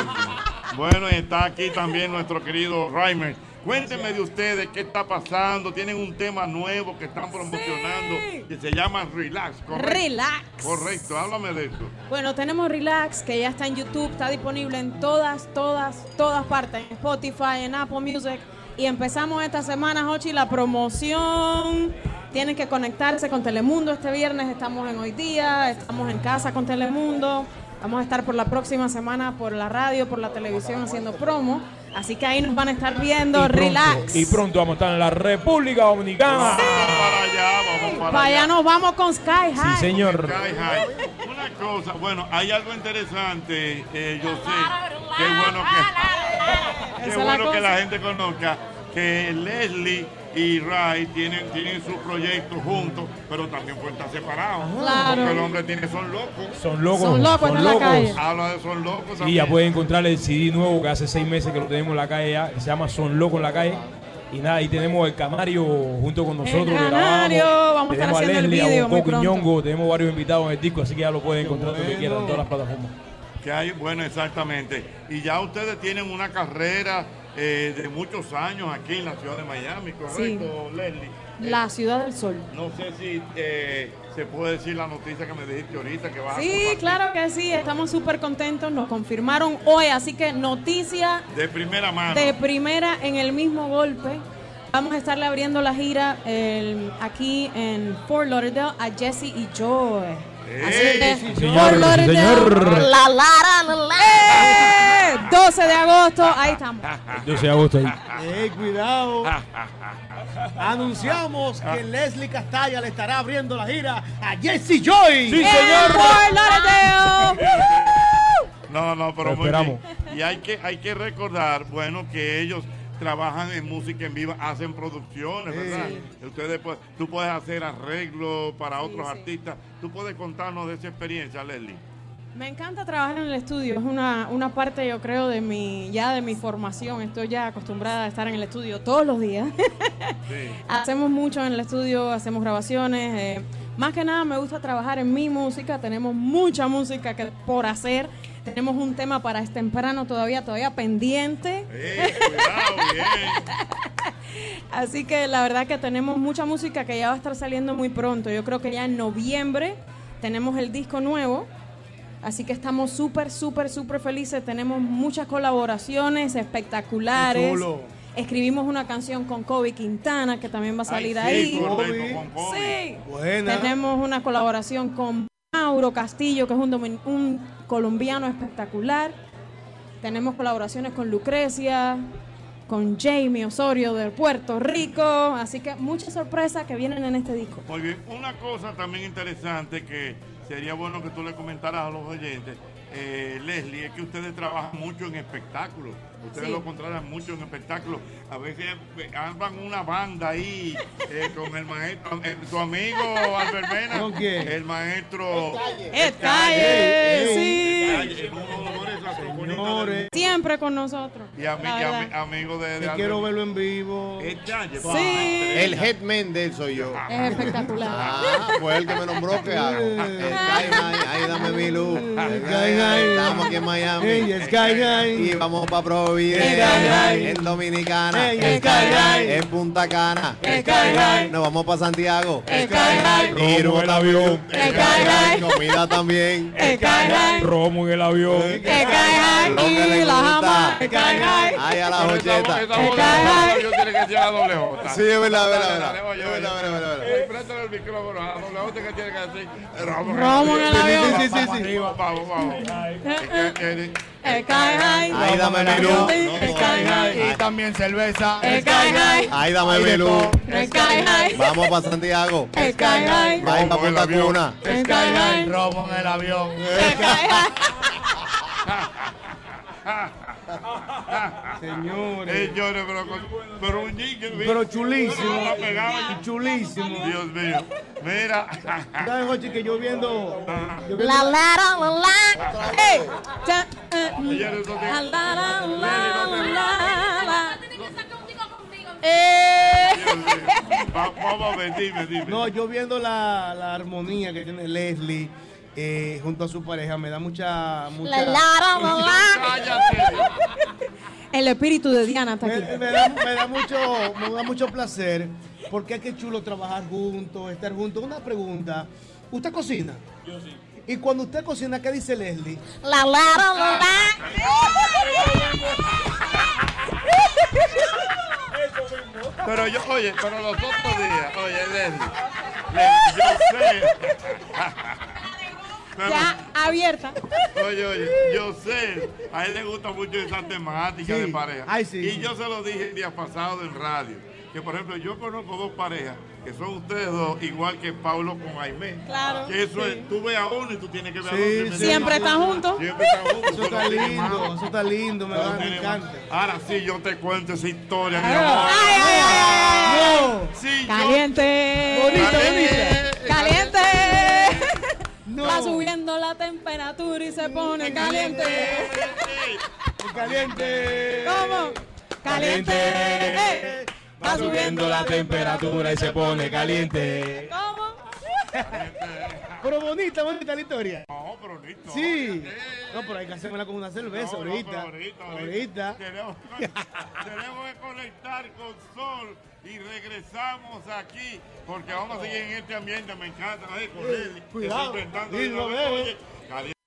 Bueno, y está aquí también nuestro querido Reimer. Cuéntenme de ustedes qué está pasando. Tienen un tema nuevo que están promocionando que se llama Relax, ¿correcto?
Relax.
Correcto, háblame de eso.
Bueno, tenemos Relax, que ya está en YouTube, está disponible en todas, todas, todas partes, en Spotify, en Apple Music. Y empezamos esta semana, Hochi, la promoción. Tienen que conectarse con Telemundo este viernes, estamos en hoy día, estamos en casa con Telemundo. Vamos a estar por la próxima semana por la radio, por la televisión haciendo promo. Así que ahí nos van a estar viendo.
pronto-
Relax.
Y pronto vamos a estar en la República Dominicana.
Para allá nos vamos con Sky High.
Sí, señor.
Ay, ay. Una cosa, bueno, hay algo interesante, eh, yo sé. Qué bueno que, qué
Esa es la
bueno que
cosa.
la gente conozca que Leslie y Ray tienen, tienen su proyecto juntos, pero también pueden estar separados.
Claro.
Porque el hombre tiene son locos.
Son locos, Son locos, son está en la locos. calle.
Habla de son locos.
Y
también.
ya pueden encontrar el CD nuevo que hace seis meses que lo tenemos en la calle ya, que se llama Son Loco en la calle. Y nada, ahí tenemos el Canario junto con nosotros. que
Canario,
grabamos.
vamos a estar
tenemos
haciendo el
Leslie,
video
a
muy
Bonco
pronto.
Ñongo, tenemos varios invitados en el disco, así que ya lo pueden encontrar donde quieran, en todas las plataformas.
Que hay, bueno, exactamente. Y ya ustedes tienen una carrera eh, de muchos años aquí en la ciudad de Miami, ¿correcto, Leslie?
La Ciudad del Sol.
No sé si eh, se puede decir la noticia que me dijiste ahorita que vas
Sí, claro que sí, estamos súper contentos, nos confirmaron hoy, así que noticia
de primera mano.
de primera en el mismo golpe. Vamos a estarle abriendo la gira el- aquí en Fort Lauderdale a Jesse y Joe. Así que
sí,
Fort
señor, sí,
Lauderdale,
señor.
la, la, la, la, la. ¡Eh! 12 de agosto, ahí estamos.
Yo soy Augusto ahí.
Eh,
Ey, cuidado.
Ah,
Anunciamos que Leslie Castalla le estará abriendo la gira a Jesse Joy.
Sí, señor.
Fort
No, no, pero
Lo
muy bien. Y hay que, hay que recordar, bueno, que ellos trabajan en música en vivo, hacen producciones, ¿verdad? Ustedes, pues, tú puedes hacer arreglos para otros artistas. Tú puedes contarnos de esa experiencia, Leslie.
Me encanta trabajar en el estudio, es una, una parte yo creo de mi, ya de mi formación, estoy ya acostumbrada a estar en el estudio todos los días. hacemos mucho en el estudio, hacemos grabaciones, eh, más que nada me gusta trabajar en mi música, tenemos mucha música que, por hacer, Tenemos un tema para este temprano todavía, todavía pendiente. Así que la verdad que tenemos mucha música que ya va a estar saliendo muy pronto. Yo creo que ya en noviembre tenemos el disco nuevo. Así que estamos súper, súper, súper felices. Tenemos muchas colaboraciones espectaculares.
Qué chulo.
Escribimos una canción con Kobe Quintana que también va a salir
Ay, sí,
ahí.
correcto, con
Sí.
Buena.
Tenemos una colaboración con Mauro Castillo, que es un, domin- un colombiano espectacular. Tenemos colaboraciones con Lucrecia, con Jamie Osorio de Puerto Rico. Así que muchas sorpresas que vienen en este disco.
Muy bien, una cosa también interesante que sería bueno que tú le comentaras a los oyentes, eh, Leslie, es que ustedes trabajan mucho en espectáculos. Ustedes
Sí.
lo contratan mucho en espectáculos. A veces eh, arman una banda ahí eh, con el maestro, eh, tu amigo Albert Mena.
¿Con quién?
El maestro.
Ed Calle,
Ed
sí.
Calle, es uno de los mejores saxofonistas del mundo.
Siempre con nosotros.
Y, ami-
la
y ami-
verdad.
amigo de, de
Te
Albert
quiero
Mena.
verlo en vivo.
Ed Calle,
Sí.
El headman de él soy yo.
Es espectacular.
Ah, fue el que me nombró que hago. El Sky High, ahí dame mi luz. El Sky High, Estamos aquí en Miami. Eh,
Ey, el Sky
Y vamos para Providencia.
Sky High.
En Dominicana.
Ey, el Sky High.
En Punta Cana. Nos vamos para Santiago.
Romo en el avión.
Comida también. Eh,
Romo en el avión.
Ah,
Lo que le gusta. Ahí a la jocheta.
Yo tiene que ser a doble J.
Sí, es verdad, es verdad, es verdad.
Dale, dale, dale, dale, dale. Eh, préstale el micrófono a doble J que tiene que decir.
Romo en el avión.
Sí, sí, sí, sí. Arriba, vamos, vamos. Eh, eh,
El Sky High.
Ahí dame mi luz.
El Sky High. Y también cerveza.
El Sky High.
Ahí dame mi luz.
El Sky High.
Vamos para Santiago.
El Sky High.
Ahí para Punta Cana.
Sky High. Robo en el avión.
Señores. Señores, pero, con- pero un jean que-
Pero chulísimo.
La pegaba.
Chulísimo.
Dios mío. Mira.
¿Sabes, Jochi, que yo viendo. yo viendo-
La, la, la, la,
la. Ey. Ya, eh,
Señores, no te-
la, la, la, la, la, la.
Vamos a ver, dime, dime.
No, yo viendo la, la armonía que tiene Leslie eh, junto a su pareja, me da mucha. mucha
El espíritu de Diana está aquí.
me, da, me da mucho, me da mucho placer porque es que es chulo trabajar juntos, estar juntos. Una pregunta: ¿Usted cocina? Yo sí. Y cuando usted cocina, ¿qué dice Leslie?
La, la, la, la,
Pero yo, oye, pero los otros días, oye, Leslie, Leslie, yo sé. Pero-
Ya abierta.
Oye, oye, yo sé, a él le gusta mucho esa temática de pareja. Y yo se lo dije el día pasado en radio, que por ejemplo yo conozco dos parejas, que son ustedes dos, igual que Pablo con Aimé.
Claro,
Que eso
sí.
es, tú ves a uno y tú tienes que ver
Sí,
a otro.
sí. Siempre están juntos.
Siempre están juntos.
Eso está
son los hermanos.
lindo, eso está lindo, me,
Son
da- me
hermanos.
encanta.
Ahora sí yo te cuento esa historia, mi
Ay,
amor.
ay, ay,
ay,
Sí, yo-
Caliente.
Bonito,
Caliente.
bonito.
Caliente. Va subiendo la temperatura y se pone caliente.
Caliente.
¿Cómo? Caliente. Eh, Va subiendo la
temperatura y se pone caliente.
Pero bonita, bonita la historia.
No, pero ahorita.
Sí. No, pero hay que hacérmela con una cerveza ahorita. ahorita.
Tenemos, tenemos que conectar con Sol y regresamos aquí porque vamos a seguir en este ambiente. Me encanta. Ay, con él.
Cuidado.
Estoy inventando.
Sí, lo veo,
Oye, caliente.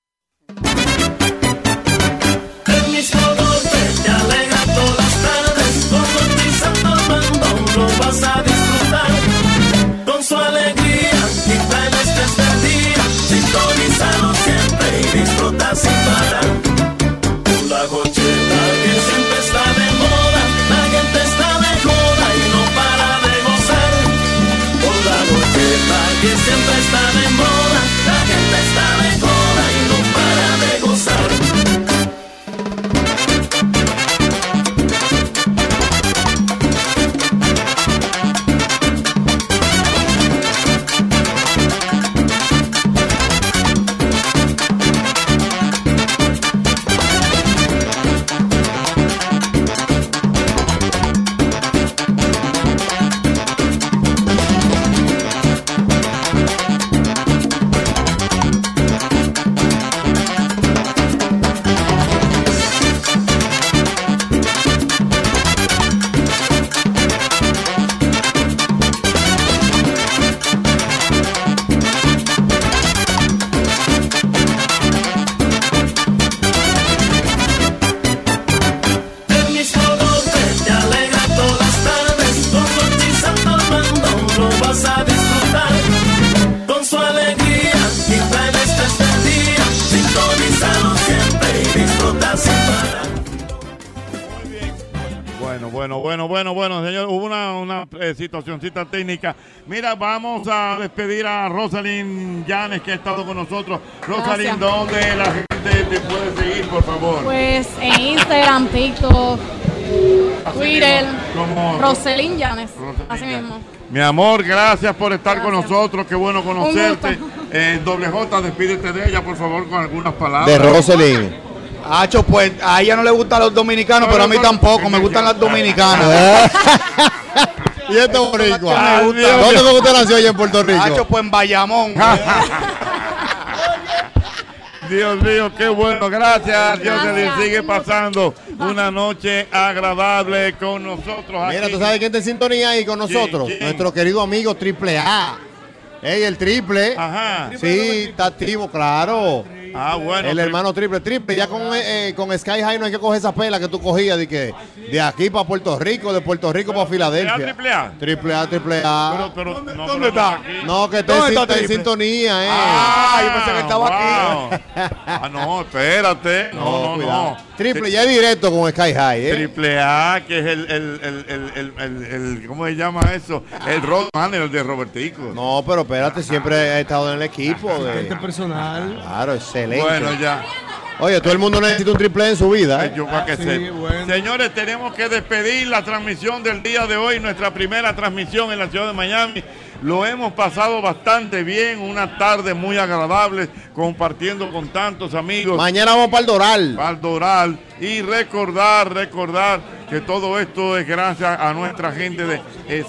En mis fotos te alegra todas tardes, con risa tomando lo vas a disfrutar. Con su alegría, quita el estrés del este día, sintonízalo siempre y disfruta sin parar. Con la gocheta que siempre está de moda, la gente está de joda y no para de gozar. Con la gocheta que siempre está de moda, la gente está de joda y no
señor, hubo una, una eh, situacioncita técnica. Mira, vamos a despedir a Rosalind Llanes, que ha estado con nosotros. Rosalind,
Gracias.
¿dónde la gente te puede seguir, por favor?
Pues en Instagram, TikTok,
Así
Twitter,
mismo, como-
Roselyn Llanes, así mismo.
Mi amor, gracias por estar con nosotros. Qué bueno conocerte. Eh, Doble J, despídete de ella, por favor, con algunas palabras.
De Roselyn.
Hacho, pues a ella no le gustan los dominicanos, pero a mí tampoco, me gustan las dominicanas.
y esto es
Me
boricua.
gusta.
¿Dónde fue que usted nació allá en Puerto Rico?
Hacho, pues en Bayamón.
Ah.
Dios mío, qué bueno. Gracias. Dios que le sigue pasando una noche agradable con nosotros.
Mira,
aquí.
tú sabes que está en sintonía ahí con nosotros. Nuestro querido amigo Triple A. Ey, el triple.
Ajá.
Sí, está activo, claro.
Ah, bueno.
El hermano triple, triple. Ya con, eh, eh, con Sky High no hay que coger esa pela que tú cogías de que de aquí para Puerto Rico, de Puerto Rico para Filadelfia.
triple A?
Triple A, triple A.
Pero, pero, ¿Dónde, no,
¿Dónde está? No, que está, en, sin-
¿Dónde está
está en
triple?
sintonía, eh.
Ah, yo pensé que estaba aquí. Ah, no, espérate. No, no, no.
Cuidado. Triple, ya es directo con Sky High, eh.
Triple A, que es el, el, el, el, el, el- el- ¿cómo se llama eso? El road manager de Robertico.
No, pero espérate, siempre ha estado en el equipo. De...
personal.
Claro, excelente.
Bueno, ya.
Oye, todo el mundo necesita un triple en su vida. ¿eh?
Yo pa' Ah, que sepa. Señores, tenemos que despedir la transmisión del día de hoy, nuestra primera transmisión en la ciudad de Miami. Lo hemos pasado bastante bien, una tarde muy agradable, compartiendo con tantos amigos.
Mañana vamos para el Doral.
Para el Doral. Y recordar, recordar que todo esto es gracias a nuestra gente de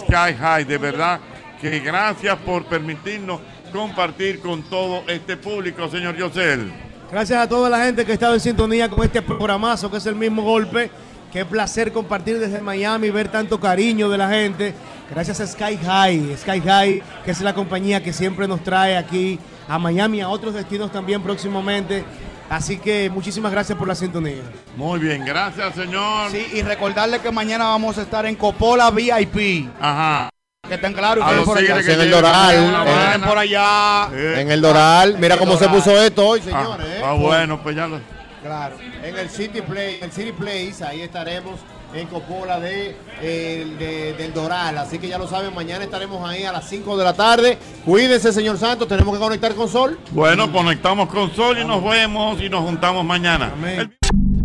Sky High. De verdad que gracias por permitirnos compartir con todo este público, señor Yosel.
Gracias a toda la gente que ha estado en sintonía con este programazo, que es el mismo golpe. Qué placer compartir desde Miami, ver tanto cariño de la gente. Gracias a Sky High, Sky High, que es la compañía que siempre nos trae aquí a Miami, a otros destinos también próximamente. Así que muchísimas gracias por la sintonía.
Muy bien, gracias, señor.
Sí, y recordarle que mañana vamos a estar en Copola VIP.
Ajá.
Que están claros
A
ustedes
los
por allá.
tigres que En el llegan Doral, a La Habana.
Vayan por allá.
En el Doral. Mira cómo se puso esto hoy,
Ah,
señores. ¿eh?
ah, bueno, pues ya lo.
Claro. En el City Play, en el City Place, ahí estaremos en Copola de, eh, de- del Doral. Así que ya lo saben, mañana estaremos ahí a las 5 de la tarde. Cuídense, señor Santos, tenemos que conectar con Sol.
Bueno, conectamos con Sol y nos vemos y nos juntamos mañana.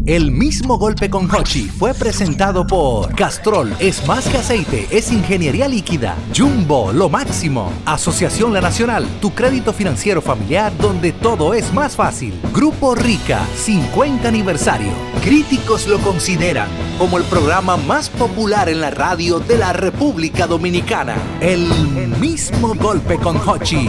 El mismo golpe con Hochi fue presentado por Castrol, es más que aceite, es ingeniería líquida. Jumbo, lo máximo. Asociación La Nacional, tu crédito financiero familiar donde todo es más fácil. Grupo Rica, 50 aniversario. Críticos lo consideran como el programa más popular en la radio de la República Dominicana. El mismo golpe con Hochi.